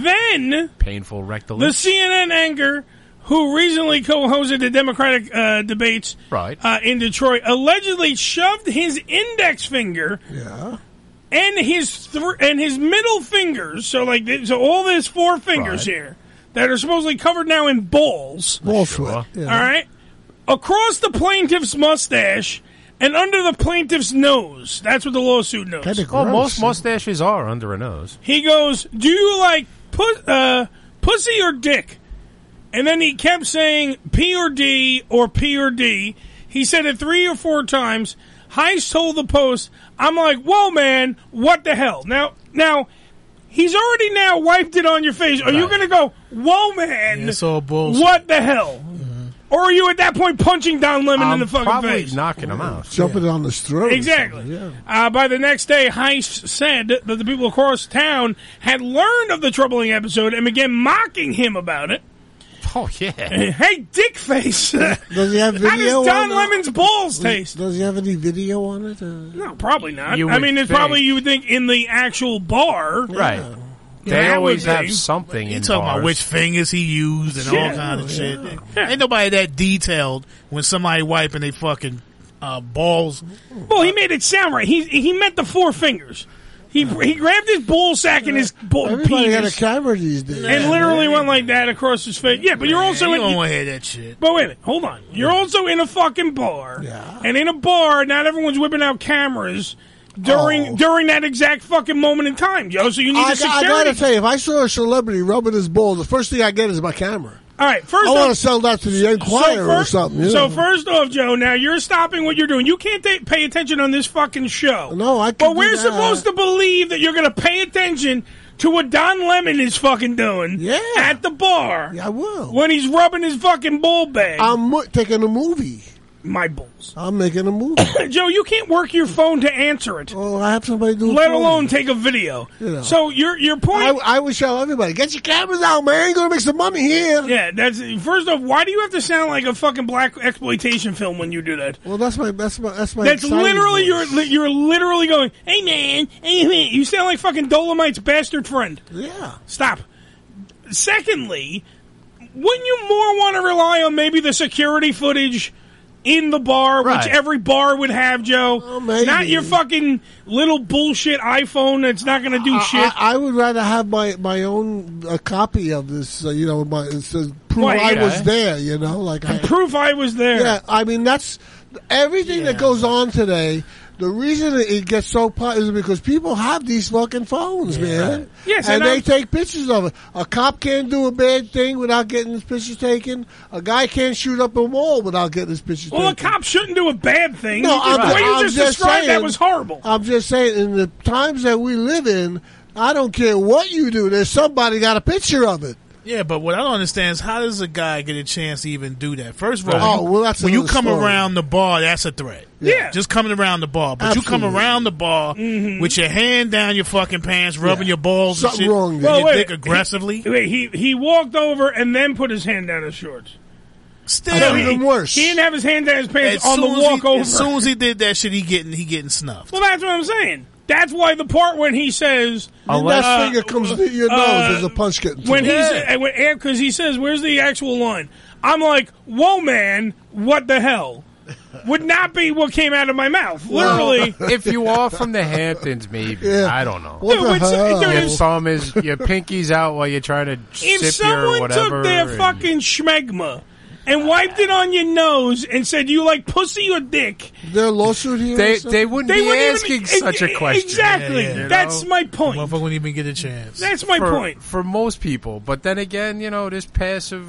Speaker 12: Then
Speaker 7: Painful rectal.
Speaker 12: the CNN anchor who recently co-hosted the Democratic uh, debates
Speaker 7: Right.
Speaker 12: uh, in Detroit allegedly shoved his index finger
Speaker 13: yeah.
Speaker 12: and his thr and his middle fingers. So like th- so all there's four fingers here that are supposedly covered now in balls.
Speaker 13: Wall sweat.
Speaker 12: All right, across the plaintiff's mustache and under the plaintiff's nose. That's what the lawsuit knows.
Speaker 7: Well, Oh, most mustaches are under a nose.
Speaker 12: He goes, "Do you like pu- uh, pussy or dick?" And then he kept saying P or D or P or D. He said it three or four times. Heist told the Post, "I'm like, whoa, man, what the hell?" Now, now, he's already now wiped it on your face. Are you going to go, whoa, man?
Speaker 14: It's all bullshit. Mm-hmm.
Speaker 12: What the hell? Or are you at that point punching Don Lemon in the fucking
Speaker 7: Probably
Speaker 12: face?
Speaker 7: knocking them out.
Speaker 13: Jumping on the throat. or
Speaker 12: Exactly. Uh, by the next day, Heist said that the people across town had learned of the troubling episode and began mocking him about it. Uh,
Speaker 7: Oh yeah.
Speaker 12: Hey, dick face! Does
Speaker 13: Does he have video?
Speaker 12: How does
Speaker 13: on
Speaker 12: Don
Speaker 13: it?
Speaker 12: Lemon's balls taste?
Speaker 13: Does he have any video on it? Uh,
Speaker 12: No, probably not.
Speaker 7: You
Speaker 12: I
Speaker 7: would
Speaker 12: mean, it's
Speaker 7: think.
Speaker 12: probably you would think in the actual bar,
Speaker 7: Right. They
Speaker 12: That
Speaker 7: always
Speaker 12: would be-
Speaker 7: have something
Speaker 14: You
Speaker 7: in
Speaker 14: talking about
Speaker 7: bars.
Speaker 14: which fingers he used and
Speaker 12: Yeah.
Speaker 14: all kind of shit.
Speaker 12: Yeah.
Speaker 14: Ain't nobody that detailed when somebody wiping they fucking uh, balls.
Speaker 12: Well, he made it sound right. He he meant the four fingers. He he grabbed his ball sack and his ball
Speaker 13: Everybody got
Speaker 12: penis
Speaker 13: a camera these days.
Speaker 12: and literally went like that across his face. Yeah, but you're also
Speaker 14: you
Speaker 12: in,
Speaker 14: don't want to hear that shit.
Speaker 12: But wait a minute, hold on. You're also in a fucking bar, and in a bar, not everyone's whipping out cameras during during that exact fucking moment in time, Joe. So you need
Speaker 13: Oh. I,
Speaker 12: a
Speaker 13: got- I
Speaker 12: security.
Speaker 13: gotta tell you, if I saw a celebrity rubbing his balls, the first thing I get is my camera.
Speaker 12: All right, first
Speaker 13: I
Speaker 12: off-
Speaker 13: want to sell that to the Enquirer
Speaker 12: so
Speaker 13: or
Speaker 12: first,
Speaker 13: something. You
Speaker 12: so
Speaker 13: know?
Speaker 12: first off, Joe, now you're stopping what you're doing. You can't ta pay attention on this fucking show.
Speaker 13: No, I.
Speaker 12: But
Speaker 13: could do
Speaker 12: we're
Speaker 13: that.
Speaker 12: supposed to believe that you're going to pay attention to what Don Lemon is fucking doing at the bar
Speaker 13: Yeah, I will.
Speaker 12: when he's rubbing his fucking ball bag.
Speaker 13: I'm mo- taking a movie.
Speaker 12: my balls.
Speaker 13: I'm making a movie.
Speaker 12: Joe, you can't work your phone to answer it.
Speaker 13: Well, I have somebody do. it
Speaker 12: Let
Speaker 13: for me.
Speaker 12: alone take a video.
Speaker 13: You know.
Speaker 12: So your your point.
Speaker 13: I, I would show everybody get your cameras out, man. You're gonna make some money here.
Speaker 12: Yeah, that's first off. Why do you have to sound like a fucking black exploitation film when you do that?
Speaker 13: Well, that's my that's my that's my.
Speaker 12: That's
Speaker 13: exciting
Speaker 12: literally
Speaker 13: voice.
Speaker 12: you're li- you're literally going, hey man, hey man. You sound like fucking Dolomite's bastard friend.
Speaker 13: Yeah.
Speaker 12: Stop. Secondly, wouldn't you more want to rely on maybe the security footage in the bar,
Speaker 13: Right. Oh,
Speaker 12: which every bar would have, Joe? Not your fucking little bullshit iPhone that's not going to do
Speaker 13: I,
Speaker 12: shit.
Speaker 13: I, I would rather have my my own a copy of this. Uh, you know, my it says prove
Speaker 12: Well,
Speaker 13: I
Speaker 12: yeah.
Speaker 13: was there. You know, like I,
Speaker 12: proof I was there.
Speaker 13: Yeah, I mean that's everything that goes on today. The reason it gets so popular is because people have these fucking phones, man.
Speaker 12: Yes,
Speaker 13: and,
Speaker 12: and
Speaker 13: they
Speaker 12: I'm-
Speaker 13: take pictures of it. A cop can't do a bad thing without getting his picture taken. A guy can't shoot up a wall without getting his picture
Speaker 12: well, a
Speaker 13: taken.
Speaker 12: cop shouldn't do a bad thing.
Speaker 13: No,
Speaker 12: the
Speaker 13: I'm,
Speaker 12: way you
Speaker 13: I'm
Speaker 12: just, described
Speaker 13: saying,
Speaker 12: that was horrible.
Speaker 13: I'm just saying, in the times that we live in, I don't care what you do. There's somebody got a picture of it.
Speaker 14: Yeah, but what I don't understand is how does a guy get a chance to even do that? First of all,
Speaker 13: Right.
Speaker 14: when
Speaker 13: Oh,
Speaker 14: you,
Speaker 13: well, that's
Speaker 14: when you
Speaker 13: another
Speaker 14: come
Speaker 13: story.
Speaker 14: around the bar, that's a threat.
Speaker 12: Yeah. Mm-hmm.
Speaker 14: Just coming around the bar. But you come
Speaker 13: Absolutely.
Speaker 14: around the bar with your hand down your fucking pants, rubbing your balls and shit,
Speaker 12: Well,
Speaker 14: and your
Speaker 12: wait,
Speaker 14: dick aggressively.
Speaker 12: He, wait, he he walked over and then put his hand down his shorts.
Speaker 14: Still
Speaker 12: So he- He didn't have his hand down his pants
Speaker 14: As
Speaker 12: on the
Speaker 14: soon as
Speaker 12: walk
Speaker 14: he,
Speaker 12: over.
Speaker 14: As soon as he did that shit, he getting he getting snuffed.
Speaker 12: Well, that's what I'm saying. That's why the part when he says,
Speaker 13: And that finger comes to your nose as a punch getting to
Speaker 12: Uh, when
Speaker 13: it.
Speaker 12: he's because he says, "Where's the actual line?" I'm like, "Whoa, man, what the hell?" Would not be what came out of my mouth. Literally,
Speaker 7: if you are from the Hamptons, maybe I don't know.
Speaker 12: What Dude, the when so- hell? dude,
Speaker 7: your
Speaker 12: if-
Speaker 7: thumb is your pinky's out while you're trying to
Speaker 12: if
Speaker 7: sip your
Speaker 12: someone
Speaker 7: whatever.
Speaker 12: took their
Speaker 7: and-
Speaker 12: fucking schmegma and wiped it on your nose and said, "You like pussy or dick?"
Speaker 13: Their lawsuit here.
Speaker 7: They- they wouldn't be asking such a question.
Speaker 12: e-, Exactly.
Speaker 7: You know?
Speaker 12: That's my point.
Speaker 14: Motherfucker wouldn't even get a chance.
Speaker 12: That's my
Speaker 7: for,
Speaker 12: point.
Speaker 7: for most people. But then again, you know, this passive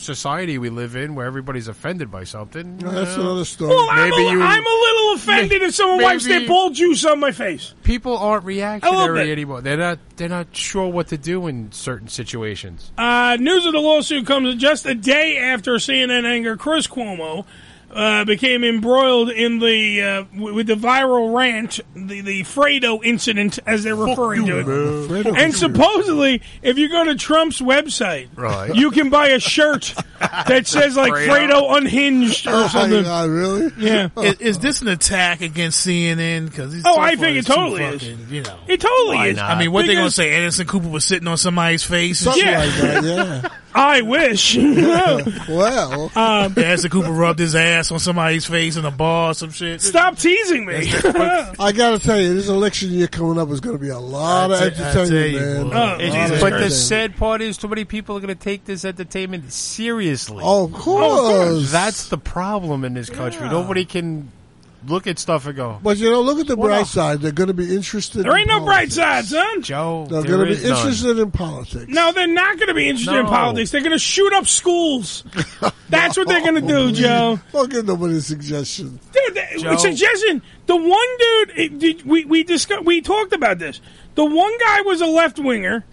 Speaker 7: society we live in, where everybody's offended by something.
Speaker 13: No, that's
Speaker 7: you know.
Speaker 13: another story.
Speaker 12: Well, I'm,
Speaker 7: Maybe
Speaker 12: a,
Speaker 7: you-
Speaker 12: I'm a little offended if someone wipes
Speaker 7: Maybe-
Speaker 12: their bull juice on my face.
Speaker 7: People aren't
Speaker 12: A little
Speaker 7: reactionary
Speaker 12: bit.
Speaker 7: anymore. They're not. They're not sure what to do in certain situations.
Speaker 12: Uh, news of the lawsuit comes just a day after CNN anchor Chris Cuomo uh, became embroiled in the uh, w- with the viral rant, the the Fredo incident, as they're referring to it.
Speaker 13: Fredo.
Speaker 12: And supposedly, if you go to Trump's website,
Speaker 7: Right.
Speaker 12: you can buy a shirt that says like
Speaker 7: Fredo.
Speaker 12: Fredo unhinged or something.
Speaker 13: Oh, really?
Speaker 12: Yeah.
Speaker 14: Is, is this an attack against CNN? Because
Speaker 12: Oh, I think it totally is.
Speaker 14: You know,
Speaker 12: It totally is.
Speaker 14: I mean, what they gonna
Speaker 12: Because-
Speaker 14: say? Anderson Cooper was sitting on somebody's face. and
Speaker 12: Something
Speaker 14: shit?
Speaker 12: like
Speaker 13: that, yeah.
Speaker 12: I wish.
Speaker 13: well,
Speaker 12: um,
Speaker 14: Anderson Cooper rubbed his ass on somebody's face in a bar, or some shit.
Speaker 12: Stop teasing me.
Speaker 13: I gotta tell you, this election year coming up is gonna be a lot of
Speaker 14: I te- I tell
Speaker 13: entertainment,
Speaker 14: you,
Speaker 13: man. A
Speaker 14: boy.
Speaker 13: lot
Speaker 14: It is
Speaker 13: of
Speaker 14: entertainment.
Speaker 7: But the
Speaker 13: entertainment.
Speaker 7: sad part is, too many people are going to take this entertainment seriously.
Speaker 13: Oh, of course.
Speaker 7: That's the problem in this country. Nobody can look at stuff and go,
Speaker 13: But you know, look at the
Speaker 7: What
Speaker 13: bright
Speaker 7: a-
Speaker 13: side. They're gonna be interested.
Speaker 12: There
Speaker 13: in
Speaker 12: ain't no bright
Speaker 13: politics.
Speaker 12: side, son.
Speaker 7: Joe,
Speaker 13: They're
Speaker 7: there
Speaker 13: Oh gonna be
Speaker 7: is none.
Speaker 13: interested in politics.
Speaker 12: No, they're not going to be interested in
Speaker 7: No.
Speaker 12: politics. They're going to shoot up schools. That's what they're going to do, Joe.
Speaker 13: Don't give nobody a suggestion.
Speaker 12: Dude, that-
Speaker 7: Joe.
Speaker 12: Suggestion: the one dude it- did- we we discuss, we talked about this. The one guy was a left winger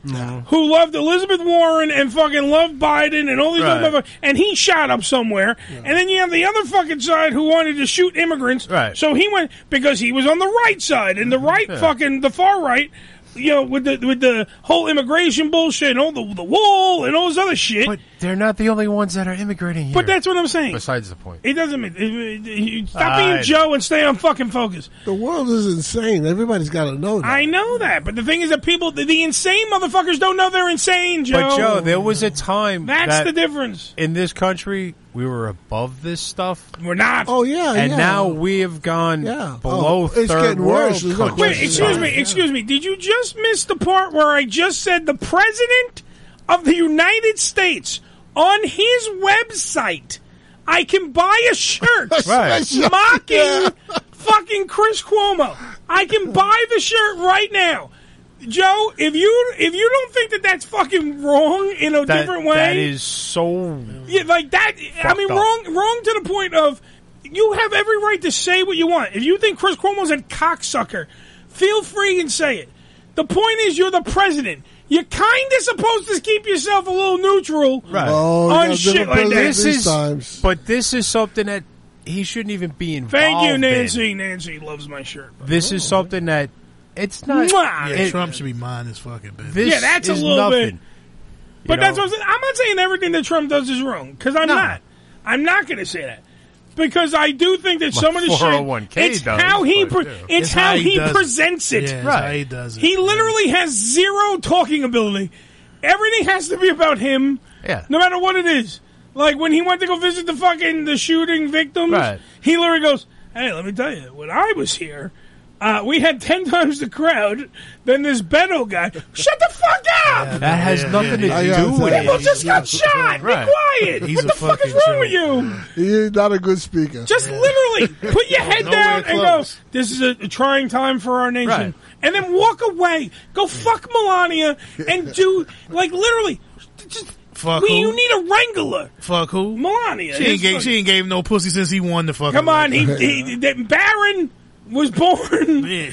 Speaker 12: who loved Elizabeth Warren and fucking loved Biden and all these
Speaker 7: Right.
Speaker 12: other motherfuckers, and he shot up somewhere. And then you have the other fucking side who wanted to shoot immigrants.
Speaker 7: Right. Mm-hmm.
Speaker 12: So he went because he was on the right side, and the right
Speaker 7: Yeah.
Speaker 12: fucking the far right. You know, with the with the whole immigration bullshit and all the the wall and all this other shit.
Speaker 7: But they're not the only ones that are immigrating here.
Speaker 12: But that's what I'm saying.
Speaker 7: Besides the point.
Speaker 12: It doesn't mean. it- it- it- Stop
Speaker 7: I
Speaker 12: being
Speaker 7: know.
Speaker 12: Joe and stay on fucking focus.
Speaker 13: The world is insane. Everybody's got to know that.
Speaker 12: I know that, but the thing is that people, the, the insane motherfuckers, don't know they're insane, Joe.
Speaker 7: But Joe, there was a time
Speaker 12: that's
Speaker 7: that
Speaker 12: the difference.
Speaker 7: in this country we were above this stuff,
Speaker 12: We're not.
Speaker 13: oh yeah,
Speaker 7: and
Speaker 13: yeah.
Speaker 7: now we have gone
Speaker 13: Yeah.
Speaker 7: below
Speaker 13: Oh, it's
Speaker 7: third
Speaker 13: getting
Speaker 7: world.
Speaker 13: worse. There's no
Speaker 7: countries.
Speaker 12: Wait, excuse me, excuse me. Did you just miss the part where I just said the president of the United States on his website? I can buy a shirt
Speaker 7: Right.
Speaker 12: mocking fucking Chris Cuomo. I can buy the shirt right now. Joe, if you if you don't think that that's fucking wrong in a
Speaker 7: That-
Speaker 12: different way,
Speaker 7: that is so.
Speaker 12: Yeah, like that. I mean,
Speaker 7: up.
Speaker 12: wrong, wrong to the point of you have every right to say what you want. If you think Chris Cuomo's a cocksucker, feel free and say it. The point is, you're the president. You're kind of supposed to keep yourself a little neutral
Speaker 7: Right.
Speaker 13: Oh, you
Speaker 12: on
Speaker 13: got a
Speaker 12: shit
Speaker 13: different
Speaker 12: like that.
Speaker 13: president
Speaker 7: This
Speaker 13: these
Speaker 7: is,
Speaker 13: times.
Speaker 7: but this is something that he shouldn't even be involved.
Speaker 12: Thank you,
Speaker 7: in.
Speaker 12: Nancy. Nancy loves my shirt.
Speaker 7: This is something that it's not.
Speaker 12: Mwah!
Speaker 7: it-
Speaker 14: Trump should be mine this fucking business.
Speaker 7: This
Speaker 12: yeah, that's a
Speaker 7: is
Speaker 12: little
Speaker 7: nothing.
Speaker 12: bit. But
Speaker 7: You
Speaker 12: that's
Speaker 7: know?
Speaker 12: what I'm saying. I'm not saying everything that Trump does is wrong because I'm not. I'm not going to say that because I do think that
Speaker 7: My
Speaker 12: some of the shit.
Speaker 7: 401k
Speaker 12: It's
Speaker 7: does,
Speaker 12: how he.
Speaker 7: but,
Speaker 12: Pre-
Speaker 7: yeah.
Speaker 12: it's how, he,
Speaker 14: does it.
Speaker 12: presents it.
Speaker 14: Yeah, it's how he does it.
Speaker 12: He literally has zero talking ability. Everything has to be about him.
Speaker 7: Yeah.
Speaker 12: No matter what it is. Like when he went to go visit the fucking the shooting victims,
Speaker 7: Right.
Speaker 12: he literally goes, "Hey, let me tell you, when I was here." Uh, we had ten times the crowd than this Beto guy. Shut the fuck up!
Speaker 7: That has nothing
Speaker 13: yeah.
Speaker 7: to
Speaker 13: Yeah,
Speaker 7: do
Speaker 13: yeah,
Speaker 7: with
Speaker 13: yeah.
Speaker 12: People
Speaker 7: it.
Speaker 12: just got shot.
Speaker 7: Right.
Speaker 12: Be quiet.
Speaker 13: He's
Speaker 12: what
Speaker 13: a
Speaker 12: the fuck is
Speaker 13: fucking
Speaker 12: wrong with you?
Speaker 13: He's not a good speaker.
Speaker 12: Just literally put your head
Speaker 13: Nowhere
Speaker 12: down and go.
Speaker 13: close.
Speaker 12: This is a, a trying time for our nation,
Speaker 13: Right.
Speaker 12: and then walk away. Go fuck Melania and do like literally. Just,
Speaker 14: Fuck
Speaker 12: we,
Speaker 14: who?
Speaker 12: You need a wrangler.
Speaker 14: Fuck who?
Speaker 12: Melania.
Speaker 14: She ain't,
Speaker 12: It's
Speaker 14: gave,
Speaker 12: like-
Speaker 14: she ain't gave him no pussy since he won the fucking.
Speaker 12: Come on, he,
Speaker 14: election.
Speaker 12: he that Baron was born.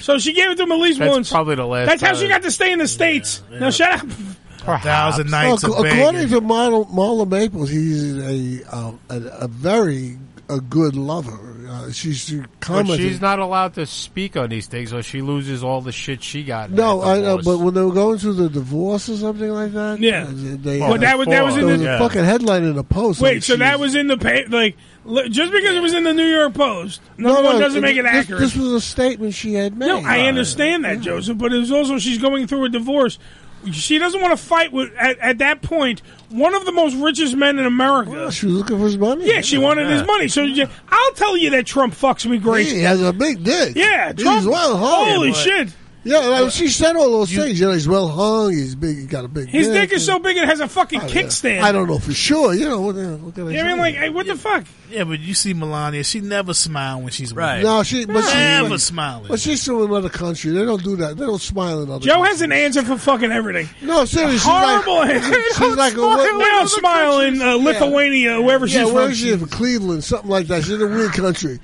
Speaker 12: So she gave it to him at least
Speaker 14: That's
Speaker 12: once.
Speaker 14: probably the last
Speaker 12: That's how she
Speaker 14: time.
Speaker 12: got to stay in the states. Now shut up.
Speaker 14: thousand nights
Speaker 13: Ac-
Speaker 14: of
Speaker 13: according
Speaker 14: banging.
Speaker 13: to Marla, Marla Maples, he's a uh, a, a very a good lover. Uh, she's she
Speaker 7: But
Speaker 13: commented.
Speaker 7: she's not allowed to speak on these things, or she loses all the shit she got.
Speaker 13: no,
Speaker 7: at the
Speaker 13: I know,
Speaker 7: divorce.
Speaker 13: but when they were going through the divorce or something like that,
Speaker 12: Yeah.
Speaker 13: they,
Speaker 12: Well, that was- that was in
Speaker 13: there was
Speaker 12: the-
Speaker 13: a fucking headline in the post.
Speaker 12: Wait,
Speaker 13: like,
Speaker 12: so
Speaker 13: she-
Speaker 12: that was in the pa- like li- just because it was in the New York Post, number one doesn't make it
Speaker 13: this-
Speaker 12: accurate.
Speaker 13: This was a statement she had made.
Speaker 12: no, I understand that, Joseph, but it was also she's going through a divorce. She doesn't want to fight with at, at that point one of the most richest men in America.
Speaker 13: She was looking for his money.
Speaker 12: yeah, she wanted his
Speaker 13: Yeah.
Speaker 12: money. So you- I'll tell you that Trump fucks me great.
Speaker 13: He has a big dick.
Speaker 12: Yeah,
Speaker 13: He's
Speaker 12: Trump-
Speaker 13: well hung.
Speaker 12: holy shit.
Speaker 13: Yeah, like, she said all those things. You know, he's well hung. He's big. He's got a big.
Speaker 12: His
Speaker 13: dick
Speaker 12: dick is so big it has a
Speaker 13: Oh,
Speaker 12: fucking kickstand.
Speaker 13: I don't know for sure. You know what, the- what can I
Speaker 12: Yeah, I
Speaker 13: say?
Speaker 12: mean, like, hey, what the fuck?
Speaker 14: Yeah, but you see Melania, she never smile when she's with
Speaker 13: No, she but she's
Speaker 14: never
Speaker 13: like-
Speaker 14: smiling.
Speaker 13: But she's from another country. They don't do that. They don't smile in other.
Speaker 12: Joe has an answer for fucking everything.
Speaker 13: No, seriously, she's
Speaker 12: horrible
Speaker 13: like-
Speaker 12: answer.
Speaker 13: she's
Speaker 12: Don't
Speaker 13: like a-
Speaker 12: smile
Speaker 13: what-
Speaker 12: in
Speaker 13: what
Speaker 12: other
Speaker 13: other
Speaker 12: smile in uh,
Speaker 13: countries?
Speaker 12: Lithuania, wherever
Speaker 13: yeah,
Speaker 12: she's
Speaker 13: where
Speaker 12: from.
Speaker 13: is she from? Cleveland, something like that. She's in a weird country.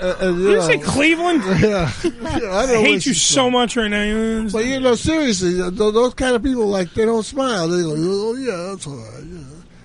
Speaker 13: Uh, and, you
Speaker 12: Did you say
Speaker 13: know,
Speaker 12: Cleveland?
Speaker 13: Yeah. yeah, I,
Speaker 12: I,
Speaker 13: know where
Speaker 12: hate you
Speaker 13: she's
Speaker 12: so much right now.
Speaker 13: But you know, seriously, th- th- those kind of people like they don't smile. They go, oh yeah, that's all right. Yeah.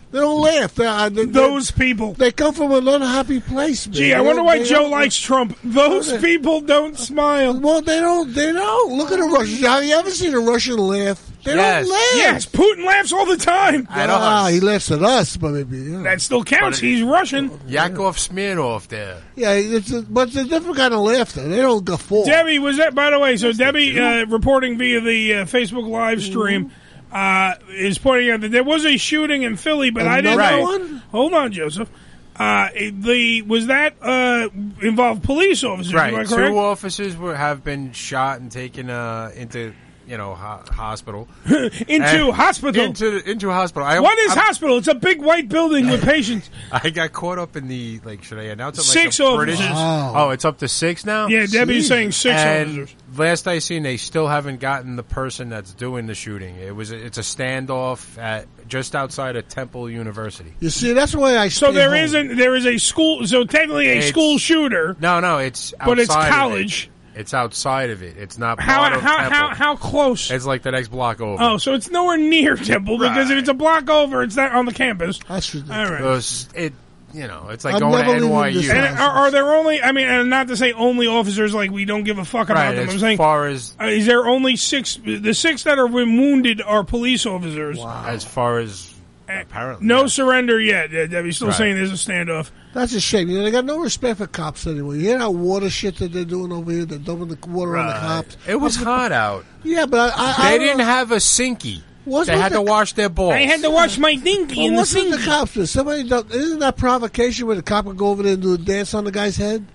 Speaker 13: They don't laugh. They, I- they-
Speaker 12: Those people.
Speaker 13: They come from an unhappy place. Man.
Speaker 12: Gee, I
Speaker 13: They
Speaker 12: wonder
Speaker 13: don't-
Speaker 12: why
Speaker 13: they
Speaker 12: Joe
Speaker 13: don't-
Speaker 12: likes Trump. Those
Speaker 13: Okay.
Speaker 12: people don't smile.
Speaker 13: Well, they don't. They don't. Look at the Russians. Have you ever seen a Russian laugh? They
Speaker 7: Yes.
Speaker 13: don't laugh.
Speaker 12: Yes, Putin laughs all the time.
Speaker 13: Ah, he laughs at us, but maybe yeah.
Speaker 12: That still counts. He's Russian.
Speaker 7: Yakov Smirnov there.
Speaker 13: Yeah, it's a, but it's a different kind of laughter. They don't guffaw.
Speaker 12: Debbie was that, by the way. So Debbie, uh, reporting via the uh, Facebook live
Speaker 13: Mm-hmm.
Speaker 12: stream, uh, is pointing out that there was a shooting in Philly, but I didn't
Speaker 13: Another
Speaker 12: know.
Speaker 13: one?
Speaker 12: Hold on, Joseph. Uh, the was that uh, involved police officers? Am I
Speaker 7: Right.
Speaker 12: correct?
Speaker 7: Two uh, officers were, have been shot and taken uh, into you know ho- hospital.
Speaker 12: into
Speaker 7: And-
Speaker 12: hospital.
Speaker 7: Into into hospital. I,
Speaker 12: what is
Speaker 7: I'm-
Speaker 12: hospital? It's a big white building with patients.
Speaker 7: I got caught up in the like. Should I announce it? Like
Speaker 12: Six
Speaker 7: the
Speaker 12: officers.
Speaker 7: British-
Speaker 12: Wow.
Speaker 7: Oh, it's up to six now.
Speaker 12: Yeah, Debbie's Jeez. saying six
Speaker 7: And
Speaker 12: officers.
Speaker 7: Last I seen, they still haven't gotten the person that's doing the shooting. It was it's a standoff at just outside of Temple University.
Speaker 13: You see, that's why I.
Speaker 12: So
Speaker 13: stay
Speaker 12: there
Speaker 13: home.
Speaker 12: not there is a school. So technically a
Speaker 7: It's-
Speaker 12: school shooter.
Speaker 7: No, no, it's
Speaker 12: But it's
Speaker 7: outside of it.
Speaker 12: college.
Speaker 7: It's outside of it. It's not
Speaker 12: How
Speaker 7: part of
Speaker 12: how,
Speaker 7: Temple.
Speaker 12: how how close?
Speaker 7: It's like the next block over.
Speaker 12: Oh, so it's nowhere near Temple because if it's a block over, it's not on the campus.
Speaker 13: That's ridiculous.
Speaker 12: All right.
Speaker 7: So it's- it you know, it's like
Speaker 13: I'm
Speaker 7: going to
Speaker 13: never leaving this
Speaker 7: NYU.
Speaker 12: And are, are there only? I mean, and not to say only officers like we don't give a fuck about
Speaker 7: right,
Speaker 12: them.
Speaker 7: as
Speaker 12: I'm saying,
Speaker 7: far as
Speaker 12: uh, is there only six? The six that are been wounded are police officers. Uh,
Speaker 7: as far as apparently
Speaker 12: No surrender yet. Uh, Debbie's still
Speaker 7: Right.
Speaker 12: saying there's a standoff.
Speaker 13: That's a shame. You know, they got no respect for cops anymore. You hear that water shit that they're doing over here? They're dumping the water on the cops.
Speaker 7: It was hot out.
Speaker 13: Yeah, but I, I, I
Speaker 7: They
Speaker 13: don't
Speaker 7: didn't
Speaker 13: know.
Speaker 7: have a sinky.
Speaker 13: Wasn't
Speaker 7: They had
Speaker 13: the-
Speaker 7: to wash their balls.
Speaker 12: I had to watch my dinky
Speaker 13: Well,
Speaker 12: in the
Speaker 13: what's with
Speaker 12: sink.
Speaker 13: the cops? do? Somebody dump, isn't that provocation where the cop would go over there and do a dance on the guy's head?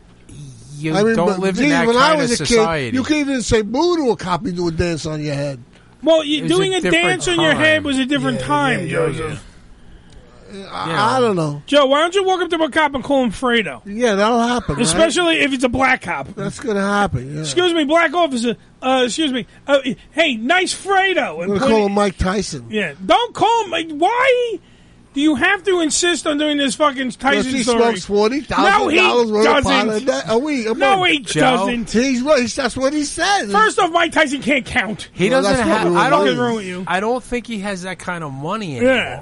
Speaker 7: You don't
Speaker 13: but
Speaker 7: live in
Speaker 13: geez,
Speaker 7: that
Speaker 13: when
Speaker 7: kind
Speaker 13: I was
Speaker 7: of
Speaker 13: a
Speaker 7: society.
Speaker 13: kid, you couldn't even say boo to a cop and do a dance on your head.
Speaker 12: Well, you,
Speaker 13: It was a
Speaker 12: doing a,
Speaker 13: different
Speaker 12: dance on your
Speaker 13: time.
Speaker 12: head was a different time, Joseph.
Speaker 13: I, I don't know.
Speaker 12: Joe, why don't you walk up to a cop and call him Fredo?
Speaker 13: Yeah, that'll happen. right?
Speaker 12: Especially if it's a black cop.
Speaker 13: that's gonna happen. Yeah.
Speaker 12: Excuse me, black officer. Uh, excuse me. Uh, hey, nice Fredo.
Speaker 13: I'm
Speaker 12: And
Speaker 13: gonna
Speaker 12: point-
Speaker 13: call him Mike Tyson.
Speaker 12: Yeah, don't call him. Why do you have to insist on doing this fucking
Speaker 13: Because
Speaker 12: Tyson
Speaker 13: he
Speaker 12: story?
Speaker 13: smokes forty
Speaker 12: no,
Speaker 13: thousand
Speaker 12: he
Speaker 13: dollars worth of pot a
Speaker 12: doesn't.
Speaker 13: day, a week. a
Speaker 12: No,
Speaker 13: month.
Speaker 12: he doesn't.
Speaker 13: He's right. That's what he said.
Speaker 12: First off, Mike Tyson can't count.
Speaker 7: He
Speaker 13: Well, that's
Speaker 7: doesn't
Speaker 13: what
Speaker 7: have.
Speaker 13: we were
Speaker 7: I don't.
Speaker 13: raised.
Speaker 12: you.
Speaker 7: I don't think he has that kind of money anymore.
Speaker 12: Yeah.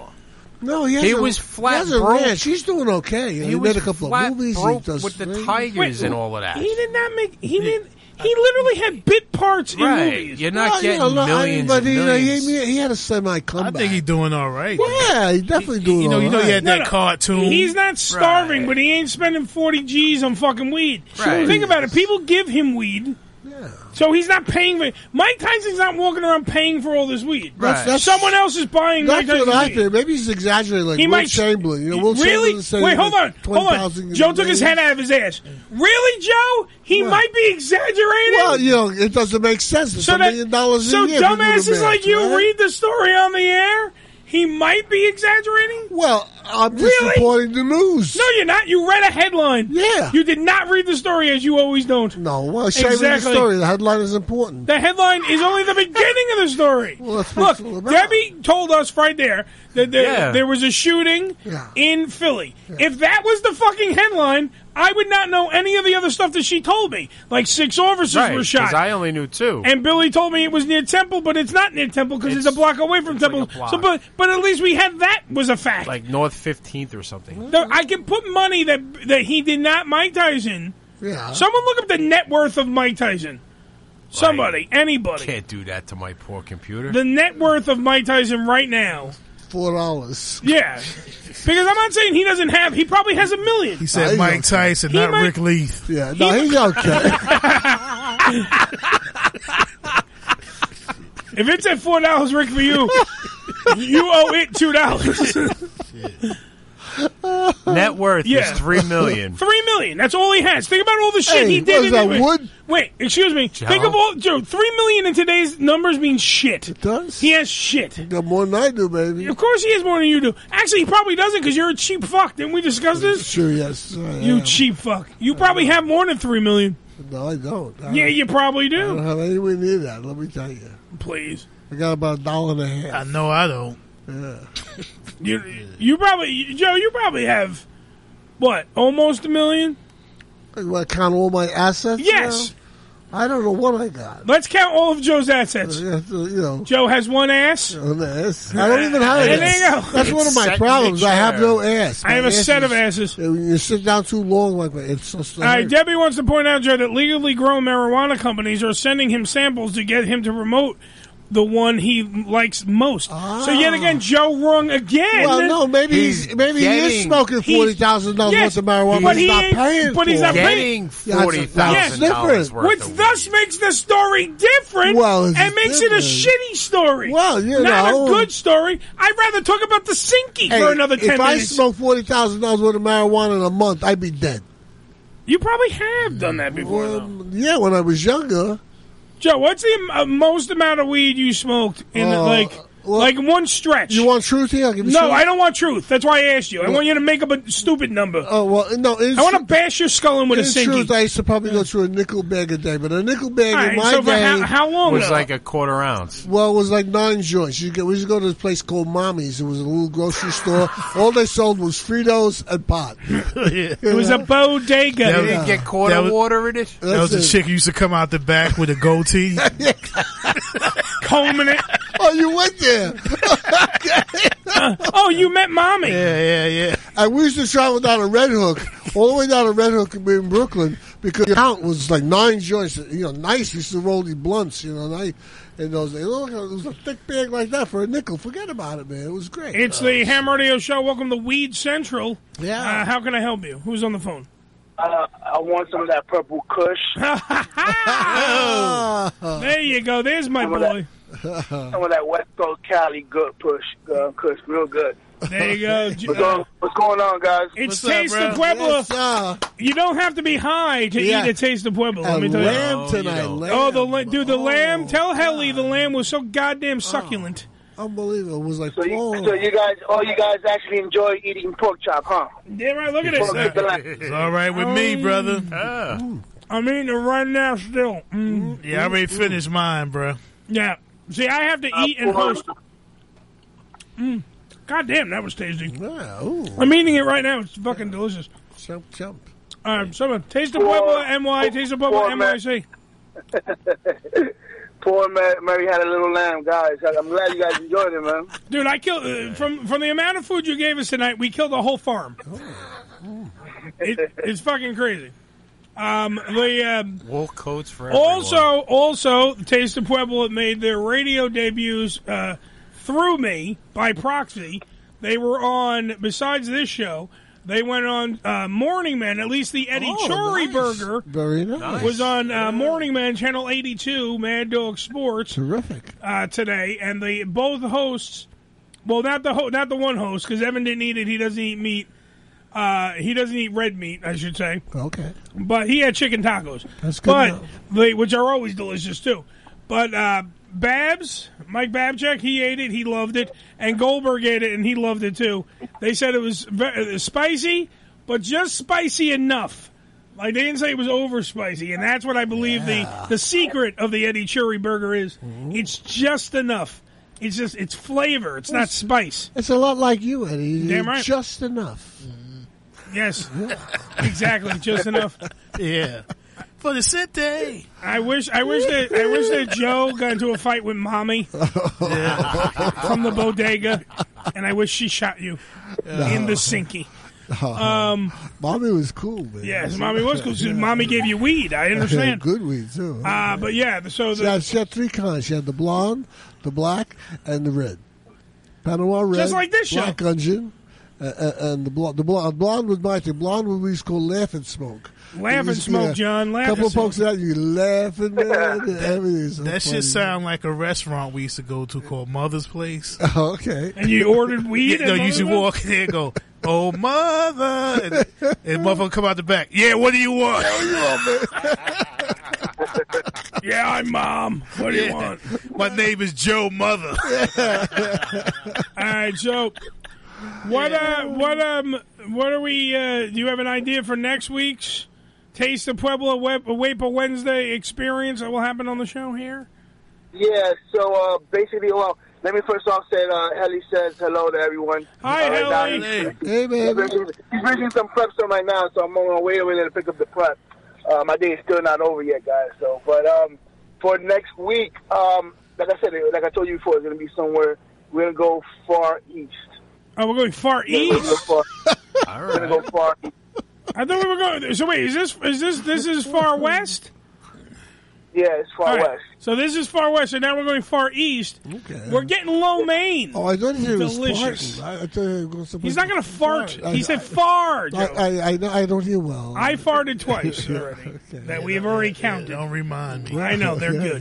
Speaker 13: No, he, has
Speaker 15: He
Speaker 13: a,
Speaker 15: was flat
Speaker 13: He has a
Speaker 15: broke.
Speaker 13: ranch. He's doing okay. He,
Speaker 15: He was
Speaker 13: made a couple
Speaker 15: flat
Speaker 13: of movies. He
Speaker 15: broke
Speaker 13: does
Speaker 15: with the
Speaker 13: things.
Speaker 15: Tigers and all of that.
Speaker 12: He did not make. He didn't. He literally had bit parts in
Speaker 15: Right.
Speaker 12: movies.
Speaker 15: You're not
Speaker 13: No,
Speaker 15: getting
Speaker 13: no, no, I mean,
Speaker 15: millions.
Speaker 13: but
Speaker 15: and
Speaker 13: he,
Speaker 15: millions.
Speaker 13: he, he had a semi comeback. I think he's
Speaker 14: doing all right.
Speaker 13: Yeah, he's definitely doing
Speaker 14: you know,
Speaker 13: all
Speaker 14: you know, he
Speaker 13: right.
Speaker 14: had that cartoon.
Speaker 12: He's not starving, but he ain't spending forty G's on fucking weed.
Speaker 14: Right.
Speaker 12: Think about it. People give him weed. So he's not paying for Mike Tyson's not walking around paying for all this weed.
Speaker 13: That's- that's-
Speaker 12: Someone else is buying
Speaker 13: That's
Speaker 12: Mike
Speaker 13: what
Speaker 12: Tyson's
Speaker 13: I
Speaker 12: weed.
Speaker 13: think. Maybe he's exaggerating. Like
Speaker 12: He
Speaker 13: Will
Speaker 12: might-
Speaker 13: Chamberlain. You know, Will
Speaker 12: really?
Speaker 13: Chamberlain said
Speaker 12: Wait, hold on, hold on.
Speaker 13: 20,000
Speaker 12: Joe took his head out of his ass. Really, Joe? He might be exaggerating.
Speaker 13: Well, you know, it doesn't make sense. It's
Speaker 12: so
Speaker 13: a million dollars a
Speaker 12: so
Speaker 13: year. if you do the
Speaker 12: dumbasses
Speaker 13: math,
Speaker 12: like you
Speaker 13: right?
Speaker 12: read the story on the air. He might be exaggerating.
Speaker 13: Well, I'm
Speaker 12: really?
Speaker 13: just reporting the news.
Speaker 12: No, you're not. You read a headline.
Speaker 13: Yeah.
Speaker 12: You did not read the story as you always don't.
Speaker 13: No, well, sharing
Speaker 12: Exactly.
Speaker 13: Oh, the story. The headline is important.
Speaker 12: The headline is only the beginning of the story.
Speaker 13: what it's all
Speaker 12: Look,
Speaker 13: about.
Speaker 12: Debbie told us right there that there,
Speaker 13: Yeah.
Speaker 12: there was a shooting
Speaker 13: Yeah.
Speaker 12: in Philly. If that was the fucking headline, I would not know any of the other stuff that she told me. Like six officers
Speaker 15: Right,
Speaker 12: were shot.
Speaker 15: 'cause I only knew two.
Speaker 12: And Billy told me it was near Temple, but it's not near Temple because it's, a block away from Temple.
Speaker 15: block.
Speaker 12: So, but but at least we had that was a fact.
Speaker 15: like North Fifteenth or something.
Speaker 12: No, I can put money that that he did not Mike Tyson.
Speaker 13: Yeah.
Speaker 12: Someone look up the net worth of Mike Tyson. Somebody, anybody.
Speaker 15: Can't do that to my poor computer.
Speaker 12: The net worth of Mike Tyson right now.
Speaker 13: Four dollars.
Speaker 12: Yeah. Because I'm not saying he doesn't have. He probably has a million.
Speaker 14: He said Mike Tyson,
Speaker 12: He
Speaker 14: not
Speaker 12: might-
Speaker 14: Rick Leith.
Speaker 13: Yeah, no, he's okay.
Speaker 12: If it's at four dollars, Rick, for you, you owe it two dollars.
Speaker 15: Net worth
Speaker 12: Yeah.
Speaker 15: is three million.
Speaker 12: Three million. That's all he has. Think about all the shit
Speaker 13: Hey,
Speaker 12: he did.
Speaker 13: what is
Speaker 12: in
Speaker 13: that,
Speaker 12: the-
Speaker 13: wood?
Speaker 12: Wait, excuse me. Think of all, dude. Three million in today's numbers means shit. It
Speaker 13: does.
Speaker 12: He has shit.
Speaker 13: Got more than I do, baby.
Speaker 12: Of course, he has more than you do. Actually, he probably doesn't because you're a cheap fuck. Didn't we discuss this?
Speaker 13: Sure, yes. I
Speaker 12: You
Speaker 13: am.
Speaker 12: cheap fuck. You probably have more than three million.
Speaker 13: No, I don't. I
Speaker 12: Yeah,
Speaker 13: don't-
Speaker 12: you probably
Speaker 13: I don't
Speaker 12: do.
Speaker 13: have anywhere near that. Let me tell you,
Speaker 12: Please,
Speaker 13: I got about a dollar and a half.
Speaker 14: I know I don't.
Speaker 13: Yeah.
Speaker 12: you you probably Joe. You probably have what almost a million.
Speaker 13: Do I count all my assets?
Speaker 12: Yes.
Speaker 13: now? I don't know what I got.
Speaker 12: Let's count all of Joe's assets.
Speaker 13: Uh, You know,
Speaker 12: Joe has one ass.
Speaker 13: an ass. I don't even have an
Speaker 12: And there you
Speaker 13: ass.
Speaker 12: go.
Speaker 13: That's one of my
Speaker 12: Set
Speaker 13: problems. I have
Speaker 12: picture.
Speaker 13: no ass.
Speaker 12: I have
Speaker 13: My
Speaker 12: a
Speaker 13: ass
Speaker 12: set of
Speaker 13: is-
Speaker 12: asses.
Speaker 13: When you sit down too long, like my, it's just.
Speaker 12: All right, Debbie wants to point out, Joe, that legally grown marijuana companies are sending him samples to get him to promote the one he likes most. So yet again, Joe wrong again.
Speaker 13: Ah. well, no, maybe he's, maybe he is
Speaker 15: getting-
Speaker 13: smoking
Speaker 12: He's-
Speaker 13: forty thousand dollars
Speaker 12: Yes,
Speaker 13: worth of marijuana, but
Speaker 12: he
Speaker 13: he's not
Speaker 12: ain't-
Speaker 13: paying.
Speaker 12: but
Speaker 13: for
Speaker 12: he's
Speaker 13: it.
Speaker 12: not
Speaker 15: Getting forty thousand dollars
Speaker 13: different.
Speaker 15: worth.
Speaker 12: Which
Speaker 15: Of
Speaker 12: thus makes the story different
Speaker 13: Well, it's
Speaker 12: and makes it a
Speaker 13: different.
Speaker 12: shitty story.
Speaker 13: Well, you
Speaker 12: not
Speaker 13: know.
Speaker 12: a good story. I'd rather talk about the sinky
Speaker 13: Hey,
Speaker 12: for another ten
Speaker 13: if I
Speaker 12: minutes.
Speaker 13: smoked forty thousand dollars worth of marijuana in a month, I'd be dead.
Speaker 12: you probably have done that before, though.
Speaker 13: Yeah, when I was younger,
Speaker 12: Joe, what's the am- uh, most amount of weed you smoked in
Speaker 13: Uh,
Speaker 12: like like one stretch?
Speaker 13: you want truth here? I'll give you
Speaker 12: no,
Speaker 13: truth.
Speaker 12: I don't want truth. That's why I asked you. I want you to make up a stupid number.
Speaker 13: Oh well, no. In
Speaker 12: I want to bash your skull in with a
Speaker 13: In truth,
Speaker 12: sinky.
Speaker 13: I used to probably go through a nickel bag a day, but a nickel bag
Speaker 12: All
Speaker 13: in
Speaker 12: right,
Speaker 13: my
Speaker 12: so for
Speaker 13: day
Speaker 12: how, how long?
Speaker 15: was
Speaker 12: though?
Speaker 15: like a quarter ounce.
Speaker 13: Well, it was like nine joints. You go, we used to go to this place called Mommy's. It was a little grocery store. All they sold was Fritos and pot.
Speaker 12: it was a bodega.
Speaker 14: That was-
Speaker 15: Get quarter
Speaker 14: That was-
Speaker 15: water in it.
Speaker 14: That was the chick who used to come out the back with a goatee.
Speaker 12: combing it.
Speaker 13: Oh, you went there.
Speaker 12: oh, you met mommy.
Speaker 14: Yeah, yeah, yeah.
Speaker 13: And we used to travel down to Red Hook, all the way down to Red Hook in Brooklyn, because the count was like nine joints. You know, nice. We used to roll these blunts, you know, and I, in those days. Look, it was a thick bag like that for a nickel. Forget about it, man. It was great. Uh,
Speaker 12: It's the Ham Radio Show. Welcome to Weed Central.
Speaker 13: Yeah.
Speaker 12: Uh, how can I help you? Who's on the phone?
Speaker 20: Uh, I want some of that purple Kush.
Speaker 13: Ah.
Speaker 12: There you go. There's my
Speaker 20: Some of
Speaker 12: boy.
Speaker 20: Some of that West Coast Cali good push, uh, Kush, real good.
Speaker 12: There you go. J-
Speaker 20: What's, going, what's going on, guys?
Speaker 12: It's
Speaker 20: What's up,
Speaker 12: Taste
Speaker 20: bro?
Speaker 12: of Puebla.
Speaker 13: Yes, uh,
Speaker 12: You don't have to be high to
Speaker 13: Yeah.
Speaker 12: eat a Taste of Puebla. Let
Speaker 13: and
Speaker 12: me tell you.
Speaker 13: lamb
Speaker 15: No, you
Speaker 13: tonight.
Speaker 15: don't.
Speaker 13: lamb.
Speaker 12: Oh, the la- dude, the lamb. Tell Helly the lamb was so goddamn succulent.
Speaker 13: Oh, Unbelievable. It was like,
Speaker 20: So you,
Speaker 13: oh.
Speaker 20: so you guys, all you guys actually enjoy eating pork chop, huh?
Speaker 12: Damn right. Look at
Speaker 20: Pork
Speaker 12: this. thing.
Speaker 20: chop.
Speaker 14: It's all right with me, brother.
Speaker 12: I'm eating it right now still. Mm.
Speaker 14: Yeah, I already finished mine, bro.
Speaker 12: Yeah. See, I have to eat and host. Mm. God damn, that was tasty.
Speaker 13: Yeah, ooh.
Speaker 12: I'm eating it right now. It's fucking delicious. Uh,
Speaker 13: Jump, jump.
Speaker 12: All right, someone. Taste of Puebla NY. Taste of Puebla
Speaker 20: Poor man.
Speaker 12: NYC.
Speaker 20: Poor Mary, Mary had a little lamb, guys. I'm glad you guys enjoyed it, man.
Speaker 12: Dude, I killed uh, from from the amount of food you gave us tonight. We killed a whole farm. It, it's fucking crazy. Um, the um,
Speaker 15: Wool coats for everyone.
Speaker 12: also also the Taste of Pueblo made their radio debuts uh, through me by proxy. They were on besides this show. They went on uh, Morning Man. At least the Eddie
Speaker 13: Oh,
Speaker 12: Chori
Speaker 13: nice.
Speaker 12: Burger
Speaker 13: Very nice.
Speaker 12: was on uh, Morning Man Channel 82, Mad Dog Sports.
Speaker 13: Terrific.
Speaker 12: Uh, today, and the both hosts, well, not the ho- not the one host because Evan didn't eat it. He doesn't eat meat. Uh, he doesn't eat red meat, I should say.
Speaker 13: Okay.
Speaker 12: But he had chicken tacos.
Speaker 13: That's good
Speaker 12: But
Speaker 13: enough.
Speaker 12: they, which are always delicious too. But uh, Babs, Mike Babchek, he ate it. He loved it. And Goldberg ate it, and he loved it too. They said it was ve- uh, spicy, but just spicy enough. Like they didn't say it was over spicy, and that's what I believe the the secret of the Eddie Churi burger is.
Speaker 13: Mm-hmm.
Speaker 12: It's just enough. It's just it's flavor. It's not spice.
Speaker 13: It's a lot like you, Eddie.
Speaker 12: Damn right.
Speaker 13: Just enough.
Speaker 12: Yes, exactly, just enough.
Speaker 14: Yeah.
Speaker 12: For the sit day. I wish I wish that I wish that Joe got into a fight with mommy from the bodega, and I wish she shot you in the sinky. Um,
Speaker 13: mommy was cool, man.
Speaker 12: Yes, mommy was cool. She- Mommy gave you weed. I understand.
Speaker 13: Good weed too.
Speaker 12: Uh, but yeah, so
Speaker 13: she, had,
Speaker 12: the,
Speaker 13: she had three kinds. She had the blonde, the black, and the red. Panama red,
Speaker 12: Just like this show.
Speaker 13: black onion, uh, uh, and the blonde. The blonde, blonde was my thing. Blonde was we used to call laugh and smoke.
Speaker 12: Laugh
Speaker 13: We
Speaker 12: and
Speaker 13: used to,
Speaker 12: smoke,
Speaker 13: yeah,
Speaker 12: John, laugh
Speaker 13: Couple
Speaker 12: and
Speaker 13: of pokes out, you laughing, man. and everything's so
Speaker 14: that
Speaker 13: funny.
Speaker 14: shit sound like a restaurant we used to go to called Mother's Place.
Speaker 13: Oh, okay.
Speaker 12: And you ordered weed
Speaker 14: Yeah, no,
Speaker 12: at
Speaker 14: you used to
Speaker 12: Mother's?
Speaker 14: walk in there and go, "Oh mother," and, and motherfucker come out the back. Yeah, what do you want?
Speaker 12: yeah, I'm
Speaker 14: Um,
Speaker 12: mom. What do you
Speaker 14: Yeah.
Speaker 12: want?
Speaker 14: My name is Joe Mother.
Speaker 12: All right, so what? Uh, what? Um, what are we? Uh, do you have an idea for next week's Taste of Pueblo Wep- Wepa Wednesday experience that will happen on the show here?
Speaker 20: Yeah, so uh, basically, well, let me first off say uh, Helly says hello to everyone.
Speaker 12: Hi,
Speaker 20: uh, right now,
Speaker 12: Helly.
Speaker 20: he's-
Speaker 13: Hey,
Speaker 20: He's making, he's making some prep stuff right now, so I'm on my way over there to pick up the prep. Uh, my day is still not over yet, guys. So, but um, for next week, um, like I said, like I told you before, it's gonna be somewhere. We're gonna go far east.
Speaker 12: Oh, we're going far
Speaker 20: We're gonna go
Speaker 12: east.
Speaker 20: far. We're gonna go far.
Speaker 12: I thought we were going. So wait, is this is this this is far west?
Speaker 20: Yeah, it's far
Speaker 12: All right,
Speaker 20: west.
Speaker 12: So this is far west, and now we're going far east. Okay. We're getting low Maine.
Speaker 13: Oh, I thought he was
Speaker 12: Delicious.
Speaker 13: farting. I, I thought he was
Speaker 12: He's not going to fart.
Speaker 13: I-
Speaker 12: He said far.
Speaker 13: I, I, I, know- I don't hear well.
Speaker 12: I farted twice already. That we've already counted.
Speaker 14: Don't remind
Speaker 12: me. I know they're
Speaker 13: Yeah, Mm-hmm.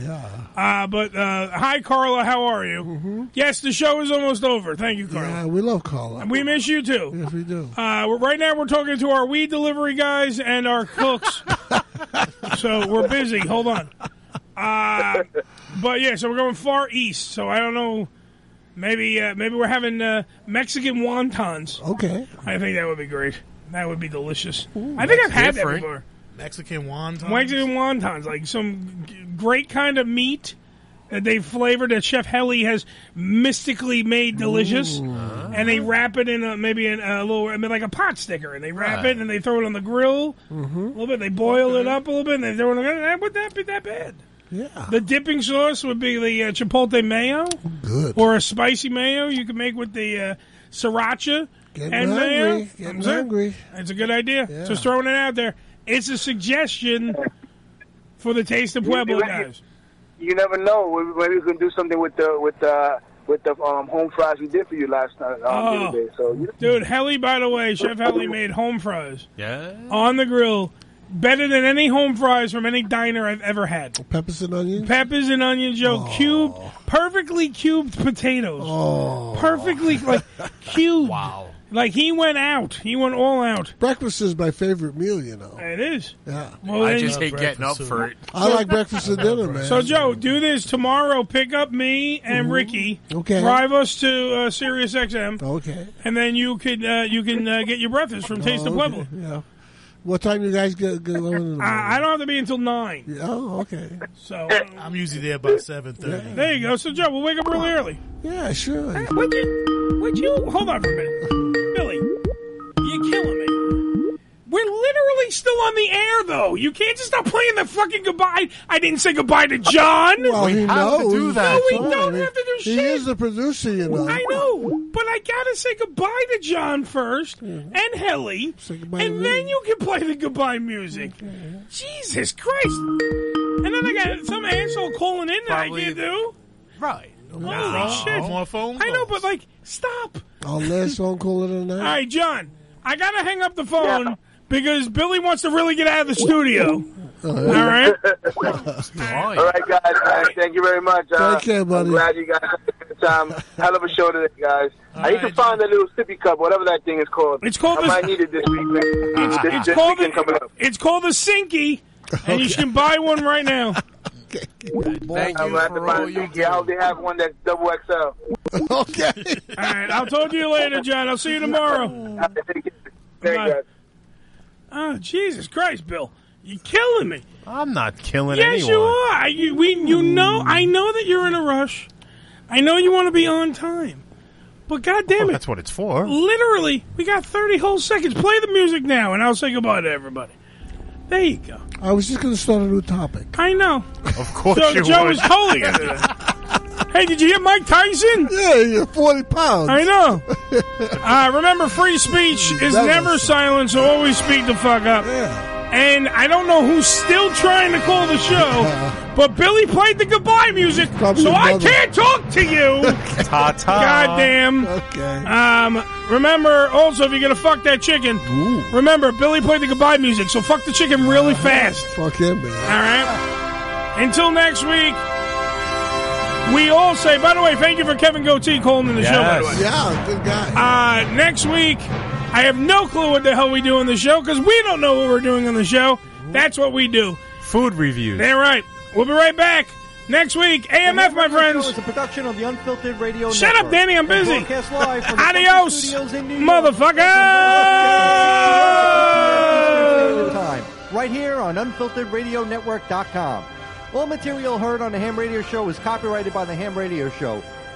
Speaker 12: good. Uh, but uh, hi, Carla. How are you? Yes, the show is almost over. Thank you, Carla.
Speaker 13: Yeah, we love Carla.
Speaker 12: We miss you too.
Speaker 13: Yes, we do.
Speaker 12: Uh, we're- right now, we're talking to our weed delivery guys and our cooks, so we're busy. Hold on. Uh, but yeah, so we're going far east. So I don't know. Maybe uh, maybe we're having uh, Mexican wontons.
Speaker 13: Okay.
Speaker 12: I think that would be great. That would be delicious. I think I've
Speaker 14: that's
Speaker 12: had
Speaker 14: different.
Speaker 12: that before.
Speaker 14: Mexican wonton.
Speaker 12: Mexican wontons, like some g- great kind of meat that they flavored that Chef Helly has mystically made delicious, and they wrap it in a, maybe in a little, I mean, like a pot sticker, and they wrap
Speaker 14: Right.
Speaker 12: it and they throw it on the grill a little bit. They boil it up a little bit, and they throw it. On the grill. That would that be that bad?
Speaker 13: Yeah.
Speaker 12: The dipping sauce would be the uh, chipotle mayo,
Speaker 13: good,
Speaker 12: or a spicy mayo you can make with the uh, sriracha
Speaker 13: Getting
Speaker 12: and
Speaker 13: hungry.
Speaker 12: mayo.
Speaker 13: Getting
Speaker 12: I'm sorry.
Speaker 13: hungry.
Speaker 12: It's a good idea. Just throwing it out there. It's a suggestion for the Taste of Pueblo
Speaker 20: You- you-
Speaker 12: guys.
Speaker 20: You never know. Maybe- Maybe we can do something with the with the with the um, home fries we did for you last night. Um, the
Speaker 12: Oh,
Speaker 20: other day. So you
Speaker 12: dude, Helly, by the way, Chef Helly made home fries
Speaker 15: Yeah.
Speaker 12: on the grill, better than any home fries from any diner I've ever had.
Speaker 13: Peppers and onions.
Speaker 12: Peppers and onions, Joe, cubed, perfectly cubed potatoes, perfectly like cubed. Wow, like he went out. He went all out.
Speaker 13: Breakfast is my favorite meal, you know.
Speaker 12: It is.
Speaker 13: Yeah.
Speaker 12: Well,
Speaker 15: I
Speaker 12: then-
Speaker 15: just hate getting up for it.
Speaker 13: I like breakfast and dinner, man.
Speaker 12: So, Joe, do this tomorrow. Pick up me and Ricky.
Speaker 13: Okay.
Speaker 12: Drive us to uh, Sirius XM,
Speaker 13: okay.
Speaker 12: and then you could uh, you can uh, get your breakfast from Taste of
Speaker 13: okay.
Speaker 12: Pueblo.
Speaker 13: Yeah. What time you guys get, get going in the morning?
Speaker 12: I, I don't have to be until nine.
Speaker 13: Oh, okay.
Speaker 12: So
Speaker 14: I'm usually there by seven thirty.
Speaker 12: there you go. So, Joe, we'll wake up really early.
Speaker 13: Yeah, sure.
Speaker 12: Would you? Would you? Hold on for a minute, Billy. You're killing me. We're literally fucking still on the air, though. You can't just stop playing the fucking goodbye. I didn't say goodbye to John.
Speaker 13: Well, he knows.
Speaker 12: No, we don't have to do
Speaker 13: he
Speaker 12: shit.
Speaker 13: is the producer, you know.
Speaker 12: I know, but I gotta say goodbye to John first
Speaker 13: Mm-hmm.
Speaker 12: and Helly, and then you can play the goodbye music. Jesus Christ! And then I got some asshole calling in that I can't do.
Speaker 15: Right?
Speaker 12: Holy
Speaker 14: No.
Speaker 12: shit!
Speaker 14: More phone
Speaker 12: I know, but like, stop.
Speaker 13: Our last phone call of the
Speaker 12: All
Speaker 13: night.
Speaker 12: right, John, I gotta hang up the phone because Billy wants to really get out of the studio.
Speaker 13: All
Speaker 12: All right.
Speaker 20: All right, guys. uh, Thank you very much. Uh,
Speaker 13: Take care, buddy.
Speaker 20: I'm glad you guys had a good time. um, Hell of a show today, guys. I need to find that little sippy cup, whatever that thing is called.
Speaker 12: It's called
Speaker 20: I
Speaker 12: the-
Speaker 20: might need it this week. man.
Speaker 12: It's,
Speaker 20: This-
Speaker 12: it's
Speaker 20: this
Speaker 12: called
Speaker 20: weekend coming
Speaker 12: the,
Speaker 20: up.
Speaker 12: it's called the Sinky, and you can buy one right now.
Speaker 20: I'm gonna have to find a Sinky. I hope they have one that's double XL.
Speaker 13: okay.
Speaker 12: All right, I'll talk to you later, John. I'll see you tomorrow. Bye. Oh, Jesus Christ, Bill. You're killing me.
Speaker 7: I'm not killing
Speaker 12: yes,
Speaker 7: anyone.
Speaker 12: you are. I- You, we, you know, I know that you're in a rush. I know you want to be on time. But God damn it.
Speaker 7: Oh, That's what it's for.
Speaker 12: Literally, we got 30 whole seconds. Play the music now, and I'll say goodbye to everybody. There you go.
Speaker 13: I was just going to start a new topic.
Speaker 12: I know.
Speaker 13: Of
Speaker 12: so Joe was holding it. hey, did you hear Mike Tyson?
Speaker 13: Yeah, you're 40 pounds. Mm,
Speaker 12: I know. uh, remember, free speech is
Speaker 13: That
Speaker 12: never silent, so always speak the fuck up. And I don't know who's still trying to call the show, but Billy played the goodbye music, so I
Speaker 13: another-
Speaker 12: can't talk to you.
Speaker 7: Ta ta.
Speaker 12: Goddamn.
Speaker 13: Okay.
Speaker 12: Um, remember, also, if you're going to fuck that chicken, remember, Billy played the goodbye music, so fuck the chicken really fast.
Speaker 13: Uh, Fuck him, man.
Speaker 12: All right. Until next week, we all say. By the way, thank you for Kevin Goatee calling in the show. By the way,
Speaker 13: Yeah, good guy.
Speaker 12: Uh, next week, I have no clue what the hell we do on the show because we don't know what we're doing on the show. That's what we do.
Speaker 7: Food reviews.
Speaker 12: They're right. We'll be right back next week. AMF, my friends.
Speaker 26: It's a production of the Unfiltered Radio
Speaker 12: Shut
Speaker 26: Network.
Speaker 12: up, Danny. I'm
Speaker 26: And
Speaker 12: busy.
Speaker 26: broadcast live from the Fox
Speaker 12: Adios,
Speaker 26: Studios in New York.
Speaker 12: motherfucker.
Speaker 26: At a time, right here on unfilteredradionetwork.com. All material heard on the Ham Radio Show is copyrighted by the Ham Radio Show.